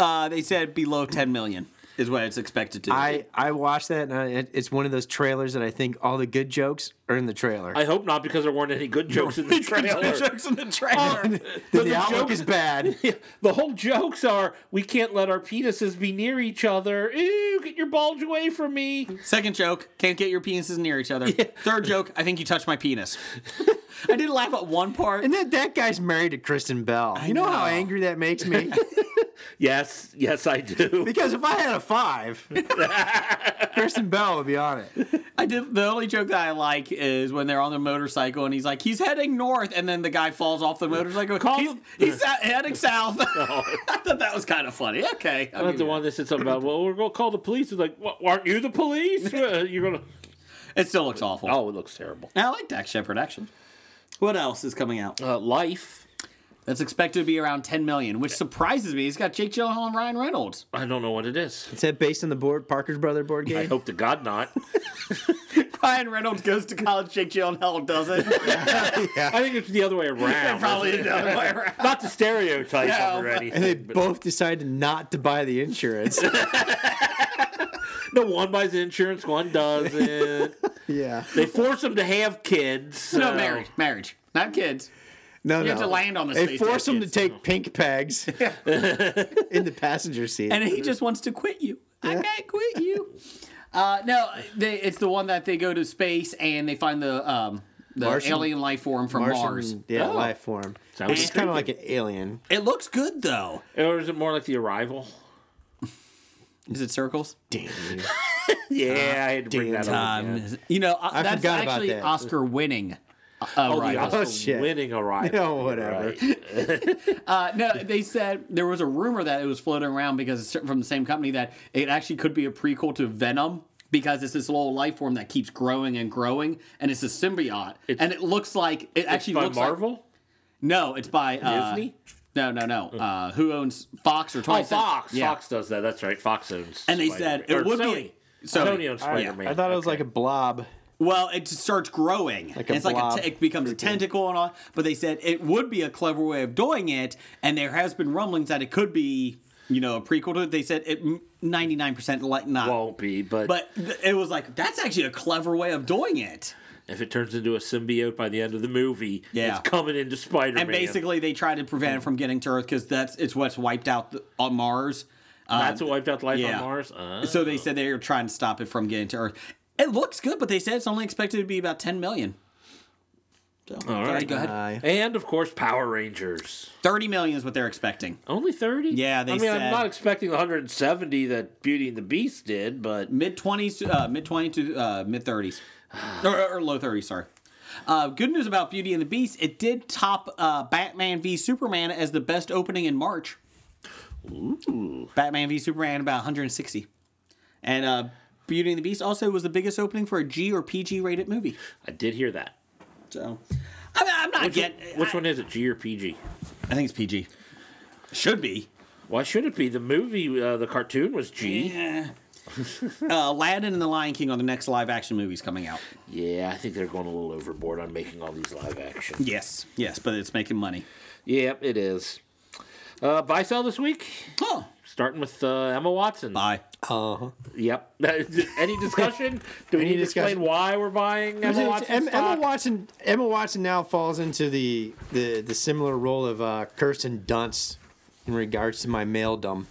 Uh, they said below 10 million is what it's expected to.
I, I watched that, and I, it- it's one of those trailers that I think all the good jokes are in the trailer.
I hope not because there weren't any good jokes in the trailer.
jokes in the trailer.
the,
the
outlook
joke-
is bad.
the whole jokes are we can't let our penises be near each other. Ew, get your bulge away from me.
Second joke, can't get your penises near each other. Third joke, I think you touched my penis. I did laugh at one part.
and then that guy's married to Kristen Bell. you know, how
know.
angry that makes me?
Yes, yes, I do.
because if I had a five, Kristen Bell would be on it.
I did the only joke that I like is when they're on the motorcycle and he's like, he's heading north, and then the guy falls off the motorcycle. he's he's out- heading south. I thought that was kind of funny. Okay, I'll
Not
give
the
you
one that said something about, well, we're going to call the police. It's like, what, aren't you the police? Uh, You're going to.
that. it still looks awful.
Oh, it looks terrible.
I like Dax Shepard action. What else is coming out?
Uh, life.
That's expected to be around 10 million, which surprises me. He's got Jake Gyllenhaal and Ryan Reynolds.
I don't know what it is.
Is that based on the board Parker's brother board
I
game?
hope to God not.
Ryan Reynolds goes to college. Jake Gyllenhaal doesn't.
I think it's the other way around.
Probably the other way around.
Not to stereotype
No,
him or
but-
And they
anything. but-
both decided not to buy the insurance.
No one buys insurance, one doesn't.
yeah.
they force them to have kids.
No,
so-
marriage, marriage, not kids.
No,
You
no.
have to land on the
They
space
force
jet,
him to
kids.
take pink pegs in the passenger seat.
and he just wants to quit you. I can't quit you. Uh, no, they, it's the one that they go to space and they find the um, the
Martian-
alien life form from
Martian,
Mars.
Yeah,
Oh.
life form.
Sounds
Which is kind of like an alien.
It looks good though.
Or is it more like the arrival?
Is it circles?
Damn you.
Yeah, I had to bring
damn
that up.
Um, is- You know, uh,
I
that's
forgot about
actually
that.
Oscar winning. Uh,
Oh,
right.
the
Oh,
Oscar
shit.
winning arrival.
No, Oh, whatever.
Right.
Uh, no, they said there was a rumor that it was floating around because it's from the same company that it actually could be a prequel to Venom because it's this little life form that keeps growing and growing and it's a symbiote and it looks like it actually
By
looks like-
Marvel?
no, it's by uh,
Disney?
No, no, no. Uh, who owns Fox or 20th
Oh, Fox.
Yeah.
Fox does that. That's right. Fox owns.
And they
Spider-Man.
said it
Or
would
Sony.
be
Sony,
Sony.
owns Spider Man.
I thought it was like a blob.
Well, it just starts growing. Like
a
it's like a
blob.
te- it becomes a tentacle and all. But they said it would be a clever way of doing it, and there has been rumblings that it could be, you know, a prequel to it. They said it ninety nine percent like not,
won't be, but,
but th- it was like that's actually a clever way of doing it.
if it turns into a symbiote by the end of the movie,
Yeah.
it's coming into Spider Man.
And basically, they tried to prevent it from getting to Earth because that's it's what's wiped out the, on Mars. Um,
that's what wiped out life
yeah.
on Mars. Uh,
So they said they were trying to stop it from getting to Earth. It looks good, but they said it's only expected to be about 10 million. So, all right,
right.
go ahead.
Aye.
and of course, Power Rangers.
30 million is what they're expecting.
Only thirty?
Yeah, they
I mean,
said-
I'm not expecting 170 that Beauty and the Beast did, but
Mid 20s to uh, mid 20 to uh, mid 30s. or, or low 30s, sorry. Uh, good news about Beauty and the Beast. It did top uh, Batman v Superman as the best opening in March. Ooh. Batman v Superman about 160. And uh, Beauty and the Beast also was the biggest opening for a G or PG rated movie.
I did hear that.
So I mean, I'm not
Which,
getting.
one, which one is it? G or PG?
I think it's PG. Should be.
Why should it be? The movie, uh, the cartoon was G. Yeah.
Uh, Aladdin and the Lion King are the next live action movies coming out.
I think they're going a little overboard on making all these live action.
Yes, yes, but it's making money.
Yep, it is. Uh, buy sell this week,
Oh,
starting with uh, Emma Watson.
bye.
Uh-huh.
Yep. Any discussion? Do we
Any
need to
discussion?
explain why we're buying Emma
Emma,
Watson
Watson Emma
stock?
Watson. Emma Watson now falls into the the, the similar role of uh, Kirsten Dunst in regards to my maledom.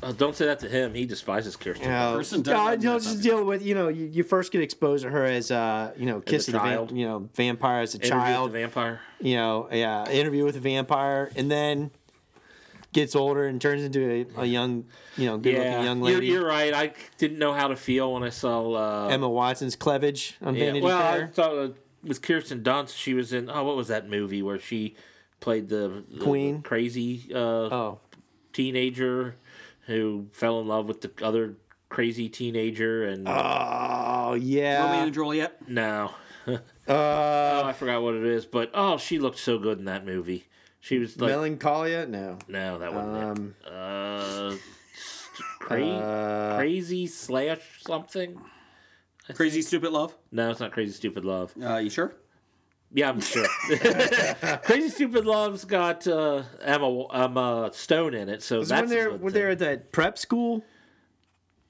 Uh, don't say that to him. He despises Kirsten.
You know,
Kirsten Dunst-
no, you know, just deal with you know you, you first get exposed to her as uh, you know kiss
a
of the
child.
vamp you know vampire as a
Interview with
child
the vampire.
you know yeah interview with a vampire and then gets older and turns into a, a young, you know, good looking
yeah,
young
you're,
lady.
you're right. I didn't know how to feel when I saw uh,
Emma Watson's cleavage on
Yeah,
Vanity
well, I
Fair.
thought it was Kirsten Dunst. She was in oh, what was that movie where she played the, the
Queen?
crazy uh,
oh,
teenager who fell in love with the other crazy teenager and
oh
Romeo
yeah.
and Juliet.
no,
Uh,
oh, I forgot what it is, but oh, she looked so good in that movie. She was like,
Melancholia? No.
no, that wasn't
Um,
it. Uh, cra- crazy slash something.
Crazy Stupid Love.
No, it's not crazy stupid love.
Uh, you sure?
Yeah, I'm sure. Crazy Stupid Love's got uh, Emma Emma Stone in it, so
Was
that's
when they're
a good
when they're
thing.
at that prep school.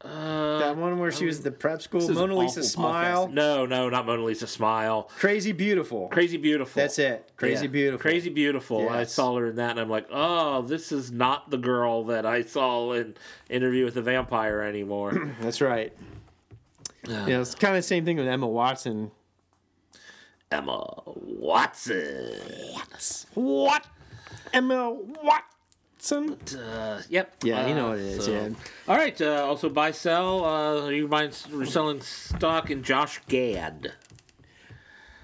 Uh,
that one where she was at the prep school.
is
Mona
an
Lisa
awful
smile.
No, no, not Mona Lisa Smile.
Crazy beautiful.
Crazy Beautiful.
That's it. Crazy
Yeah.
beautiful.
Crazy Beautiful. I
Yes.
saw her in that, and I'm like, oh, this is not the girl that I saw in Interview with the Vampire anymore.
That's right. yeah, it's kind of the same thing with Emma Watson.
Emma Watson.
What? Emma Watson?
Uh, yep.
Yeah, you
Uh,
know what it is.
so-
Yeah.
All right. Uh, also, buy sell. Uh, you mind selling stock in Josh Gad?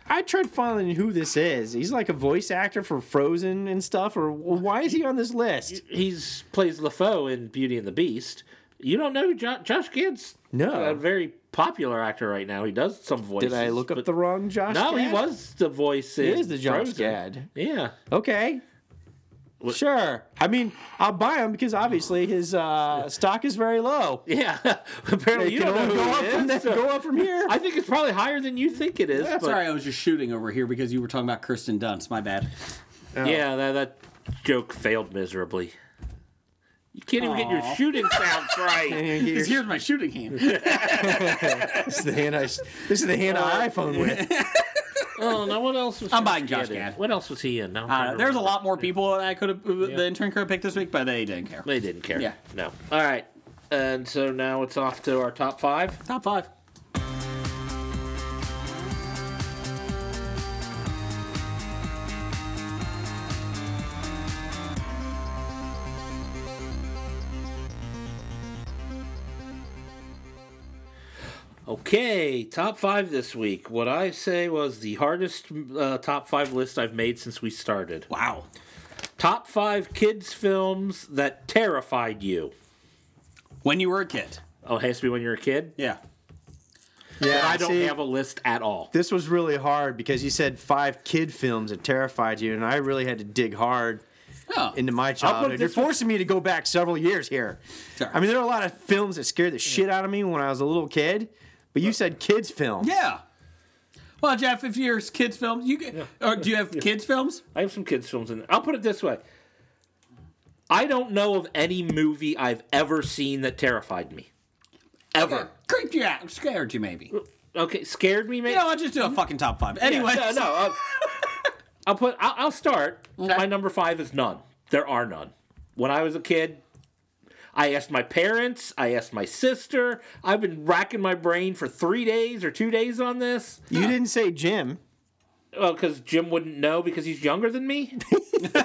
I tried finding who this is. He's like a voice actor for Frozen and stuff. Or why is he on this list?
he's plays LaFoe in Beauty and the Beast. You don't know jo- Josh Gad's
No.
a very popular actor right now. He does some voices.
Did I look up
but-
the wrong Josh?
No, he
Gad?
was the voice.
He
in
is the Josh
Frozen.
Gad.
Yeah,
Okay. Sure. I mean, I'll buy him because obviously his uh, stock is very low.
yeah. Apparently,
It
you
can
don't know
only
who
go up,
he
from
is,
there-
so-
go up from here.
I think it's probably higher than you think it is. but-
Sorry, I was just shooting over here because you were talking about Kirsten Dunst. My bad.
Yeah, that, that joke failed miserably. You can't even get your shooting sounds right.
Because here's my shooting hand.
This is the hand I, this is the hand I iPhone with.
Oh, now what else was
I'm buying Josh
in?
Gad.
What else was he in? Now I'm trying
Uh,
to
there's a
remember.
lot more people that I could have uh, the intern could have picked this week, but they didn't care.
They didn't care.
Yeah.
No. All right. And so now it's off to our top five.
Top five.
Okay, top five this week. What I say was the hardest uh, top five list I've made since we started.
Wow.
Top five kids' films that terrified you.
When you were a kid.
Oh, it has to be when you're a kid?
Yeah.
Yeah,
I don't have a list at all.
This was really hard because you said five kid films that terrified you, and I really had to dig hard
Oh.
into my childhood. You're
this one-
forcing me to go back several years here.
Sorry.
I mean, there are a lot of films that scared the shit out of me when I was a little kid, but you said kids films.
yeah. Well, Jeff, if you're kids films, you can, or do you have kids films?
I have some kids' films in there. I'll put it this way I don't know of any movie I've ever seen that terrified me. Ever.
Creeped you out, scared you maybe. You
Okay, scared me, man.
know, I'll just do a fucking top five. Anyway,
no, no. I'll, I'll put. I'll, I'll start.
Okay.
My number five is none. There are none. When I was a kid, I asked my parents. I asked my sister. I've been racking my brain for three days or two days on this.
You didn't say Jim.
Well, because Jim wouldn't know because he's younger than me.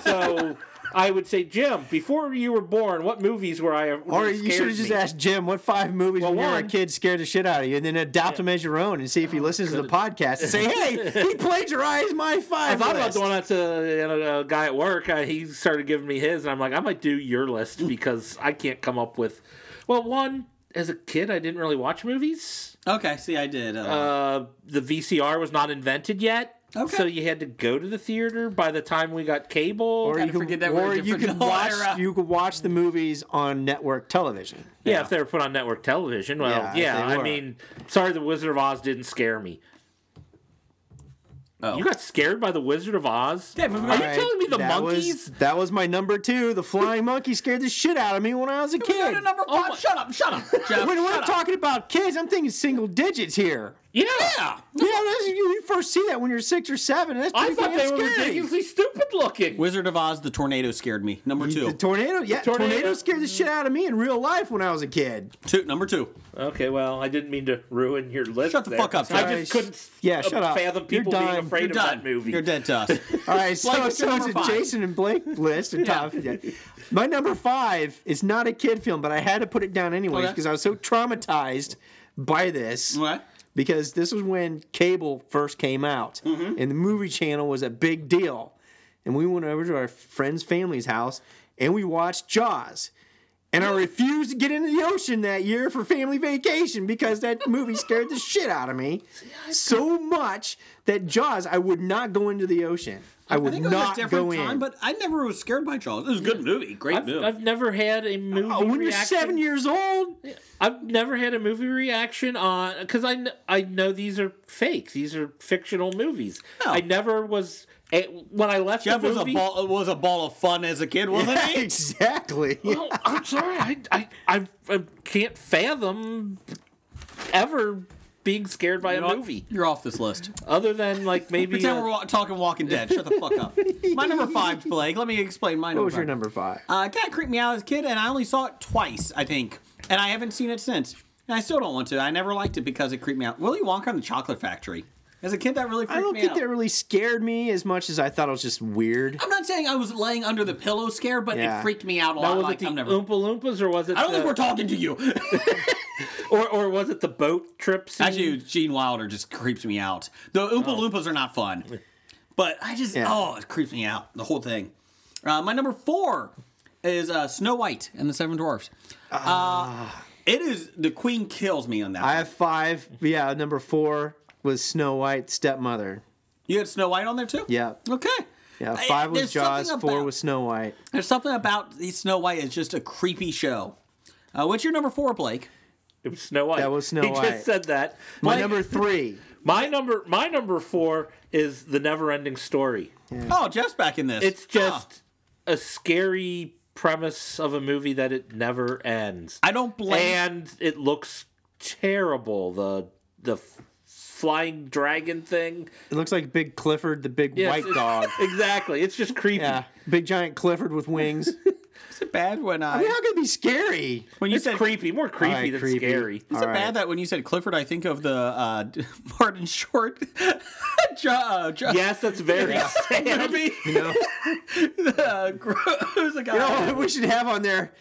so I would say, Jim, before you were born, what movies were I?
Or you should have just asked Jim what five movies when you were a
one-
kid scared the shit out of you, and then uh, adopt them as your own and see if he listens to the podcast and say, "Hey, he plagiarized my
I
five
thought about
list."
doing that to uh, a guy at work. Uh, he started giving me his, and I'm like, I might do your
Mm.
list because I can't come up with. Well, one as a kid, I didn't really watch movies.
okay. See, I did. Uh,
Mm.
Uh, the VCR was not invented yet,
Okay.
so you had to go to the theater. By the time we got cable,
or you
Kinda forget
could,
that we're
or
a
you could
different
watch
era.
you could watch the movies on network television.
yeah, if they were put on network television. Well,
Yeah,
yeah,
if they
I
were.
mean, sorry, the Wizard of Oz didn't scare me.
Oh.
You got scared by the Wizard of Oz?
yeah, but-
Are you telling me the
that
monkeys?
Was, that was my number two. The flying monkey scared the shit out of me when I was a
we go
kid.
to number five. shut up! Shut up, Jeff.
when we're
shut up.
talking about kids, I'm thinking single digits here.
Yeah.
Yeah, that's, you, you first see that when you're six or seven. and That's
I
pretty
thought they
damn
were
scary.
ridiculously stupid looking.
Wizard of Oz, the tornado scared me. Number two.
The tornado, yeah, tornado.
tornado-
scared the shit out of me in real life when I was a kid.
two. Number two.
Okay, well, I didn't mean to ruin your list.
Shut the
there.
fuck up,
I
Josh.
just couldn't.
Yeah, shut up.
Fathom
You're
people being
done.
afraid
You're
of
done.
that movie.
You're dead to us.
All right, so,
Blake, what's
so
your
it's a
number five?
Jason and Blake list. Or top, yeah. My number five is not a kid film, but I had to put it down anyways
Okay.
because I was so traumatized by this.
What?
Because this was when cable first came out,
Mm-hmm.
and the movie channel was a big deal. And we went over to our friend's family's house and we watched Jaws. And I refused to get into the ocean that year for family vacation because that movie scared the shit out of me so much that Jaws, I would not go into the ocean. I
I
would
think it was
not
a different
go
time,
in.
but I never was scared by Jaws. It was a good movie. Great
I've,
movie.
I've never had a movie.
Oh, when you're
reaction-
seven years old,
I've never had a movie reaction on because I kn- I know these are fake. These are fictional movies.
No.
I never was eh, when I left
Jeff
the
was a
movie.
ball was a ball of fun as a kid, wasn't he?
exactly.
Oh, I'm sorry, I I, I I can't fathom ever being scared by a
You're off-
movie
You're off this list.
other than like maybe
Pretend
uh,
we're wa- talking Walking Dead. Shut the fuck up. My number five, Blake. Let me explain my number.
What was your
five.
number five?
Uh, it kind of creeped me out as a kid, and I only saw it twice, I think, and I haven't seen it since. And I still don't want to. I never liked it because it creeped me out. Willy Wonka and the Chocolate Factory. As a kid, that really freaked
I don't
me
think
out.
that really scared me as much as I thought it was just weird.
I'm not saying I was laying under the pillow scared, but
Yeah.
it freaked me out a
now
lot.
was
Like,
it the
I'm never.
Oompa Loompas or was it?
I don't think
the-
we're talking to you.
or or was it the boat trip? Scene?
Actually, Gene Wilder just creeps me out. The Oompa Loompas are not fun, but I just
Yeah.
oh, it creeps me out the whole thing. Uh, my number four is uh, Snow White and the Seven Dwarfs. Uh, it is the Queen kills me on that.
Ah. I
one.
have five. Yeah, number four was Snow White, stepmother.
You had Snow White on there too.
Yeah.
Okay.
Yeah,
I-
five was
there's
Jaws,
something
four
about-
was Snow White.
There's something about the Snow White is just a creepy show. Uh, what's your number four, Blake?
it was Snow White.
That was Snow
he
White.
just said that.
My
Like,
number three.
my number my number four is the never ending story.
Oh, Jeff's back in this.
It's
Huh.
just a scary premise of a movie that it never ends.
I don't blame.
and it looks terrible. The the f- flying dragon thing.
It looks like Big Clifford, the big
Yes,
white
it's-
dog.
Exactly. It's just creepy.
Yeah, big giant Clifford with wings.
is it bad when I?
I mean, how could it be scary?
when you
It's
said
creepy. More creepy
All right,
than
creepy.
scary.
Is
All
it
right.
bad that when you said Clifford, I think of the uh, Martin Short jo- uh, jo-
Yes, that's very sad.
movie?
know?
the, gro- who's the guy?
You know what we should have on there?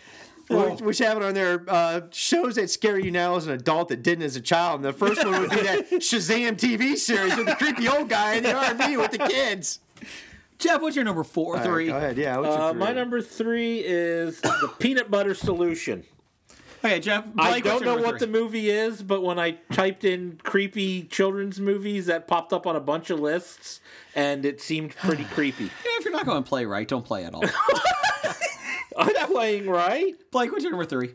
We, we should have it on there. Uh, shows that scare you now as an adult that didn't as a child. And the first one would be that Shazam TV series with the creepy old guy in the RV with the kids.
Jeff, what's your number four,
All right,
three?
go ahead. Yeah. What's your
Uh,
three?
my number three is the peanut butter solution.
Okay, Jeff.
I
Blake, what's
don't
your
know
number
what the
three?
movie is, but when I typed in creepy children's movies, that popped up on a bunch of lists, and it seemed pretty creepy.
Yeah, if you're not going to play right, don't play at all.
I'm not playing right.
Blake, what's your number three?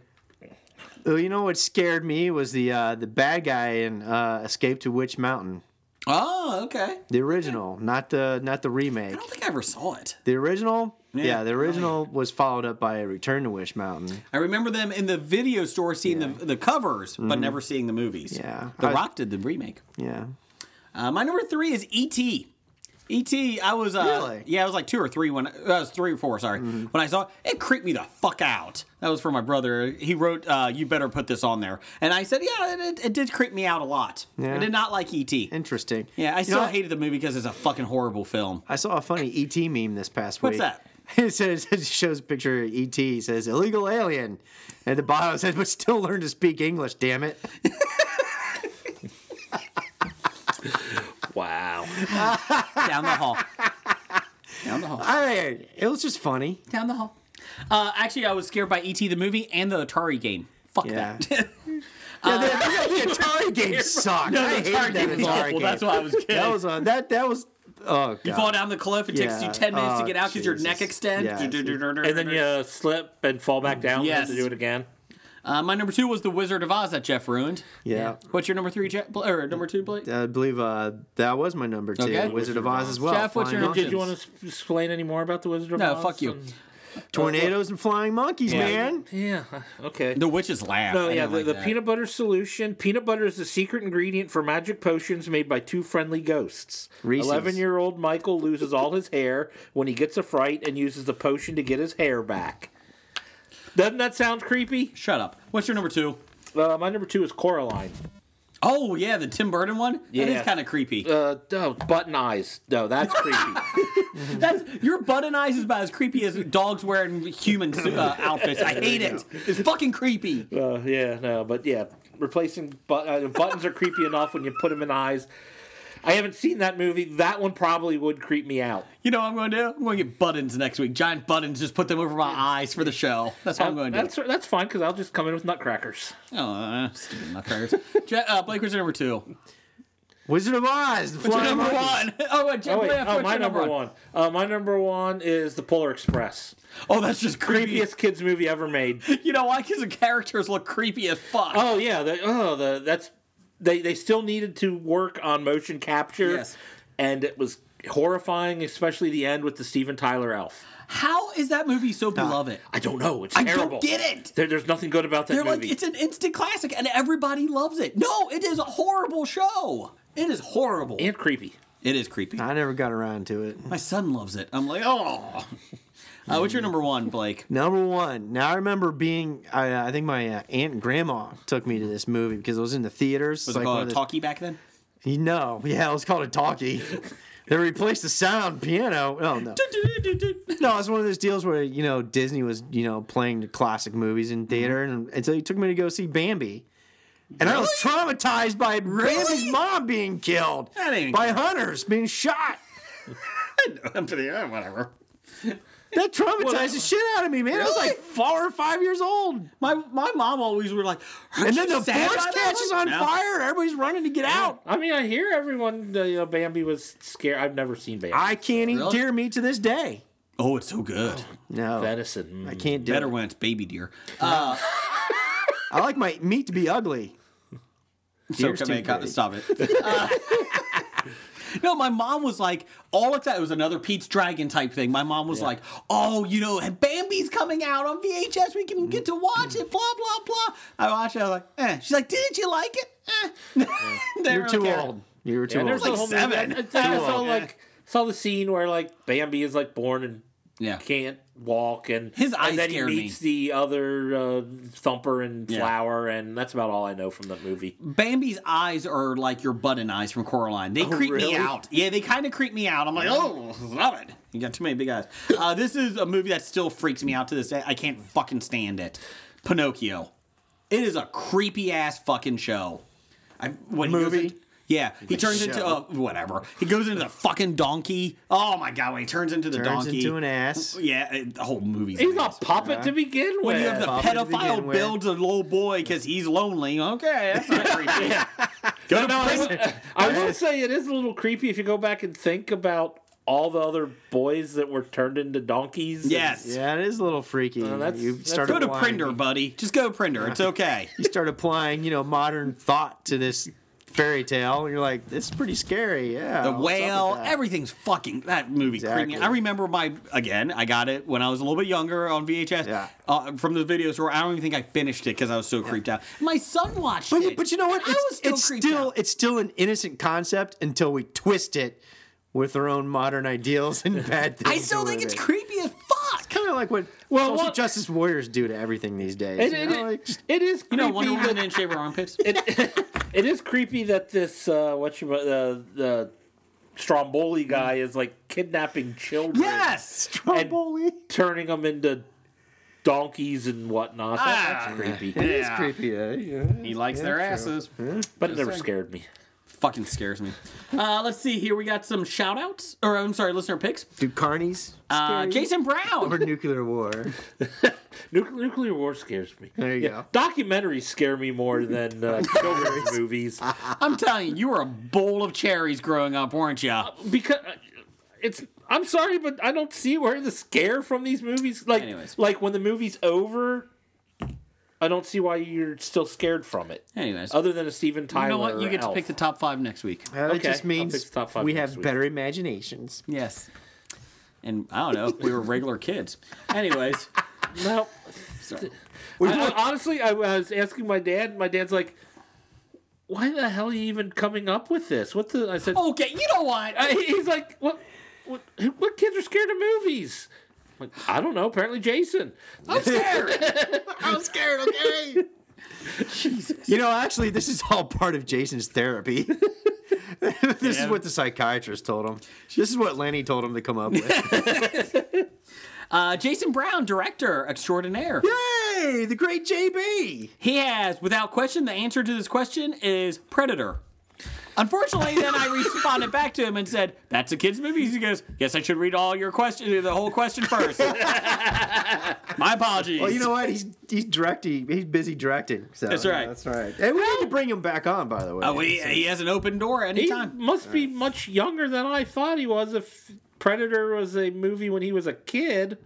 Oh, you know what scared me was the uh, the bad guy in uh, Escape to Witch Mountain,
Oh, okay.
the original, not the not the remake.
I don't think I ever saw it.
The original, yeah, the
oh,
original was followed up by a Return to Witch Mountain.
I remember them in the video store seeing the, the covers, but never seeing the movies.
Mm-hmm. Yeah.
The
I-
Rock did the remake.
Yeah,
Uh, my number three is E.T. E.T. I was uh,
Really? Mm-hmm.
yeah, I was like two or three when I was three or four. Sorry, when I saw it, it creeped me the fuck out. That was for my brother. He wrote, uh, "You better put this on there," and I said, "Yeah, it, it, it did creep me out a lot.
Yeah.
I did not like E.T.
interesting.
yeah, I
You
still
know,
hated the movie because it's a fucking horrible film.
I saw a funny ET meme this past
What's
week.
that?
It says it shows a picture of ET. It says illegal alien. At the bottom it says, but still learn to speak English. Damn it!
Wow.
Down the hall, down the hall,
I it was just funny.
down the hall. Uh, actually, I was scared by E.T. the movie and the Atari game. Fuck
Yeah.
that.
Yeah, the, the Atari game sucked.
Uh, no,
I
the
hated
Atari
that
game was awful.
game.
That's why I was kidding.
That was on that. That was. Oh god.
You fall down the cliff. It takes
Yeah.
you ten minutes
Oh,
to get out because your
Jesus.
neck extends.
Yeah.
And then you slip and fall back down
Yes.
and have to do it again.
Uh, my number two was the Wizard of Oz that Jeff ruined.
Yeah.
What's your number three, Jeff? Or number two, Blake?
I believe uh, that was my number two,
Okay.
Wizard of Oz as well.
Jeff, what's your
Flying
number-
Did you want to s- explain any more about the Wizard of
No,
Oz?
fuck you.
And-
Tornadoes and flying monkeys, man.
Yeah. Okay.
The witches laugh.
No,
I
Oh, yeah,
didn't
the,
like
the
that.
peanut butter solution. Peanut butter is the secret ingredient for magic potions made by two friendly ghosts.
Reese's.
Eleven-year-old Michael loses all his hair when he gets a fright and uses the potion to get his hair back. Doesn't that sound creepy?
Shut up. What's your number two?
Uh, my number two is Coraline.
Oh yeah, the Tim Burton one. That is
Yeah.
kind of creepy.
Uh, oh, button eyes. No, that's creepy.
That's your button eyes is about as creepy as dogs wearing human su- uh, outfits. I hate it. It's fucking creepy.
Uh, yeah, no, but yeah, replacing but- uh, buttons are creepy enough when you put them in eyes. I haven't seen that movie. That one probably would creep me out.
You know what I'm going to do? I'm going to get buttons next week. Giant buttons. Just put them over my eyes for the show. That's what I'm going to
That's
do.
that's fine because I'll just come in with nutcrackers.
Oh, uh, stupid nutcrackers. Je- uh, Blake, what's your number two?
Wizard of
What's
Oz.
your
flying
number
monkeys.
one? Oh, wait, Jeff,
Oh, wait,
Blake,
oh
what's
my
your
number one. Uh, my number one is the Polar Express,
Oh, that's just creepy.
creepiest kids movie ever made.
You know why? Because the characters look creepy as fuck.
Oh yeah, the, oh the that's they they still needed to work on motion capture.
Yes.
and it was horrifying, especially the end with the Steven Tyler elf.
How is that movie so beloved?
I don't know. It's
I don't
terrible.
get it.
There, there's nothing good about that
They're
movie.
like, it's an instant classic, and everybody loves it. No, it is a horrible show. It is horrible.
and creepy.
It is creepy.
I never got around to it.
My son loves it. I'm like, oh. Uh, what's your number one, Blake?
Number one. Now I remember being. I, I think my uh, aunt and grandma took me to this movie because it was in the theaters.
Was
It's
it
one of
called a
the-
Uh, talkie back then?
You know, yeah, it was called a talkie. they replaced the sound piano. Oh no. No, it's one of those deals where you know Disney was you know playing the classic movies in theater,
Mm-hmm.
and, and so he took me to go see Bambi, and I was traumatized by Bambi's mom being killed
That ain't
by
good.
hunters being shot.
Whatever.
That traumatized the shit out of me, man. I was like four or five years old,
My my mom always were like, "Aren't
and then
you
the
sad
forest
by that
catches
one?"
on
No.
fire. Everybody's running to get out.
I mean, I hear everyone. Uh, you know, Bambi was scared. I've never seen Bambi.
I can't eat
Really?
deer meat to this day.
Oh, it's so good.
No,
Venison.
I
mm.
can't do
Better
it.
when it's baby deer.
I like my meat to be ugly.
So
Deer's
come
too
on,
big.
stop it. Uh, No, my mom was like, all of that it was another Pete's Dragon type thing. My mom was like, oh, you know, Bambi's coming out on VHS. We can get to watch it, blah, blah, blah. I watched it. I was like, eh. She's like, didn't you like it? Eh. They
You're
don't
too
care.
old. You were too
And
old.
there's the whole
seven.
Movie. I, I saw like saw the scene where like Bambi is like born and
Yeah.
can't walk, and
His eyes
and then he
scared me.
meets the other uh, Thumper and
Yeah.
Flower, and that's about all I know from that movie.
Bambi's eyes are like your button eyes from Coraline.
Oh,
They creep me
really?
out. Yeah, they kind of creep me out. I'm like, oh, love it. You got too many big eyes. Uh, this is a movie that still freaks me out to this day. I can't fucking stand it. Pinocchio. It is a creepy ass fucking show. I, when he goes
Movie?
in- yeah, he turns into uh, whatever. He goes into the fucking donkey. Oh my god, when he turns into the
Turns
donkey. Oh,
into an ass.
yeah, it- the whole movie's
He's
an
a
ass.
puppet to begin with.
When you have the
Puppet to begin
pedophile
with.
builds a little boy because he's lonely. Okay, that's not creepy. Go to prison.
I will say it is a little creepy if you go back and think about all the other boys that were turned into donkeys. and-
Yes.
Yeah, it is a little freaky.
that's-
you
that's-
start
Go to
applying,
Prinder, buddy. Just go to Prinder. It's okay.
You start applying, you know, modern thought to this fairy tale. And you're like, this is pretty scary. Yeah.
The
what's up with
whale,
that?
everything's fucking that movie. creeped me out.
Exactly.
I remember my again. I got it when I was a little bit younger on VHS
Yeah.
uh, from the video store. I don't even think I finished it because I was so creeped out. My son watched
But, you-
it,
but you know what?
I
It's,
was still
it's
creeped
still
out.
it's still an innocent concept until we twist it with our own modern ideals and bad things.
I still think it's creepy as fuck.
Kind of like what well, social
what-
justice warriors do to everything these days.
It,
you
it,
know, like,
it, it is
You
creepy.
know, Wonder Woman
that,
didn't shave her armpits.
it, it is creepy that this uh, what you uh, the Stromboli guy is like kidnapping children,
yes.
Stromboli.
turning them into donkeys and whatnot. That,
Ah.
that's creepy,
It is creepy. Yeah, yeah.
He likes their asses.
but it never scared me.
Fucking scares me. Uh, let's see here. We got some shout outs, or I'm sorry, listener picks.
Do carnies
Uh,
scare you?
Jason Brown.
or nuclear war? Uh,
Nuclear, nuclear war scares me.
There you go.
Documentaries scare me more than uh, children's movies.
I'm telling you, you were a bowl of cherries growing up, weren't you?
because uh, it's I'm sorry, but I don't see where the scare from these movies like
Anyways.
like when the movie's over. I don't see why you're still scared from it.
Anyways,
Other than a Steven Tyler.
you know what? You get to
elf.
pick the top five next week.
That
Okay,
just
I'll
means
fix the top five
we
next
have
week.
better imaginations.
Yes. and I don't know, we were regular kids. Anyways,
no. I- I- honestly, I was asking my dad. My dad's like, "Why the hell are you even coming up with this?" What the? I said,
okay, you know what? Uh,
I, he's like, what, what? What kids are scared of movies? I'm like, I don't know. Apparently, Jason.
I'm scared.
I'm scared. Okay.
You know, actually, this is all part of Jason's therapy. this is what the psychiatrist told him. This is what Lenny told him to come up with.
Uh, Jason Brown, director extraordinaire.
Yay! The great JB.
He has, without question, the answer to this question is Predator. Unfortunately, then I responded back to him and said, "That's a kids' movie." He goes, "Guess I should read all your question, the whole question first. My apologies.
Well, you know what? He's he's directing. He's busy directing. So
That's
you know,
right.
that's right. And we need to bring him back on, by the way.
Oh, he, he has an open door
He
anytime.
must be much younger than I thought he was. If Predator was a movie when he was a kid,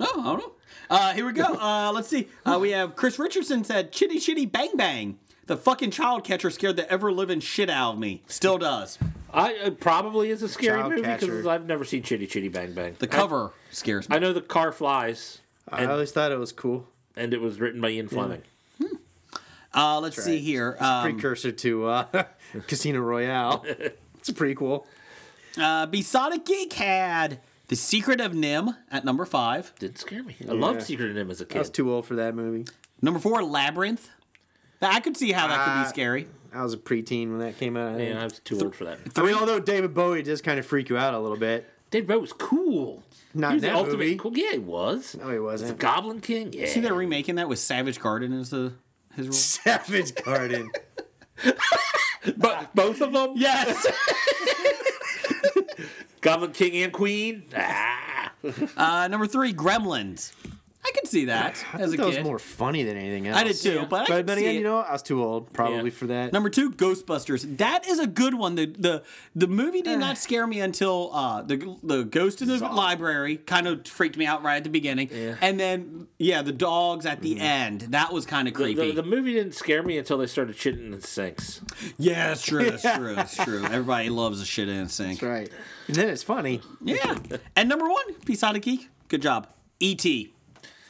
No, I don't know. Uh, here we go. Uh, let's see. Uh, we have Chris Richardson said, "Chitty chitty bang bang." The fucking child catcher scared the ever living shit out of me. Still does.
I it probably is a scary
Child
movie because
catcher.
I've never seen Chitty Chitty Bang Bang.
The cover scares
I,
me.
know the car flies,
I always thought it was cool.
and it was written by Ian Fleming.
Uh, let's see here. Um,
Precursor to uh, Casino Royale. It's a prequel.
uh, Besotted Geek had The Secret of Nim at number five.
Did scare me. I loved Secret of Nim as a
I was
kid.
too old for that movie.
Number four, Labyrinth. Now, I could see how that could
Uh,
be scary.
I was a preteen when that came out. I
Man,
think.
I was too old for that.
I mean, although David Bowie does kind of freak you out a little bit.
Dave Bowie was cool.
Not
he was
in
the
that
ultimate
movie.
cool. Yeah, he was.
No, he
The
wasn't.
Goblin King. Yeah.
See, they're remaking that with Savage Garden as the his role.
Savage Garden.
but both of them.
Yes.
Goblin King and Queen. Ah.
uh, number three, Gremlins. I could see that as a
that was
kid.
more funny than anything else.
I did too, but I
But
could
then
see
again,
it.
you know, I was too old probably
Yeah.
for that.
Number two, Ghostbusters. That is a good one. The the the movie did not scare me until uh, the the ghost in the library kind of freaked me out right at the beginning, and then yeah, the dogs at the
Mm-hmm.
end. That was kind of
The,
creepy.
the, the movie didn't scare me until they started shitting in sinks.
yeah, it's true. It's true. It's true. Everybody loves a shit in a sink.
Right. And then it's funny.
Yeah. And number one, Peace out of Geek. Good job. E.T.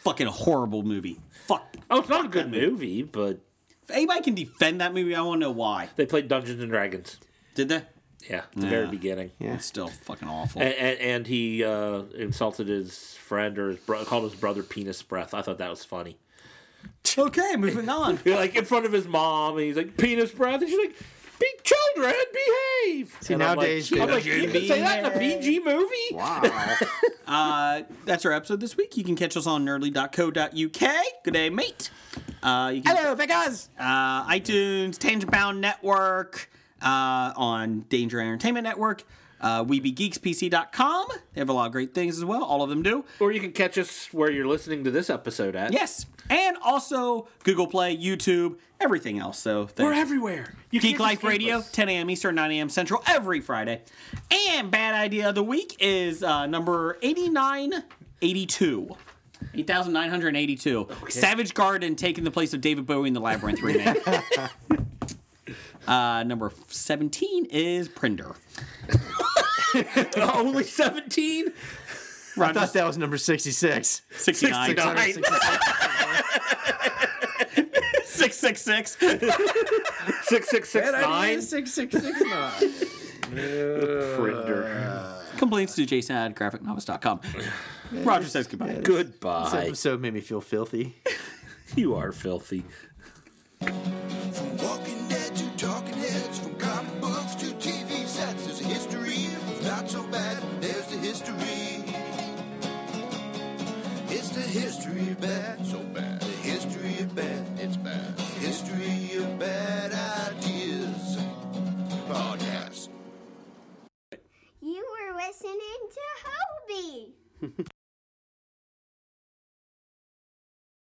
Fucking horrible movie. Fuck.
Oh, it's not a good movie, but
If anybody can defend that movie, I want to know why.
they played Dungeons and Dragons.
Did they?
Yeah, at the very beginning.
It's still fucking awful.
And, and, and he uh, insulted his friend or his bro- called his brother penis breath. I thought that was funny.
okay, moving on.
You're like in front of his mom, and he's like penis breath, and she's like, "Be children, behave." See,
nowadays
I'm
they-
like, you can say that in a PG movie.
Wow.
Uh, that's our episode this week. You can catch us on nerdly.co.uk. Good day, mate. Uh, you can,
Hello, Vegas.
uh, iTunes, Tangent Bound Network, uh, on Danger Entertainment Network, uh, WeBeGeeksPC.com. They have a lot of great things as well. All of them do.
Or you can catch us where you're listening to this episode at.
Yes, and also Google Play, YouTube, everything else. So
we're
thanks.
everywhere. You
Geek
can't
Life
escape
Radio,
us.
10 a.m. Eastern, 9 a.m. Central, every Friday. And Bad Idea of the Week is uh, number 8982. 8,982. Savage Garden taking the place of David Bowie in the Labyrinth remake. uh, number 17 is Prinder.
Only seventeen.
I thought that was number 66.
69. 666.
Six six six nine.
6669.
uh, Complaints to Jason at graphicnovice.com. Roger says goodbye.
This
Goodbye.
episode made me feel filthy.
You are filthy.
From walking dead to talking heads, from comic books to TV sets, there's a history. If not so bad, there's the history. It's the history of bad, so bad. The history of bad, it's bad. History of bad ideas. Podcast.
You were listening to Hobie.